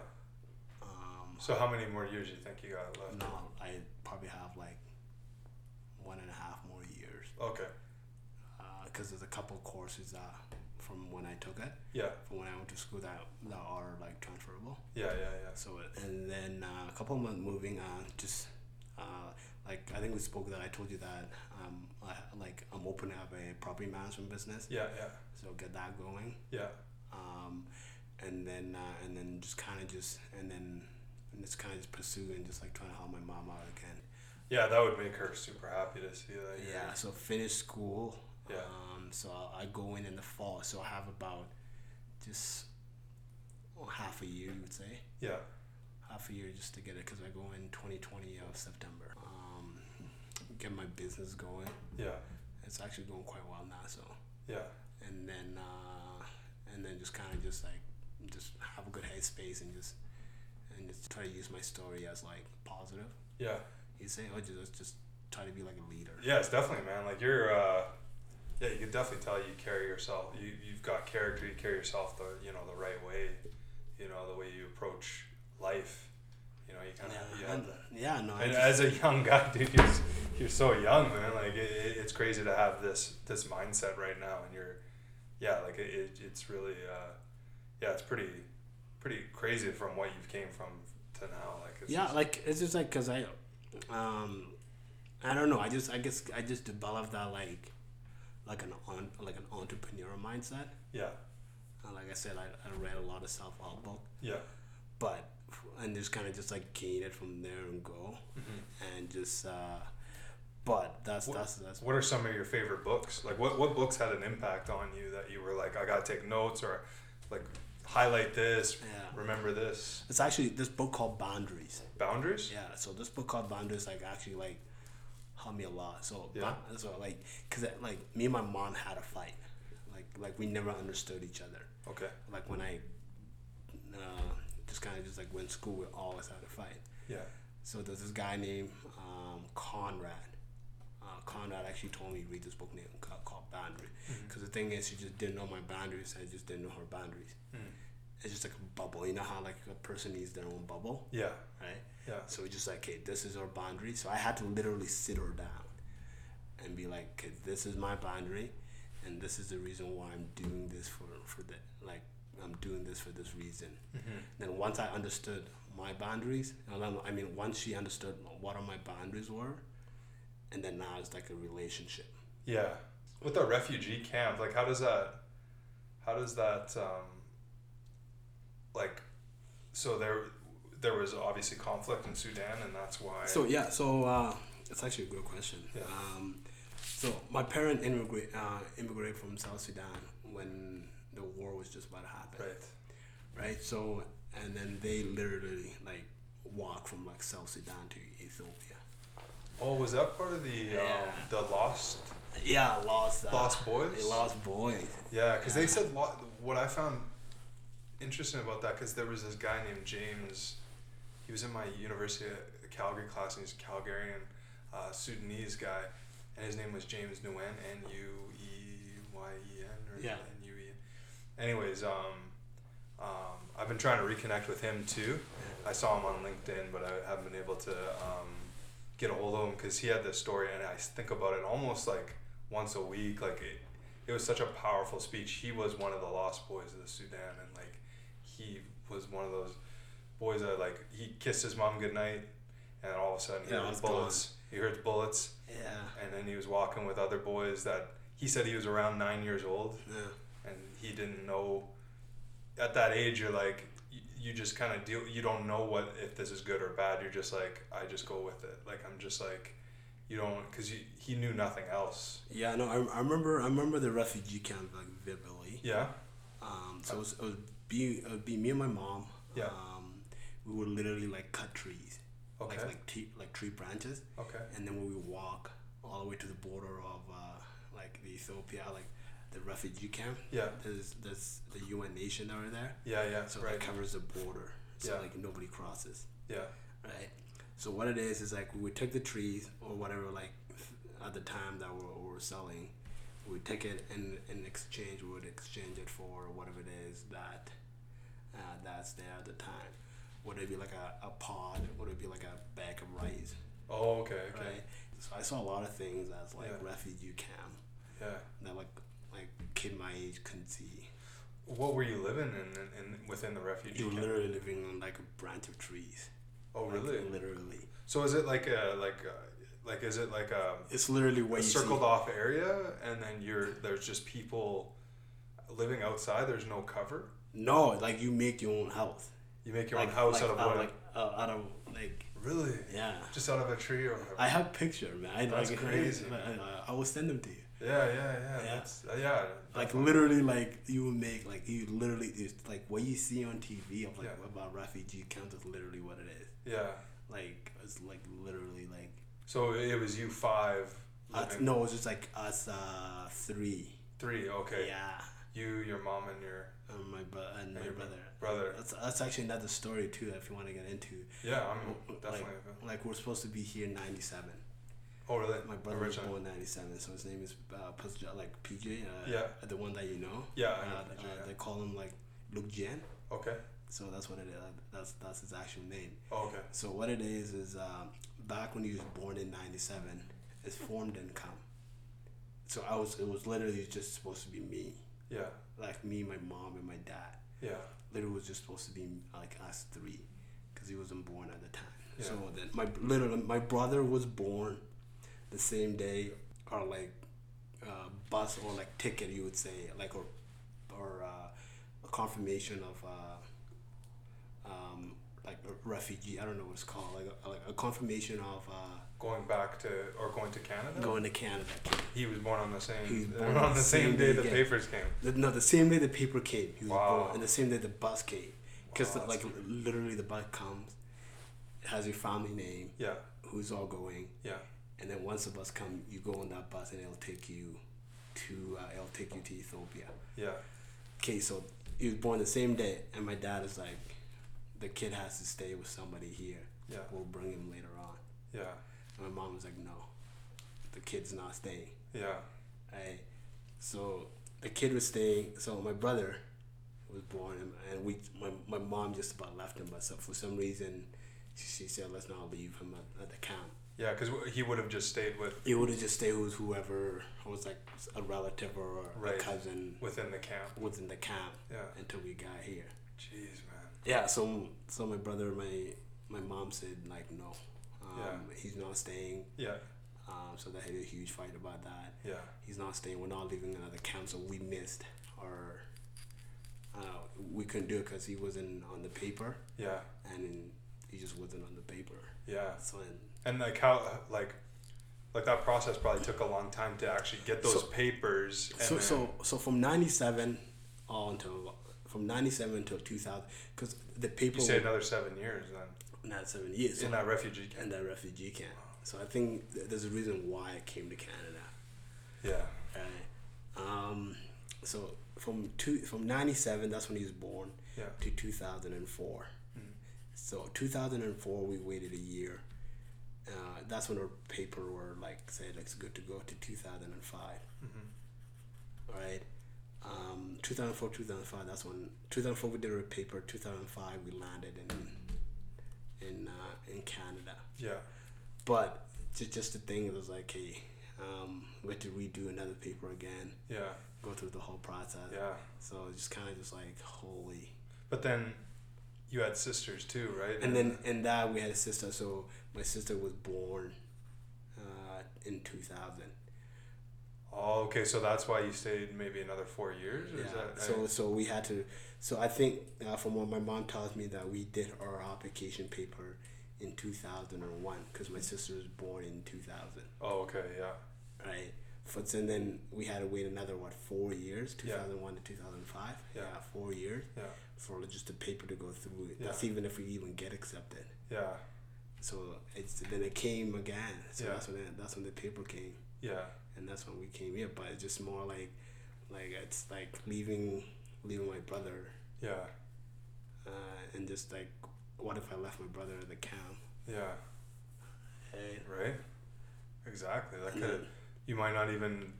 Speaker 4: Um,
Speaker 3: So how many more years do you think you got left?
Speaker 4: now I probably have like one and a half more years
Speaker 3: Okay.
Speaker 4: because there's a couple courses that from when I took it,
Speaker 3: Yeah.
Speaker 4: from when I went to school that that are like transferable.
Speaker 3: Yeah. Yeah. Yeah.
Speaker 4: So and then uh, a couple of months moving on, just uh, like I think we spoke that I told you that um, I, like I'm open to have a property management business,
Speaker 3: Yeah. Yeah.
Speaker 4: so get that going.
Speaker 3: Yeah.
Speaker 4: um, and then uh, and then just kind of just and then and just kind of just pursue and just like trying to help my mom out again.
Speaker 3: Yeah. That would make her super happy to see that. you're-
Speaker 4: Yeah. So finish school.
Speaker 3: Yeah.
Speaker 4: Um, so I I go in in the fall. So I have about just well, half a oh, year, you would say,
Speaker 3: Yeah.
Speaker 4: half a year just to get it because I go in 2020 of September. Um, get my business going.
Speaker 3: Yeah.
Speaker 4: It's actually going quite well now. So
Speaker 3: Yeah.
Speaker 4: and then uh, and then just kind of just like just have a good headspace and just and just try to use my story as like positive.
Speaker 3: Yeah.
Speaker 4: You say or just just try to be like a leader.
Speaker 3: Yeah, it's definitely, man. Like you're, uh, yeah, you can definitely tell you carry yourself. You you've got character. You carry yourself the you know the right way. You know the way you approach life. You know you kind of
Speaker 4: Yeah, yeah, no. I
Speaker 3: And
Speaker 4: just-
Speaker 3: as a young guy, dude, you're, s- you're so young, man. Like it, it- it's crazy to have this this mindset right now, and you're, yeah, like it, it, it's really, uh, yeah, it's pretty, pretty crazy from what you've came from to now. Like it's
Speaker 4: yeah
Speaker 3: just-
Speaker 4: like it's just like because i um i don't know i just i guess i just developed that like like an on like an entrepreneurial mindset
Speaker 3: yeah,
Speaker 4: and like i said i, I read a lot of self-help book
Speaker 3: yeah,
Speaker 4: but and just kind of just like gain it from there and go and just uh but that's
Speaker 3: Mm-hmm. What-
Speaker 4: that's that's
Speaker 3: What are some of your favorite books? Like what what books had an impact on you that you were like, I gotta take notes or, like, highlight this,
Speaker 4: Yeah.
Speaker 3: remember this.
Speaker 4: it's actually this book called boundaries
Speaker 3: Boundaries.
Speaker 4: Yeah, so this book called Boundaries like actually like helped me a lot. So
Speaker 3: Yeah.
Speaker 4: Bond- so like because like me and my mom had a fight, like like we never understood each other.
Speaker 3: Okay.
Speaker 4: Like when I uh, just kind of just like went to school, we always had a fight.
Speaker 3: Yeah.
Speaker 4: So there's this guy named um, Conrad. Uh, Conrad actually told me read this book named ca- called Boundary because the thing is she just didn't know my boundaries. I just didn't know her boundaries. It's just like a bubble. You know how like a person needs their own bubble,
Speaker 3: Yeah.
Speaker 4: right?
Speaker 3: Yeah.
Speaker 4: So we're just like, okay, this is our boundary. So I had to literally sit her down and be like, okay, this is my boundary, and this is the reason why I'm doing this for for the like I'm doing this for this reason. Then once I understood my boundaries, and then- I mean, once she understood what are my boundaries were, and then now it's like a relationship.
Speaker 3: Yeah. With the refugee camp, like how does that how does that um like so there there was obviously conflict in Sudan and that's why
Speaker 4: So yeah, so uh, it's actually a good question.
Speaker 3: Yeah.
Speaker 4: Um, so my parent immigrate uh, immigrated from South Sudan when the war was just about to happen.
Speaker 3: right.
Speaker 4: right? So, and then they literally like walk from like South Sudan to Ethiopia.
Speaker 3: Oh, was that part of the um,
Speaker 4: Yeah.
Speaker 3: the lost
Speaker 4: Yeah, lost uh,
Speaker 3: Lost Boys?
Speaker 4: they Lost boys.
Speaker 3: Yeah, because they said lo- what I found interesting about that because there was this guy named James. He was in my University of Calgary class, and he's a Calgarian uh, Sudanese guy, and his name was James Nguyen, N U E Y E N or
Speaker 4: Yeah.
Speaker 3: N U E N. Anyways, um, um, I've been trying to reconnect with him too. I saw him on LinkedIn, but I haven't been able to um, get a hold of him because he had this story, and I think about it almost like once a week. Like it, it was such a powerful speech. He was one of the lost boys of the Sudan, and like he was one of those boys that like he kissed his mom goodnight, and all of a sudden he
Speaker 4: Yeah,
Speaker 3: heard
Speaker 4: it's gone.
Speaker 3: bullets. He heard bullets,
Speaker 4: Yeah.
Speaker 3: and then he was walking with other boys that he said he was around nine years old,
Speaker 4: Yeah.
Speaker 3: and he didn't know. At that age, you're like you, you just kind of deal. You don't know what if this is good or bad. You're just like I just go with it. Like I'm just like you don't because he knew nothing else.
Speaker 4: Yeah, no, I, I remember I remember the refugee camp like vividly.
Speaker 3: Yeah,
Speaker 4: Um, so it was, it was be it would be me and my mom.
Speaker 3: Yeah.
Speaker 4: Um, we would literally like cut trees,
Speaker 3: Okay.
Speaker 4: like like tree, like tree branches,
Speaker 3: Okay.
Speaker 4: and then we would walk all the way to the border of uh, like the Ethiopia, like the refugee camp.
Speaker 3: Yeah.
Speaker 4: There's there's the UN nation over there.
Speaker 3: Yeah, yeah,
Speaker 4: So
Speaker 3: right.
Speaker 4: that covers the border. So
Speaker 3: Yeah.
Speaker 4: like nobody crosses,
Speaker 3: Yeah,
Speaker 4: right? So what it is is like we would take the trees or whatever like at the time that we're, we're selling, we would take it and in exchange we would exchange it for whatever it is that uh, that's there at the time. Would it be like a, a pod? Would it be like a bag of rice?
Speaker 3: Oh, okay, okay.
Speaker 4: Right. So I saw a lot of things as like
Speaker 3: Yeah.
Speaker 4: refugee camp
Speaker 3: Yeah.
Speaker 4: that like like kid my age couldn't see.
Speaker 3: What were you living in, in, in within the refugee
Speaker 4: You were
Speaker 3: camp?
Speaker 4: literally living on like a branch of trees.
Speaker 3: oh,
Speaker 4: Like,
Speaker 3: really?
Speaker 4: Literally.
Speaker 3: So is it like a like a, like is it like a,
Speaker 4: It's literally where
Speaker 3: a
Speaker 4: you
Speaker 3: circled
Speaker 4: see.
Speaker 3: off area, and then you're there's just people living outside. There's no cover.
Speaker 4: No, like you make your own house.
Speaker 3: You make your
Speaker 4: like,
Speaker 3: own house
Speaker 4: like,
Speaker 3: out of wood.
Speaker 4: Like uh, out of like
Speaker 3: really?
Speaker 4: yeah.
Speaker 3: Just out of a tree or whatever.
Speaker 4: I have picture, man. I,
Speaker 3: That's
Speaker 4: like,
Speaker 3: crazy,
Speaker 4: I,
Speaker 3: man.
Speaker 4: I, I will send them to you.
Speaker 3: Yeah, yeah, yeah. That's uh, yeah.
Speaker 4: Like literally, like you would make like you literally it's like what you see on TV of like
Speaker 3: Yeah.
Speaker 4: about refugee camps is literally what it is.
Speaker 3: Yeah.
Speaker 4: Like it's like literally like
Speaker 3: So it was you five.
Speaker 4: us,
Speaker 3: living-
Speaker 4: Uh, no, it's just like us uh three.
Speaker 3: Three. Okay.
Speaker 4: Yeah,
Speaker 3: You, your mom, and your
Speaker 4: and my brother and my
Speaker 3: your
Speaker 4: brother.
Speaker 3: brother.
Speaker 4: That's that's actually another story too. If you want to get into,
Speaker 3: Yeah, I'm definitely.
Speaker 4: like, like we're supposed to be here in '97.
Speaker 3: oh, really?
Speaker 4: My brother was
Speaker 3: Originally.
Speaker 4: born in '97, so his name is uh, Pas- like PJ. Uh,
Speaker 3: Yeah.
Speaker 4: The one that you know.
Speaker 3: Yeah,
Speaker 4: Uh,
Speaker 3: I know PJ,
Speaker 4: uh,
Speaker 3: yeah.
Speaker 4: They call him like Luke Jan.
Speaker 3: Okay.
Speaker 4: So that's what it is. uh, That's that's his actual name.
Speaker 3: Oh, okay.
Speaker 4: So what it is is um, back when he was born in '97, his form didn't come. So I was it was literally just supposed to be me,
Speaker 3: Yeah.
Speaker 4: like me, my mom, and my dad.
Speaker 3: Yeah.
Speaker 4: Literally was just supposed to be like us three, because he wasn't born at the time.
Speaker 3: Yeah.
Speaker 4: So then my literally my brother was born the same day or like uh, bus or like ticket you would say like or or uh, a confirmation of uh, um, like a refugee I don't know what it's called like a, like a confirmation of uh,
Speaker 3: Going back to or going to Canada.
Speaker 4: going to Canada.
Speaker 3: He was born on the same.
Speaker 4: He was
Speaker 3: they
Speaker 4: born
Speaker 3: were on the same day the
Speaker 4: again.
Speaker 3: papers came.
Speaker 4: The- No, the same day the paper came, he was
Speaker 3: Wow.
Speaker 4: born, and the same day the bus came, because
Speaker 3: Wow,
Speaker 4: like literally the bus comes, it has your family name,
Speaker 3: Yeah.
Speaker 4: who's all going,
Speaker 3: Yeah.
Speaker 4: and then once the bus come, you go on that bus and it'll take you to uh, it'll take you to Ethiopia.
Speaker 3: Yeah.
Speaker 4: Okay, so he was born the same day, and my dad is like, the kid has to stay with somebody here.
Speaker 3: Yeah.
Speaker 4: We'll bring him later on.
Speaker 3: Yeah.
Speaker 4: And my mom was like, no, the kid's not staying.
Speaker 3: Yeah.
Speaker 4: Right. So the kid was staying. So my brother was born, and, and we my, my mom just about left him, but so for some reason, she, she said let's not leave him at, at the camp.
Speaker 3: Yeah. Because he would have just stayed with
Speaker 4: He would have just stayed with whoever was like a relative or a
Speaker 3: Right.
Speaker 4: cousin
Speaker 3: within the camp.
Speaker 4: within the camp
Speaker 3: Yeah.
Speaker 4: until we got here.
Speaker 3: Jeez, man.
Speaker 4: Yeah. So so my brother, my my mom said like no, um,
Speaker 3: Yeah.
Speaker 4: he's not staying.
Speaker 3: Yeah.
Speaker 4: Um, so they had a huge fight about that.
Speaker 3: Yeah.
Speaker 4: he's not staying. We're not leaving another camp, so we missed our. Uh, we couldn't do it because he wasn't on the paper,
Speaker 3: Yeah.
Speaker 4: and then he just wasn't on the paper.
Speaker 3: Yeah.
Speaker 4: So then,
Speaker 3: And like how like like that process probably took a long time to actually get those
Speaker 4: So-
Speaker 3: papers. And
Speaker 4: so
Speaker 3: then-
Speaker 4: so so from '97 on until from '97 till 2000, because the paper
Speaker 3: you say another seven years then
Speaker 4: not seven years
Speaker 3: in
Speaker 4: so,
Speaker 3: that refugee camp.
Speaker 4: and that refugee camp. So I think th- there's a reason why I came to Canada.
Speaker 3: Yeah.
Speaker 4: Right. Um, so from two from '97, that's when he was born,
Speaker 3: Yeah.
Speaker 4: to 2004. So 2004, we waited a year. Uh, that's when our paper were like said it's good to go to 2005. All right. Um, 2004, 2005. That's when 2004 we did our paper. 2005 we landed in in uh, in Canada.
Speaker 3: Yeah.
Speaker 4: But just just the thing it was like, hey, um, we had to redo another paper again,
Speaker 3: Yeah.
Speaker 4: go through the whole process.
Speaker 3: Yeah.
Speaker 4: So it's just kind of just like holy.
Speaker 3: But then you had sisters too, right?
Speaker 4: And then and that we had a sister. So my sister was born uh, in 2000.
Speaker 3: Oh, okay. So that's why you stayed maybe another four years. Or
Speaker 4: Yeah.
Speaker 3: Is that,
Speaker 4: so so we had to. So I think uh, from what my mom tells me that we did our application paper in 2001 because my sister was born in 2000.
Speaker 3: oh, okay. Yeah.
Speaker 4: Right. But and then we had to wait another what four years, two
Speaker 3: Yeah.
Speaker 4: thousand one to two thousand five.
Speaker 3: Yeah.
Speaker 4: four years
Speaker 3: Yeah.
Speaker 4: for just the paper to go through.
Speaker 3: Yeah.
Speaker 4: That's even if we even get accepted.
Speaker 3: Yeah.
Speaker 4: So it's then it came again. So
Speaker 3: Yeah.
Speaker 4: that's when it, that's when the paper came,
Speaker 3: Yeah.
Speaker 4: and that's when we came here. But it's just more like, like it's like leaving, leaving my brother,
Speaker 3: Yeah.
Speaker 4: uh, and just like, what if I left my brother at the camp?
Speaker 3: Yeah.
Speaker 4: Hey.
Speaker 3: Right. Exactly. That
Speaker 4: And
Speaker 3: could.
Speaker 4: then,
Speaker 3: You might not even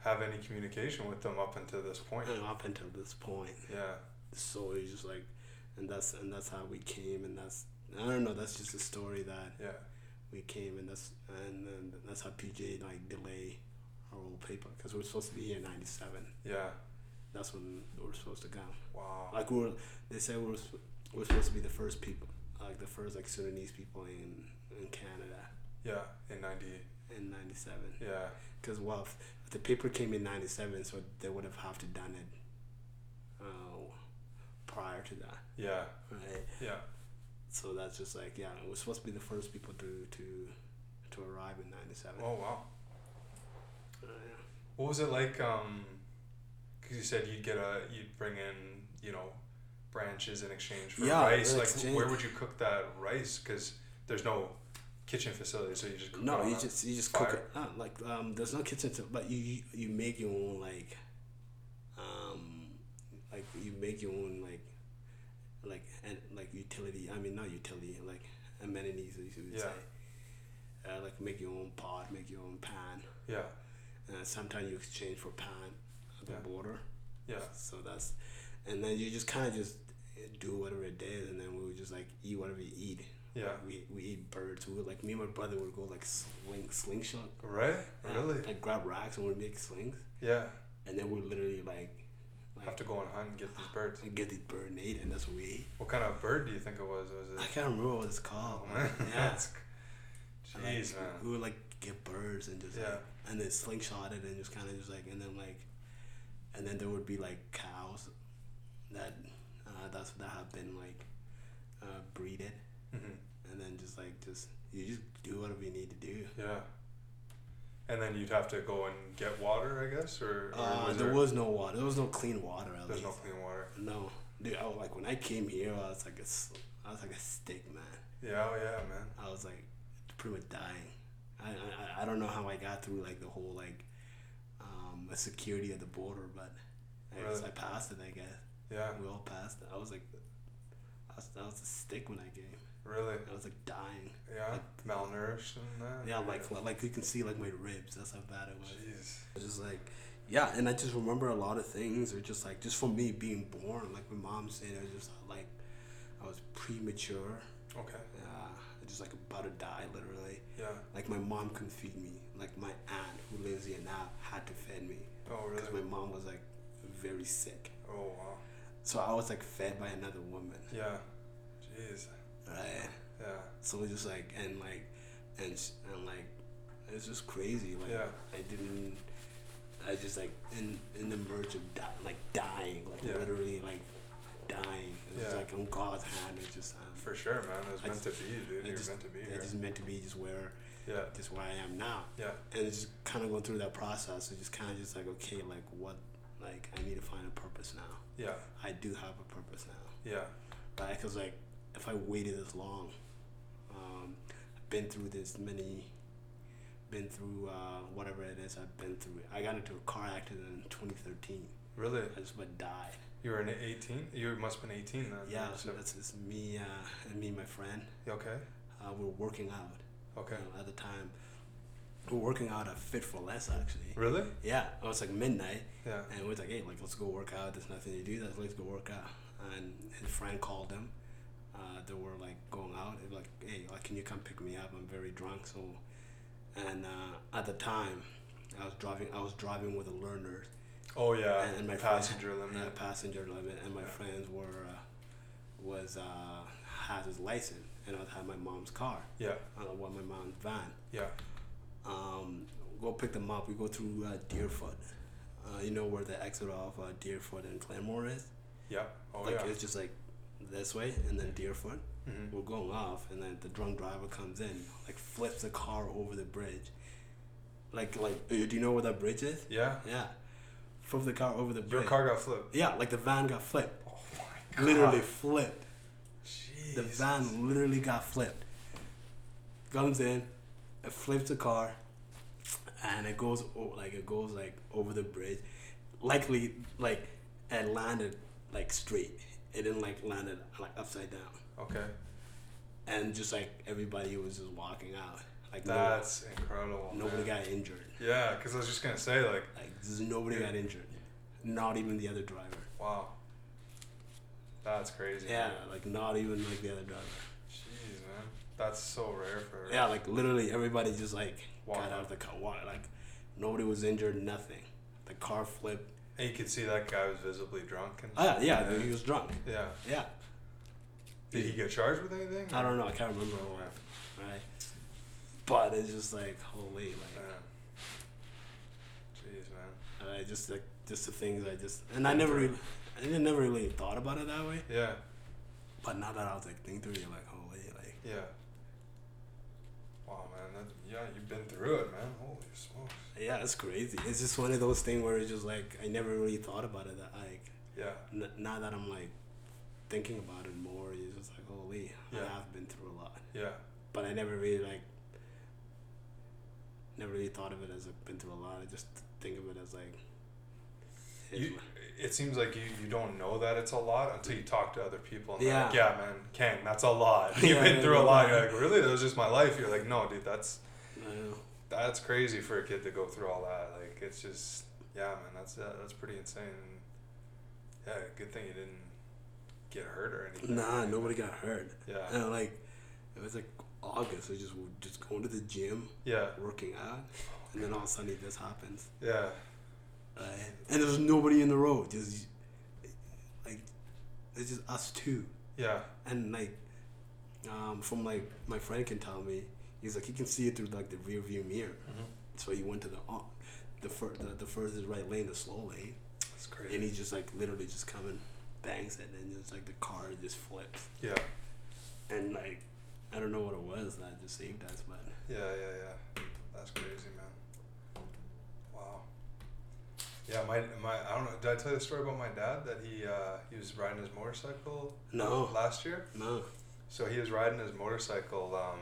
Speaker 3: have any communication with them up until this point.
Speaker 4: and up until this point,
Speaker 3: Yeah.
Speaker 4: so it's just like, and that's and that's how we came, and that's I don't know. That's just a story that
Speaker 3: Yeah.
Speaker 4: we came, and that's and then that's how PJ like delay our old paper because we're supposed to be here in '97.
Speaker 3: Yeah.
Speaker 4: That's when we're supposed to come.
Speaker 3: Wow.
Speaker 4: Like we're, they say we're, sp- we're supposed to be the first people, like the first like Sudanese people in in Canada
Speaker 3: Yeah. In ninety.
Speaker 4: in '97.
Speaker 3: Yeah.
Speaker 4: Because well, if, if the paper came in '97, so they would have have to done it. Uh, prior to that,
Speaker 3: Yeah.
Speaker 4: right?
Speaker 3: Yeah.
Speaker 4: So that's just like yeah, we're supposed to be the first people to to to arrive in '97.
Speaker 3: Oh wow.
Speaker 4: Uh, yeah.
Speaker 3: What was it like? Um, because you said you'd get a, you'd bring in, you know, branches in exchange for
Speaker 4: Yeah,
Speaker 3: rice.
Speaker 4: in
Speaker 3: Like,
Speaker 4: exchange.
Speaker 3: where would you cook that rice? Because there's no kitchen facility, so you just cook it
Speaker 4: No,
Speaker 3: on
Speaker 4: you
Speaker 3: a
Speaker 4: just you just cook
Speaker 3: fire.
Speaker 4: it. Uh, like um, there's no kitchen, to, but you you- you make your own like, um, like you make your own like, like and like utility. I mean not utility, like amenities. as You would
Speaker 3: Yeah.
Speaker 4: say. Uh, like make your own pot, make your own pan.
Speaker 3: Yeah,
Speaker 4: Uh, sometimes you exchange for pan at the
Speaker 3: Yeah.
Speaker 4: border.
Speaker 3: yeah,
Speaker 4: So that's, and then you just kind of just uh, do whatever it is, and then we would just like eat whatever you eat.
Speaker 3: yeah.
Speaker 4: We, we eat birds. We would, like me and my brother would go like sling slingshot.
Speaker 3: Right?
Speaker 4: uh,
Speaker 3: Really?
Speaker 4: Like grab racks and we'd make slings,
Speaker 3: Yeah.
Speaker 4: and then we'd literally like, like
Speaker 3: Have to go and hunt and get these birds.
Speaker 4: get this bird and eat, and that's what we ate.
Speaker 3: What kind of bird do you think it was? Was
Speaker 4: I
Speaker 3: it? Oh,
Speaker 4: can't remember what it's called.
Speaker 3: man.
Speaker 4: yeah.
Speaker 3: That's-
Speaker 4: And, like,
Speaker 3: Jeez, man.
Speaker 4: We would like get birds and just
Speaker 3: Yeah.
Speaker 4: like, and then slingshot it and just kind of just like and then like, and then there would be like cows, that uh, that's that have been like, uh, breeded,
Speaker 3: Mhm.
Speaker 4: and then just like just you just do whatever you need to do.
Speaker 3: Yeah. And then you'd have to go and get water, I guess, or, or
Speaker 4: Uh,
Speaker 3: was
Speaker 4: there
Speaker 3: there-
Speaker 4: was no water. There was no clean water. At
Speaker 3: there's
Speaker 4: least.
Speaker 3: no clean water.
Speaker 4: No, dude. I was like when I came here, I was like a, s- I was like a stick, man.
Speaker 3: Yeah, oh yeah, man.
Speaker 4: I was like pretty much dying. I I, I don't know how I got through like the whole like um security at the border, but I guess
Speaker 3: Really?
Speaker 4: I passed it. I guess
Speaker 3: Yeah,
Speaker 4: we all passed it. I was like, I was, I was a stick when I came.
Speaker 3: really.
Speaker 4: I was like dying.
Speaker 3: Yeah, malnourished and that.
Speaker 4: Yeah, like like you can see like my ribs. That's how bad it was.
Speaker 3: Jeez.
Speaker 4: It's just like, yeah, and I just remember a lot of things, or just like, just for me being born, like my mom said, I was just like, I was premature.
Speaker 3: Okay.
Speaker 4: Uh, I just like about to die, literally.
Speaker 3: Yeah.
Speaker 4: Like my mom couldn't feed me. Like my aunt who lives here now had to feed me
Speaker 3: Oh
Speaker 4: because
Speaker 3: really?
Speaker 4: my mom was like very sick.
Speaker 3: Oh wow.
Speaker 4: So I was like fed by another woman,
Speaker 3: Yeah. Jeez.
Speaker 4: right?
Speaker 3: Yeah.
Speaker 4: So it's just like and like and s- and like it's just crazy. Like
Speaker 3: Yeah.
Speaker 4: I didn't. I just like in in the merge of di- like dying, like
Speaker 3: Yeah.
Speaker 4: literally like dying. It's
Speaker 3: Yeah.
Speaker 4: like on God's hand. It's just um,
Speaker 3: For sure, man. It was
Speaker 4: I
Speaker 3: meant to be, dude.
Speaker 4: I
Speaker 3: You're
Speaker 4: just-
Speaker 3: meant to be
Speaker 4: I
Speaker 3: here.
Speaker 4: just meant to be just where
Speaker 3: Yeah.
Speaker 4: just where I am now.
Speaker 3: Yeah.
Speaker 4: And it's just kind of going through that process. It's just kind of just like okay, like what, like I need to find a purpose now.
Speaker 3: Yeah.
Speaker 4: I do have a purpose now.
Speaker 3: Yeah.
Speaker 4: Right? Because like, if I waited this long, um, I've been through this many, been through uh, whatever it is I've been through. I got into a car accident in 2013.
Speaker 3: Really?
Speaker 4: I just about died.
Speaker 3: You were in 18? You must have been 18 then.
Speaker 4: Yeah,
Speaker 3: right?
Speaker 4: so
Speaker 3: So-
Speaker 4: that's it's me uh, and me and my friend.
Speaker 3: okay.
Speaker 4: Uh, we're working out.
Speaker 3: Okay.
Speaker 4: You know, at the time, we're working out at Fit for Less actually.
Speaker 3: Really?
Speaker 4: Yeah, it was like midnight,
Speaker 3: Yeah.
Speaker 4: and we was like, hey, like let's go work out. There's nothing to do. Let's let's go work out. And his friend called him. Uh, they were like going out. They were like, hey, like can you come pick me up? I'm very drunk. So, and uh, at the time, I was driving. I was driving with a learner
Speaker 3: Oh yeah.
Speaker 4: and, and my
Speaker 3: passenger
Speaker 4: friend,
Speaker 3: limit.
Speaker 4: Yeah, passenger limit. And my friends were uh, was uh, had his license, and I had my mom's car.
Speaker 3: Yeah.
Speaker 4: Uh, well, my mom's van
Speaker 3: Yeah.
Speaker 4: um, go pick them up. We go through uh, Deerfoot. Uh, you know where the exit off uh, Deerfoot and Claremore is?
Speaker 3: Yeah. Oh
Speaker 4: like
Speaker 3: yeah.
Speaker 4: it's just like this way and then Deerfoot.
Speaker 3: Mhm.
Speaker 4: We're going off and then the drunk driver comes in, like flips the car over the bridge. Like like uh, do you know where that bridge is?
Speaker 3: Yeah.
Speaker 4: Yeah. Flips the car over the
Speaker 3: Your
Speaker 4: bridge.
Speaker 3: car got flipped.
Speaker 4: yeah, like the van got flipped.
Speaker 3: Oh my god.
Speaker 4: Literally flipped.
Speaker 3: Jeez.
Speaker 4: The van literally got flipped. Comes in, it flips the car, and it goes o- like it goes like over the bridge. Likely, like it landed like straight. It didn't like landed like upside down.
Speaker 3: Okay.
Speaker 4: And just like everybody was just walking out. Like no-
Speaker 3: That's incredible.
Speaker 4: nobody
Speaker 3: man.
Speaker 4: got injured.
Speaker 3: Yeah, because I was just gonna say like,
Speaker 4: Like just nobody got injured. Not even the other driver.
Speaker 3: wow, that's crazy.
Speaker 4: Yeah,
Speaker 3: man.
Speaker 4: like not even like the other driver.
Speaker 3: Jeez, man, that's so rare for.
Speaker 4: Yeah, like literally everybody just like
Speaker 3: Walked
Speaker 4: got out of the car. Walked, like nobody was injured, nothing. The car flipped.
Speaker 3: And you could see that guy was visibly drunk and.
Speaker 4: Ah, yeah, he was drunk.
Speaker 3: Yeah.
Speaker 4: Yeah,
Speaker 3: Did he get charged with anything?
Speaker 4: I don't know. I can't remember why. Right, but it's just like holy,
Speaker 3: Yeah.
Speaker 4: like
Speaker 3: Jeez, man.
Speaker 4: I just like just the things I just and I never really, I didn't never really thought about it that way.
Speaker 3: Yeah.
Speaker 4: But now that I was like thinking through, it, like holy, like
Speaker 3: Yeah. Wow, man. That, yeah, you've been through it, man. Holy smokes.
Speaker 4: yeah, it's crazy. It's just one of those things where it's just like I never really thought about it. That like
Speaker 3: Yeah.
Speaker 4: n- now that I'm like thinking about it more, it's just like holy,
Speaker 3: Yeah.
Speaker 4: I have been through a lot.
Speaker 3: Yeah.
Speaker 4: But I never really like never really thought of it as I've been through a lot. I just think of it as like it's
Speaker 3: You,
Speaker 4: my-
Speaker 3: it seems like you, you don't know that it's a lot until you talk to other people. And yeah.
Speaker 4: Yeah.
Speaker 3: Like, yeah, man, Kang, that's a lot. You've
Speaker 4: Yeah,
Speaker 3: been
Speaker 4: I
Speaker 3: through a
Speaker 4: know.
Speaker 3: lot. You're like, really? That was just my life. You're like, no, dude, that's
Speaker 4: I don't know.
Speaker 3: that's crazy for a kid to go through all that. Like, it's just, yeah, man, that's uh, that's pretty insane. And yeah, good thing you didn't get hurt or anything.
Speaker 4: Nah, nobody got hurt.
Speaker 3: Yeah.
Speaker 4: And like it was like August. I just just going to the gym,
Speaker 3: Yeah,
Speaker 4: working out, and then all of a sudden this happens.
Speaker 3: yeah,
Speaker 4: Right? And there's nobody in the road. Just like it's just us two.
Speaker 3: yeah,
Speaker 4: And like um, from like my friend can tell me, he's like he can see it through like the rear view mirror. So he went to the uh, the, fir- the the furthest right lane, the slow lane,
Speaker 3: that's crazy.
Speaker 4: and he just like literally just coming bangs it, and it's like the car just flips.
Speaker 3: yeah,
Speaker 4: and like I don't know what it was that just saved us, but
Speaker 3: yeah, yeah, yeah. That's crazy, man. Wow. Yeah, my my I don't know. Did I tell you the story about my dad that he uh, he was riding his motorcycle
Speaker 4: no,
Speaker 3: last year?
Speaker 4: no,
Speaker 3: So he was riding his motorcycle. Um,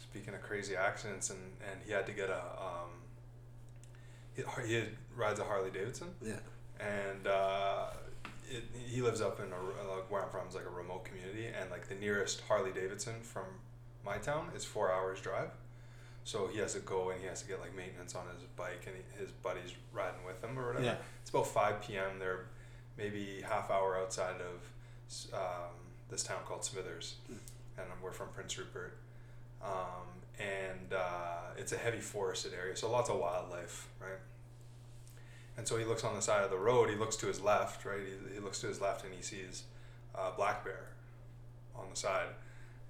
Speaker 3: speaking of crazy accidents, and, and he had to get a um, he, he had- rides a Harley Davidson,
Speaker 4: yeah,
Speaker 3: and uh, it, he lives up in a, r- like where I'm from is like a remote community, and like the nearest Harley Davidson from my town is four hours drive. So he has to go and he has to get like maintenance on his bike, and he, his buddy's riding with him or whatever.
Speaker 4: Yeah.
Speaker 3: It's about five p.m. They're maybe half hour outside of um, this town called Smithers,
Speaker 4: Hmm.
Speaker 3: and um, we're from Prince Rupert. Um, and uh, it's a heavy forested area, so lots of wildlife, right? And so he looks on the side of the road. He looks to his left, right? He, he looks to his left and he sees a black bear on the side.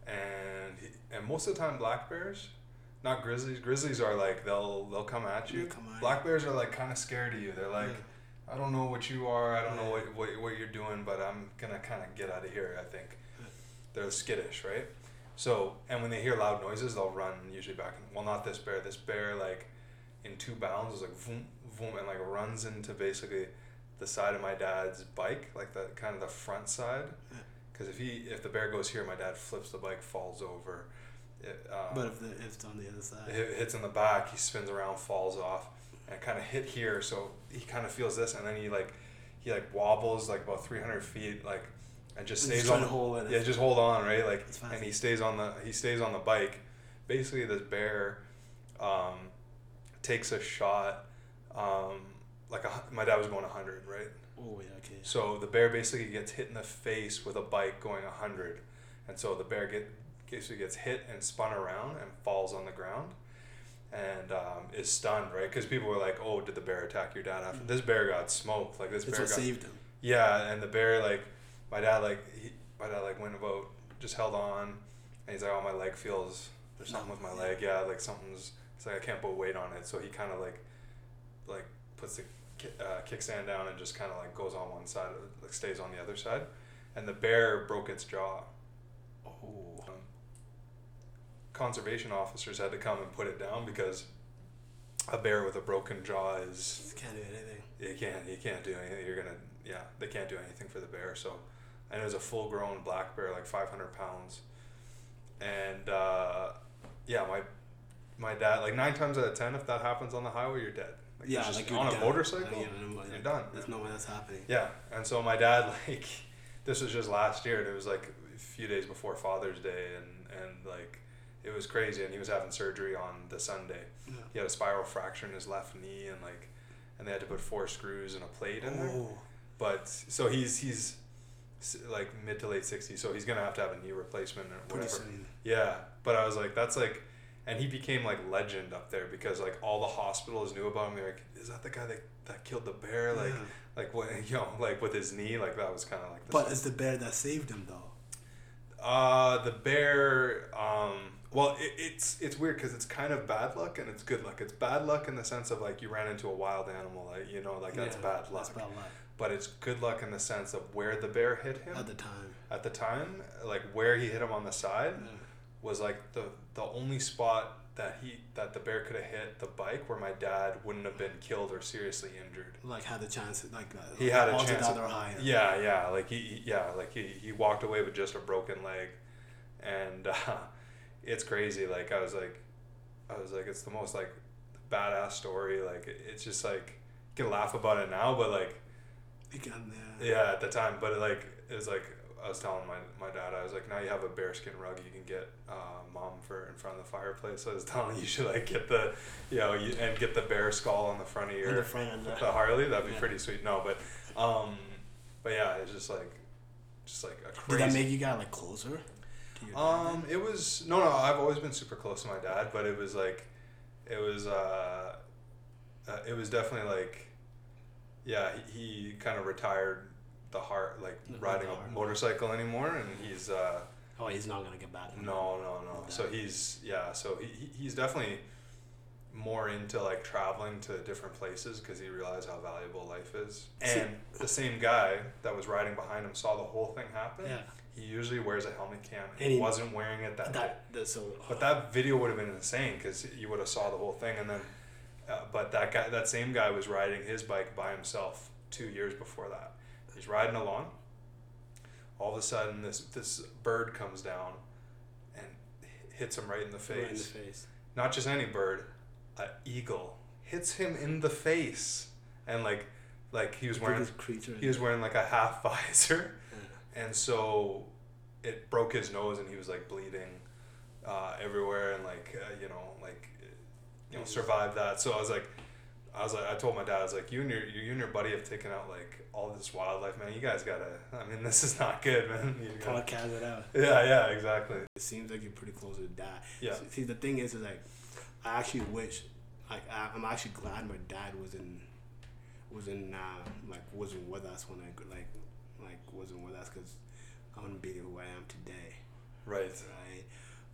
Speaker 3: And he, and most of the time, black bears, not grizzlies. Grizzlies are like they'll they'll come at you.
Speaker 4: They'll come at
Speaker 3: black bears are like kind of scared of you. They're like, I don't know what you are. I don't know
Speaker 4: Yeah.
Speaker 3: what, what what you're doing, but I'm gonna kind of get out of here. I think they're skittish, right? So and when they hear loud noises, they'll run usually back. Well, not this bear. This bear like in two bounds is like vroom, vroom, and like runs into basically the side of my dad's bike, like the kind of the front side. Because if he if the bear goes here, my dad flips the bike, falls over. It, um,
Speaker 4: but if the if it's on the other side,
Speaker 3: it hits in the back. He spins around, falls off, and kind of hit here. So he kind of feels this, and then he like he like wobbles like about three hundred feet, like and just
Speaker 4: He's
Speaker 3: stays on.
Speaker 4: trying to hold it.
Speaker 3: Yeah, just hold on, right? Like,
Speaker 4: It's fine.
Speaker 3: and he stays on the he stays on the bike. Basically, this bear um, takes a shot. Um, like a, hu- my dad was going hundred, right?
Speaker 4: oh yeah, okay,
Speaker 3: So the bear basically gets hit in the face with a bike going 100. And so the bear get, basically gets hit and spun around and falls on the ground and um, is stunned, right? Because people were like, oh, did the bear attack your dad after? This bear got smoked. Like, this
Speaker 4: Mm. it's
Speaker 3: bear
Speaker 4: what
Speaker 3: got.
Speaker 4: saved him.
Speaker 3: Yeah, and the bear, like, my dad, like, he, my dad, like, went about, just held on. And he's like, oh, my leg feels, there's something with my leg. Yeah, like, something's, it's like, I can't put weight on it. So he kind of, like, like puts the ki- uh, kickstand down and just kind of like goes on one side, like stays on the other side, and the bear broke its jaw. Um,
Speaker 4: Oh,
Speaker 3: Conservation officers had to come and put it down because a bear with a broken jaw is
Speaker 4: just can't do anything.
Speaker 3: you can't you can't do anything. You're gonna yeah they can't do anything for the bear. So and it was a full grown black bear, like 500 pounds, and uh, yeah my my dad like nine times out of ten if that happens on the highway you're dead. Like,
Speaker 4: yeah,
Speaker 3: it's just
Speaker 4: like
Speaker 3: on
Speaker 4: done.
Speaker 3: a motorcycle.
Speaker 4: Like, yeah, like,
Speaker 3: you're done.
Speaker 4: There's no way that's happening.
Speaker 3: Yeah, and so my dad like, this was just last year, and it was like a few days before Father's Day, and and like, it was crazy, and he was having surgery on the Sunday.
Speaker 4: Yeah.
Speaker 3: He had a spiral fracture in his left knee, and like, and they had to put four screws and a plate in there.
Speaker 4: Oh,
Speaker 3: But so he's he's s- like mid to late sixties, so he's gonna have to have a knee replacement or
Speaker 4: pretty
Speaker 3: whatever.
Speaker 4: soon.
Speaker 3: Yeah, but I was like, that's like, and he became like legend up there because like all the hospitals knew about him. They're like, is that the guy that, that killed the bear? Like,
Speaker 4: Yeah.
Speaker 3: like what you know, like with his knee, like that was kind of like.
Speaker 4: But it's the bear that saved him though.
Speaker 3: uh, the bear. Um, well, it, it's it's weird because it's kind of bad luck and it's good luck. It's bad luck in the sense of like you ran into a wild animal, like you know, like that's
Speaker 4: Yeah,
Speaker 3: bad luck.
Speaker 4: That's bad luck
Speaker 3: But it's good luck in the sense of where the bear hit him
Speaker 4: at the time.
Speaker 3: at the time, like where he hit him on the side.
Speaker 4: Yeah.
Speaker 3: was like the the only spot that he that the bear could have hit the bike where my dad wouldn't have been killed or seriously injured.
Speaker 4: Like had the chance, like uh,
Speaker 3: He had a
Speaker 4: odds of
Speaker 3: chance.
Speaker 4: that are higher.
Speaker 3: Yeah, yeah, like he, he- yeah, like he, he walked away with just a broken leg, and uh, it's crazy. Like I was like, I was like, it's the most like badass story. Like it- it's just like you can laugh about it now, but like
Speaker 4: You can, yeah.
Speaker 3: yeah, at the time, but it, like it was like I was telling my, my dad, I was like, now you have a bearskin rug you can get uh, mom for in front of the fireplace. I was telling you, you should like get the, you know, you, and get the bear skull on the front of your
Speaker 4: On the front end,
Speaker 3: the
Speaker 4: uh,
Speaker 3: Harley. That'd be
Speaker 4: yeah.
Speaker 3: pretty sweet. No, but um, but yeah, it's just like, just like a
Speaker 4: Did
Speaker 3: crazy.
Speaker 4: that make you guys like closer? To your dad
Speaker 3: Um,
Speaker 4: then?
Speaker 3: it was no, no. I've always been super close to my dad, but it was like, it was uh, uh it was definitely like, yeah, he, he kind of retired the heart like
Speaker 4: The
Speaker 3: riding
Speaker 4: hard.
Speaker 3: a motorcycle anymore, and he's uh
Speaker 4: oh, he's not gonna get back.
Speaker 3: no, no, no. So
Speaker 4: Okay.
Speaker 3: he's yeah, so he he- he's definitely more into like traveling to different places because he realized how valuable life is.
Speaker 4: See-
Speaker 3: And the same guy that was riding behind him saw the whole thing happen.
Speaker 4: Yeah.
Speaker 3: He usually wears a helmet cam. And
Speaker 4: And
Speaker 3: he
Speaker 4: he-
Speaker 3: wasn't wearing it that, day.
Speaker 4: That, that so.
Speaker 3: But that video would have been insane because you would have saw the whole thing, and then, uh, but that guy, that same guy, was riding his bike by himself two years before that. He's riding along. All of a sudden, this this bird comes down, and h- hits him right in the
Speaker 4: right
Speaker 3: face.
Speaker 4: in the face.
Speaker 3: Not just any bird, a eagle hits him in the face, and like, like he was wearing
Speaker 4: Biggest creature.
Speaker 3: he was wearing like a half visor
Speaker 4: Mm.
Speaker 3: and so it broke his nose and he was like bleeding uh, everywhere and like uh, you know like you know survived that so i was like i was like i told my dad i was like you and your you and your buddy have taken out like all this wildlife man you guys gotta i mean this is not good man You gotta-
Speaker 4: podcast it out.
Speaker 3: yeah yeah exactly
Speaker 4: It seems like you're pretty close to dad.
Speaker 3: Yeah.
Speaker 4: So- See, the thing is, is like, I actually wish, like, I, I'm actually glad my dad was in, was in, uh, like, wasn't with us when I, gr- like, like, wasn't with us because I wouldn't be who I am today,
Speaker 3: right
Speaker 4: right?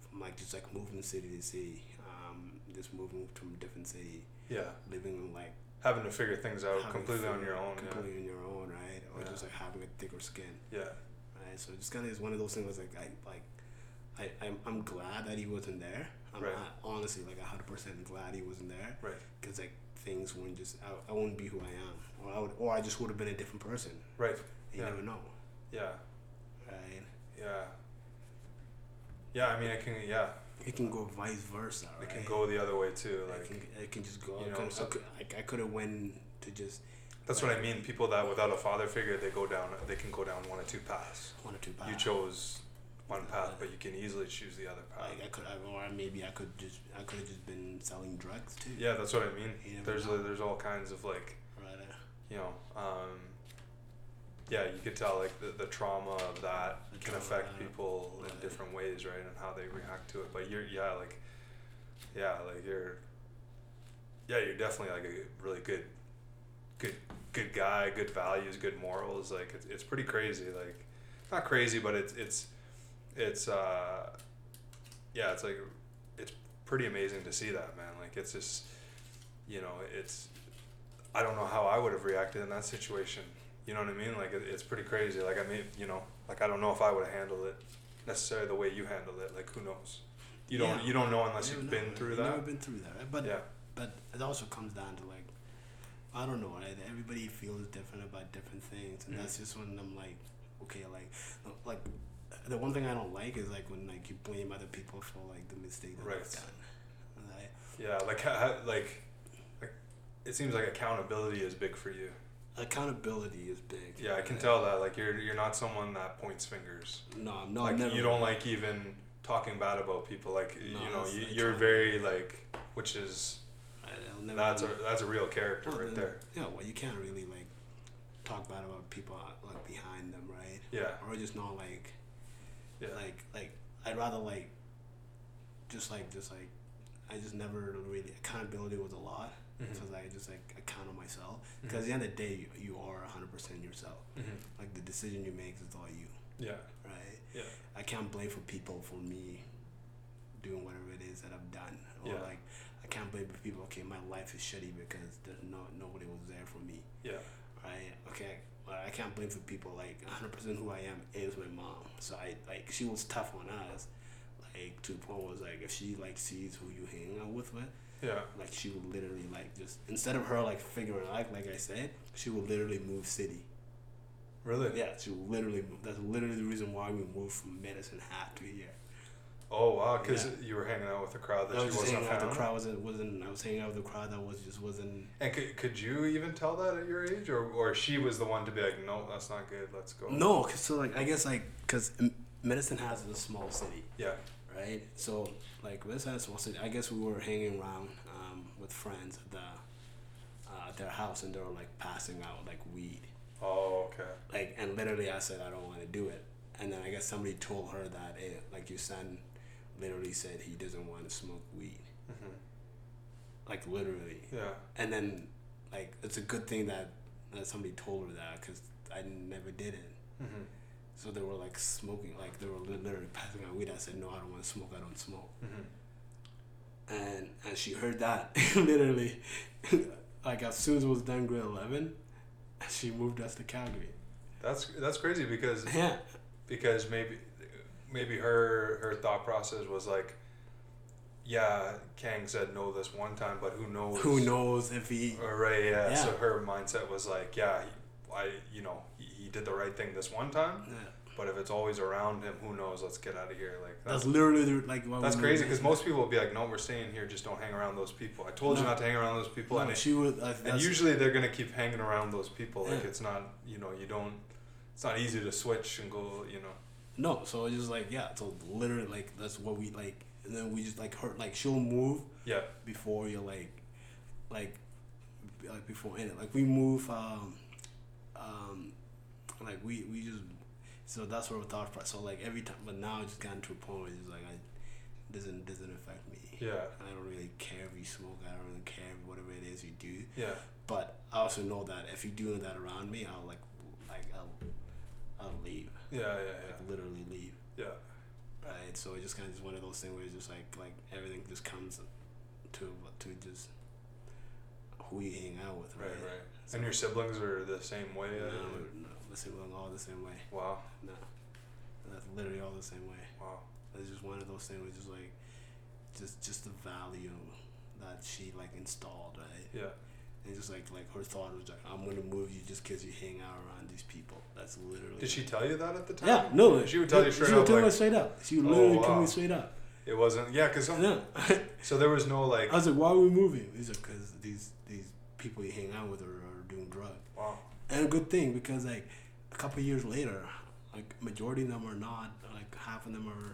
Speaker 4: From like just like moving city to city, um, just moving from different city,
Speaker 3: yeah
Speaker 4: living like
Speaker 3: having to figure things out
Speaker 4: having
Speaker 3: completely on
Speaker 4: food,
Speaker 3: your own
Speaker 4: completely on your own, right? Or
Speaker 3: Yeah.
Speaker 4: just like having a thicker skin.
Speaker 3: yeah yeah
Speaker 4: right? So just kind of is one of those things. Like I like, I I'm, I'm glad that he wasn't there. I'm
Speaker 3: Right.
Speaker 4: I- honestly like hundred percent glad he wasn't there
Speaker 3: right
Speaker 4: because like things wouldn't just I, I wouldn't be who I am, or I would, or I just would have been a different person.
Speaker 3: right
Speaker 4: You
Speaker 3: Yeah.
Speaker 4: never know,
Speaker 3: yeah
Speaker 4: right?
Speaker 3: yeah yeah i mean it can yeah
Speaker 4: It can go vice versa,
Speaker 3: it
Speaker 4: right?
Speaker 3: can go the other way too
Speaker 4: It
Speaker 3: like
Speaker 4: can, it can just go.
Speaker 3: you
Speaker 4: I
Speaker 3: know,
Speaker 4: could-
Speaker 3: so-
Speaker 4: I could, like, I could have went to just
Speaker 3: That's what I mean. People that without a father figure, they go down. They can go down one or two paths.
Speaker 4: one or two paths.
Speaker 3: You chose one path, but you can easily choose the other path.
Speaker 4: Like I could, I, or maybe I could just, I could have just been selling drugs too.
Speaker 3: Yeah, that's what I mean.
Speaker 4: You never
Speaker 3: There's
Speaker 4: know.
Speaker 3: there's all kinds of like
Speaker 4: Right. uh,
Speaker 3: you know, um, yeah, you could tell like the, the trauma of that
Speaker 4: The
Speaker 3: can
Speaker 4: trauma of
Speaker 3: affect
Speaker 4: that.
Speaker 3: people in
Speaker 4: Right.
Speaker 3: different ways, right, and how they react to it. But you're yeah, like yeah, like you're yeah, you're definitely like a really good, good, good guy, good values, good morals. Like it's it's pretty crazy. Like not crazy, but it's it's it's uh yeah, it's like it's pretty amazing to see that man. Like it's just you know it's I don't know how I would have reacted in that situation. You know what I mean? Like it, it's pretty crazy. Like I mean, you know, like I don't know if I would have handled it necessarily the way you handled it. Like who knows? You don't
Speaker 4: Yeah.
Speaker 3: you don't know unless
Speaker 4: You
Speaker 3: you've
Speaker 4: never know,
Speaker 3: been
Speaker 4: right?
Speaker 3: through
Speaker 4: You
Speaker 3: that.
Speaker 4: Never been through that, right? but
Speaker 3: yeah.
Speaker 4: but it also comes down to like I don't know, right? Everybody feels different about different things, and
Speaker 3: Mhm.
Speaker 4: that's just when I'm like, okay, like, like the one thing I don't like is like when like you blame other people for like the mistake that
Speaker 3: Right.
Speaker 4: they've done. Like,
Speaker 3: Yeah, like ha- ha- like like it seems like accountability is big for you.
Speaker 4: accountability is big.
Speaker 3: Yeah, I can
Speaker 4: right?
Speaker 3: tell that. Like you're you're not someone that points fingers.
Speaker 4: No, I'm not.
Speaker 3: like
Speaker 4: never,
Speaker 3: you don't like even talking bad about people. Like y-
Speaker 4: No,
Speaker 3: you know,
Speaker 4: that's-
Speaker 3: you,
Speaker 4: I
Speaker 3: you're
Speaker 4: try.
Speaker 3: very like, which is
Speaker 4: I- I'll never
Speaker 3: that's a
Speaker 4: really-
Speaker 3: that's a real character
Speaker 4: Well,
Speaker 3: right
Speaker 4: then-
Speaker 3: there.
Speaker 4: Yeah, well, you can't really like talk bad about people uh, like behind them, right?
Speaker 3: Yeah,
Speaker 4: Or just not like
Speaker 3: yeah,
Speaker 4: like like I'd rather like just like just like I just never really accountability was a lot
Speaker 3: Mhm.
Speaker 4: so like I just like account on myself
Speaker 3: Mm-hmm.
Speaker 4: because at the end of the day you, you are 100% yourself
Speaker 3: Mhm.
Speaker 4: like the decision you make is all you
Speaker 3: yeah,
Speaker 4: right
Speaker 3: yeah,
Speaker 4: I can't blame for people for me doing whatever it is that I've done or
Speaker 3: Yeah.
Speaker 4: like I can't blame for people okay my life is shitty because there's no nobody was there for me
Speaker 3: yeah,
Speaker 4: right? Okay, well, I can't blame for people. Like 100% who I am is my mom. So I like she was tough on us. Like like to the point where it's like if she like sees who you hang out with, with
Speaker 3: Yeah.
Speaker 4: like she would literally like just instead of her like figuring out like, like I said, she would literally move city.
Speaker 3: Really?
Speaker 4: Yeah, she would literally move. That's literally the reason why we moved from Medicine Hat to here.
Speaker 3: Oh wow, because
Speaker 4: Yeah.
Speaker 3: you were hanging out with a crowd that
Speaker 4: I
Speaker 3: you
Speaker 4: was just
Speaker 3: wasn't
Speaker 4: hanging out with
Speaker 3: found.
Speaker 4: the crowd wasn't wasn't I was hanging out with the crowd that was just wasn't
Speaker 3: And could, could you even tell that at your age, or or she was the one to be like, no, that's not good. Let's go.
Speaker 4: No, 'cause so like I guess like because Medicine Hat is a small city,
Speaker 3: Yeah.
Speaker 4: right? So like Medicine Hat is a small city. I guess we were hanging around um, with friends at the uh, at their house, and they were like passing out like weed,
Speaker 3: Oh okay.
Speaker 4: like and literally I said I don't want to do it, and then I guess somebody told her that eh, like your son literally said he doesn't want to smoke weed,
Speaker 3: hmm
Speaker 4: like literally,
Speaker 3: Yeah.
Speaker 4: and then like it's a good thing that, that somebody told her that because I never did it.
Speaker 3: Mm-hmm.
Speaker 4: So they were like smoking, like they were li- literally passing out weed. I said, "No, I don't want to smoke. I don't smoke."
Speaker 3: Mm-hmm.
Speaker 4: And and she heard that literally, like as soon as it was done grade eleven, she moved us to Calgary.
Speaker 3: That's that's crazy because
Speaker 4: Yeah,
Speaker 3: because maybe maybe her her thought process was like, yeah, Kang said no this one time, but who knows?
Speaker 4: who knows if he?
Speaker 3: All right. Yeah.
Speaker 4: Yeah.
Speaker 3: So her mindset was like, yeah, he, I you know he, he did the right thing this one time,
Speaker 4: Yeah.
Speaker 3: but if it's always around him, who knows? Let's get out of here. Like
Speaker 4: That's literally the, like why
Speaker 3: That's
Speaker 4: we
Speaker 3: crazy
Speaker 4: were-
Speaker 3: because most people will be like, "No, we're staying here. Just don't hang around those people." I told you
Speaker 4: No.
Speaker 3: not to hang around those people,
Speaker 4: No,
Speaker 3: and,
Speaker 4: she would. Like,
Speaker 3: and
Speaker 4: that's,
Speaker 3: usually they're gonna keep hanging around those people. Like
Speaker 4: Yeah.
Speaker 3: it's not, you know, you don't. It's not easy to switch and go, you know.
Speaker 4: no, so it's just like yeah. So literally, like that's what we like. And then we just like hurt. Like she'll move
Speaker 3: Yeah,
Speaker 4: before you're like like b- like before in it like we move um um like we we just so that's where we thought pro- so like every time but now it's gotten to a point where it's just like I doesn't doesn't affect me
Speaker 3: yeah,
Speaker 4: I don't really care if you smoke I don't really care whatever it is you do
Speaker 3: yeah,
Speaker 4: but I also know that if you're doing that around me I'll like like I'll I'll leave
Speaker 3: yeah, yeah,
Speaker 4: like literally leave
Speaker 3: yeah, yeah.
Speaker 4: right so it just kind of just one of those things where it's just like like everything just comes to to just who you hang out with
Speaker 3: Right,
Speaker 4: right
Speaker 3: right. And your siblings are the same way.
Speaker 4: no,
Speaker 3: uh,
Speaker 4: no, listen we're all the same way
Speaker 3: Wow,
Speaker 4: no that's literally all the same way
Speaker 3: wow.
Speaker 4: it's just one of those things where it's just like just just the value that she like installed right
Speaker 3: Yeah,
Speaker 4: and just like like her thought was like I'm gonna move you just because you hang out around these people that's literally
Speaker 3: did she tell you that at the time?
Speaker 4: yeah no
Speaker 3: She would tell you straight
Speaker 4: she would
Speaker 3: up,
Speaker 4: tell me
Speaker 3: like-
Speaker 4: straight up she would
Speaker 3: Oh,
Speaker 4: literally tell
Speaker 3: wow.
Speaker 4: me straight up
Speaker 3: It wasn't. Yeah, cause some,
Speaker 4: yeah Uh,
Speaker 3: so there was no like.
Speaker 4: I was like, why are we moving? He's like, because these these people you hang out with are, are doing drugs.
Speaker 3: Wow.
Speaker 4: And a good thing because like a couple years later, like majority of them are not. Like half of them are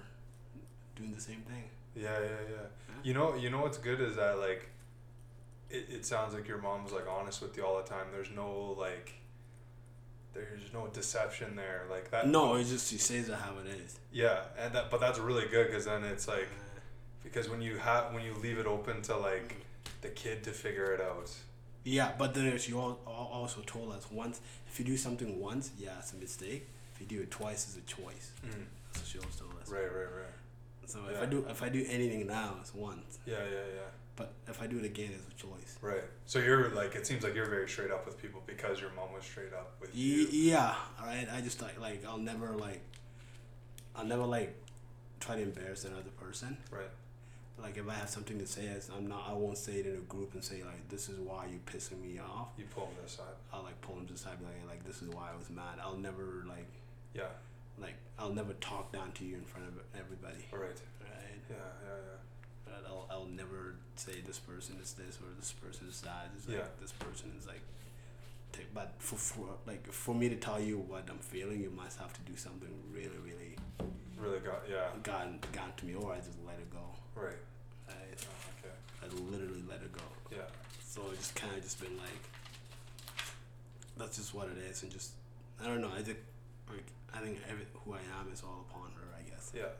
Speaker 4: doing the same thing.
Speaker 3: Yeah, yeah, yeah. You know, you know what's good is that like, it, it sounds like your mom's like honest with you all the time. There's no like, there's no deception there like that.
Speaker 4: No, it's just she says it how it is.
Speaker 3: Yeah, and that but that's really good because then it's like because when you have when you leave it open to like
Speaker 4: Mm-hmm.
Speaker 3: the kid to figure it out.
Speaker 4: Yeah, but then she al- al- also told us once if you do something once, yeah, it's a mistake. If you do it twice, it's a choice.
Speaker 3: Mm.
Speaker 4: That's what she always told us.
Speaker 3: Right, right, right.
Speaker 4: So if
Speaker 3: Yeah.
Speaker 4: I do if I do anything now, it's once.
Speaker 3: Yeah, yeah, yeah.
Speaker 4: But if I do it again, it's a choice.
Speaker 3: Right. So you're like it seems like you're very straight up with people because your mom was straight up with
Speaker 4: Y-
Speaker 3: you.
Speaker 4: Yeah, all right. I just like like I'll never like I'll never like try to embarrass another person.
Speaker 3: Right.
Speaker 4: Like if I have something to say, it's- I'm not. I won't say it in a group and say like this is why you pissing me off.
Speaker 3: You pull them aside.
Speaker 4: I'll like pull them to the side and be like like this is why I was mad. I'll never like
Speaker 3: Yeah.
Speaker 4: like I'll never talk down to you in front of everybody.
Speaker 3: Right.
Speaker 4: Right.
Speaker 3: Yeah, yeah,
Speaker 4: But I'll I'll never say this person is this or this person is that. It's like
Speaker 3: Yeah.
Speaker 4: this person is like. take- But for, for like for me to tell you what I'm feeling, you must have to do something really, really
Speaker 3: yeah. Really got yeah.
Speaker 4: gotten gotten to me, or I just let it go.
Speaker 3: Right.
Speaker 4: I,
Speaker 3: Oh, okay.
Speaker 4: I literally let it go.
Speaker 3: Yeah.
Speaker 4: So it's just kind of just been like, that's just what it is, and just I don't know. I think like I think every, who I am is all upon her. I guess.
Speaker 3: Yeah.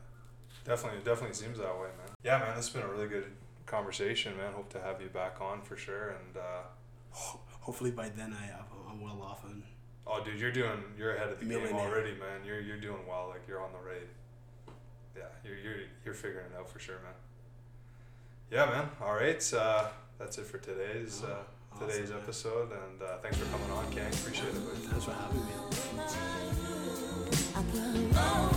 Speaker 3: Definitely, it definitely seems that way, man. Yeah, man, this has been a really good conversation, man. Hope to have you back on for sure. And uh,
Speaker 4: Ho- hopefully by then I I'm well off and
Speaker 3: oh, dude, you're doing you're ahead of the game
Speaker 4: Millionaire.
Speaker 3: already, man. You're you're doing well. Like you're on the raid. Yeah, you're you're you're figuring it out for sure, man. Yeah, man. All right, uh, that's it for today's uh,
Speaker 4: Oh, Awesome,
Speaker 3: today's
Speaker 4: man.
Speaker 3: episode, and uh, thanks for coming on, Kang. Appreciate it. bud.
Speaker 4: thanks for having me.
Speaker 1: I will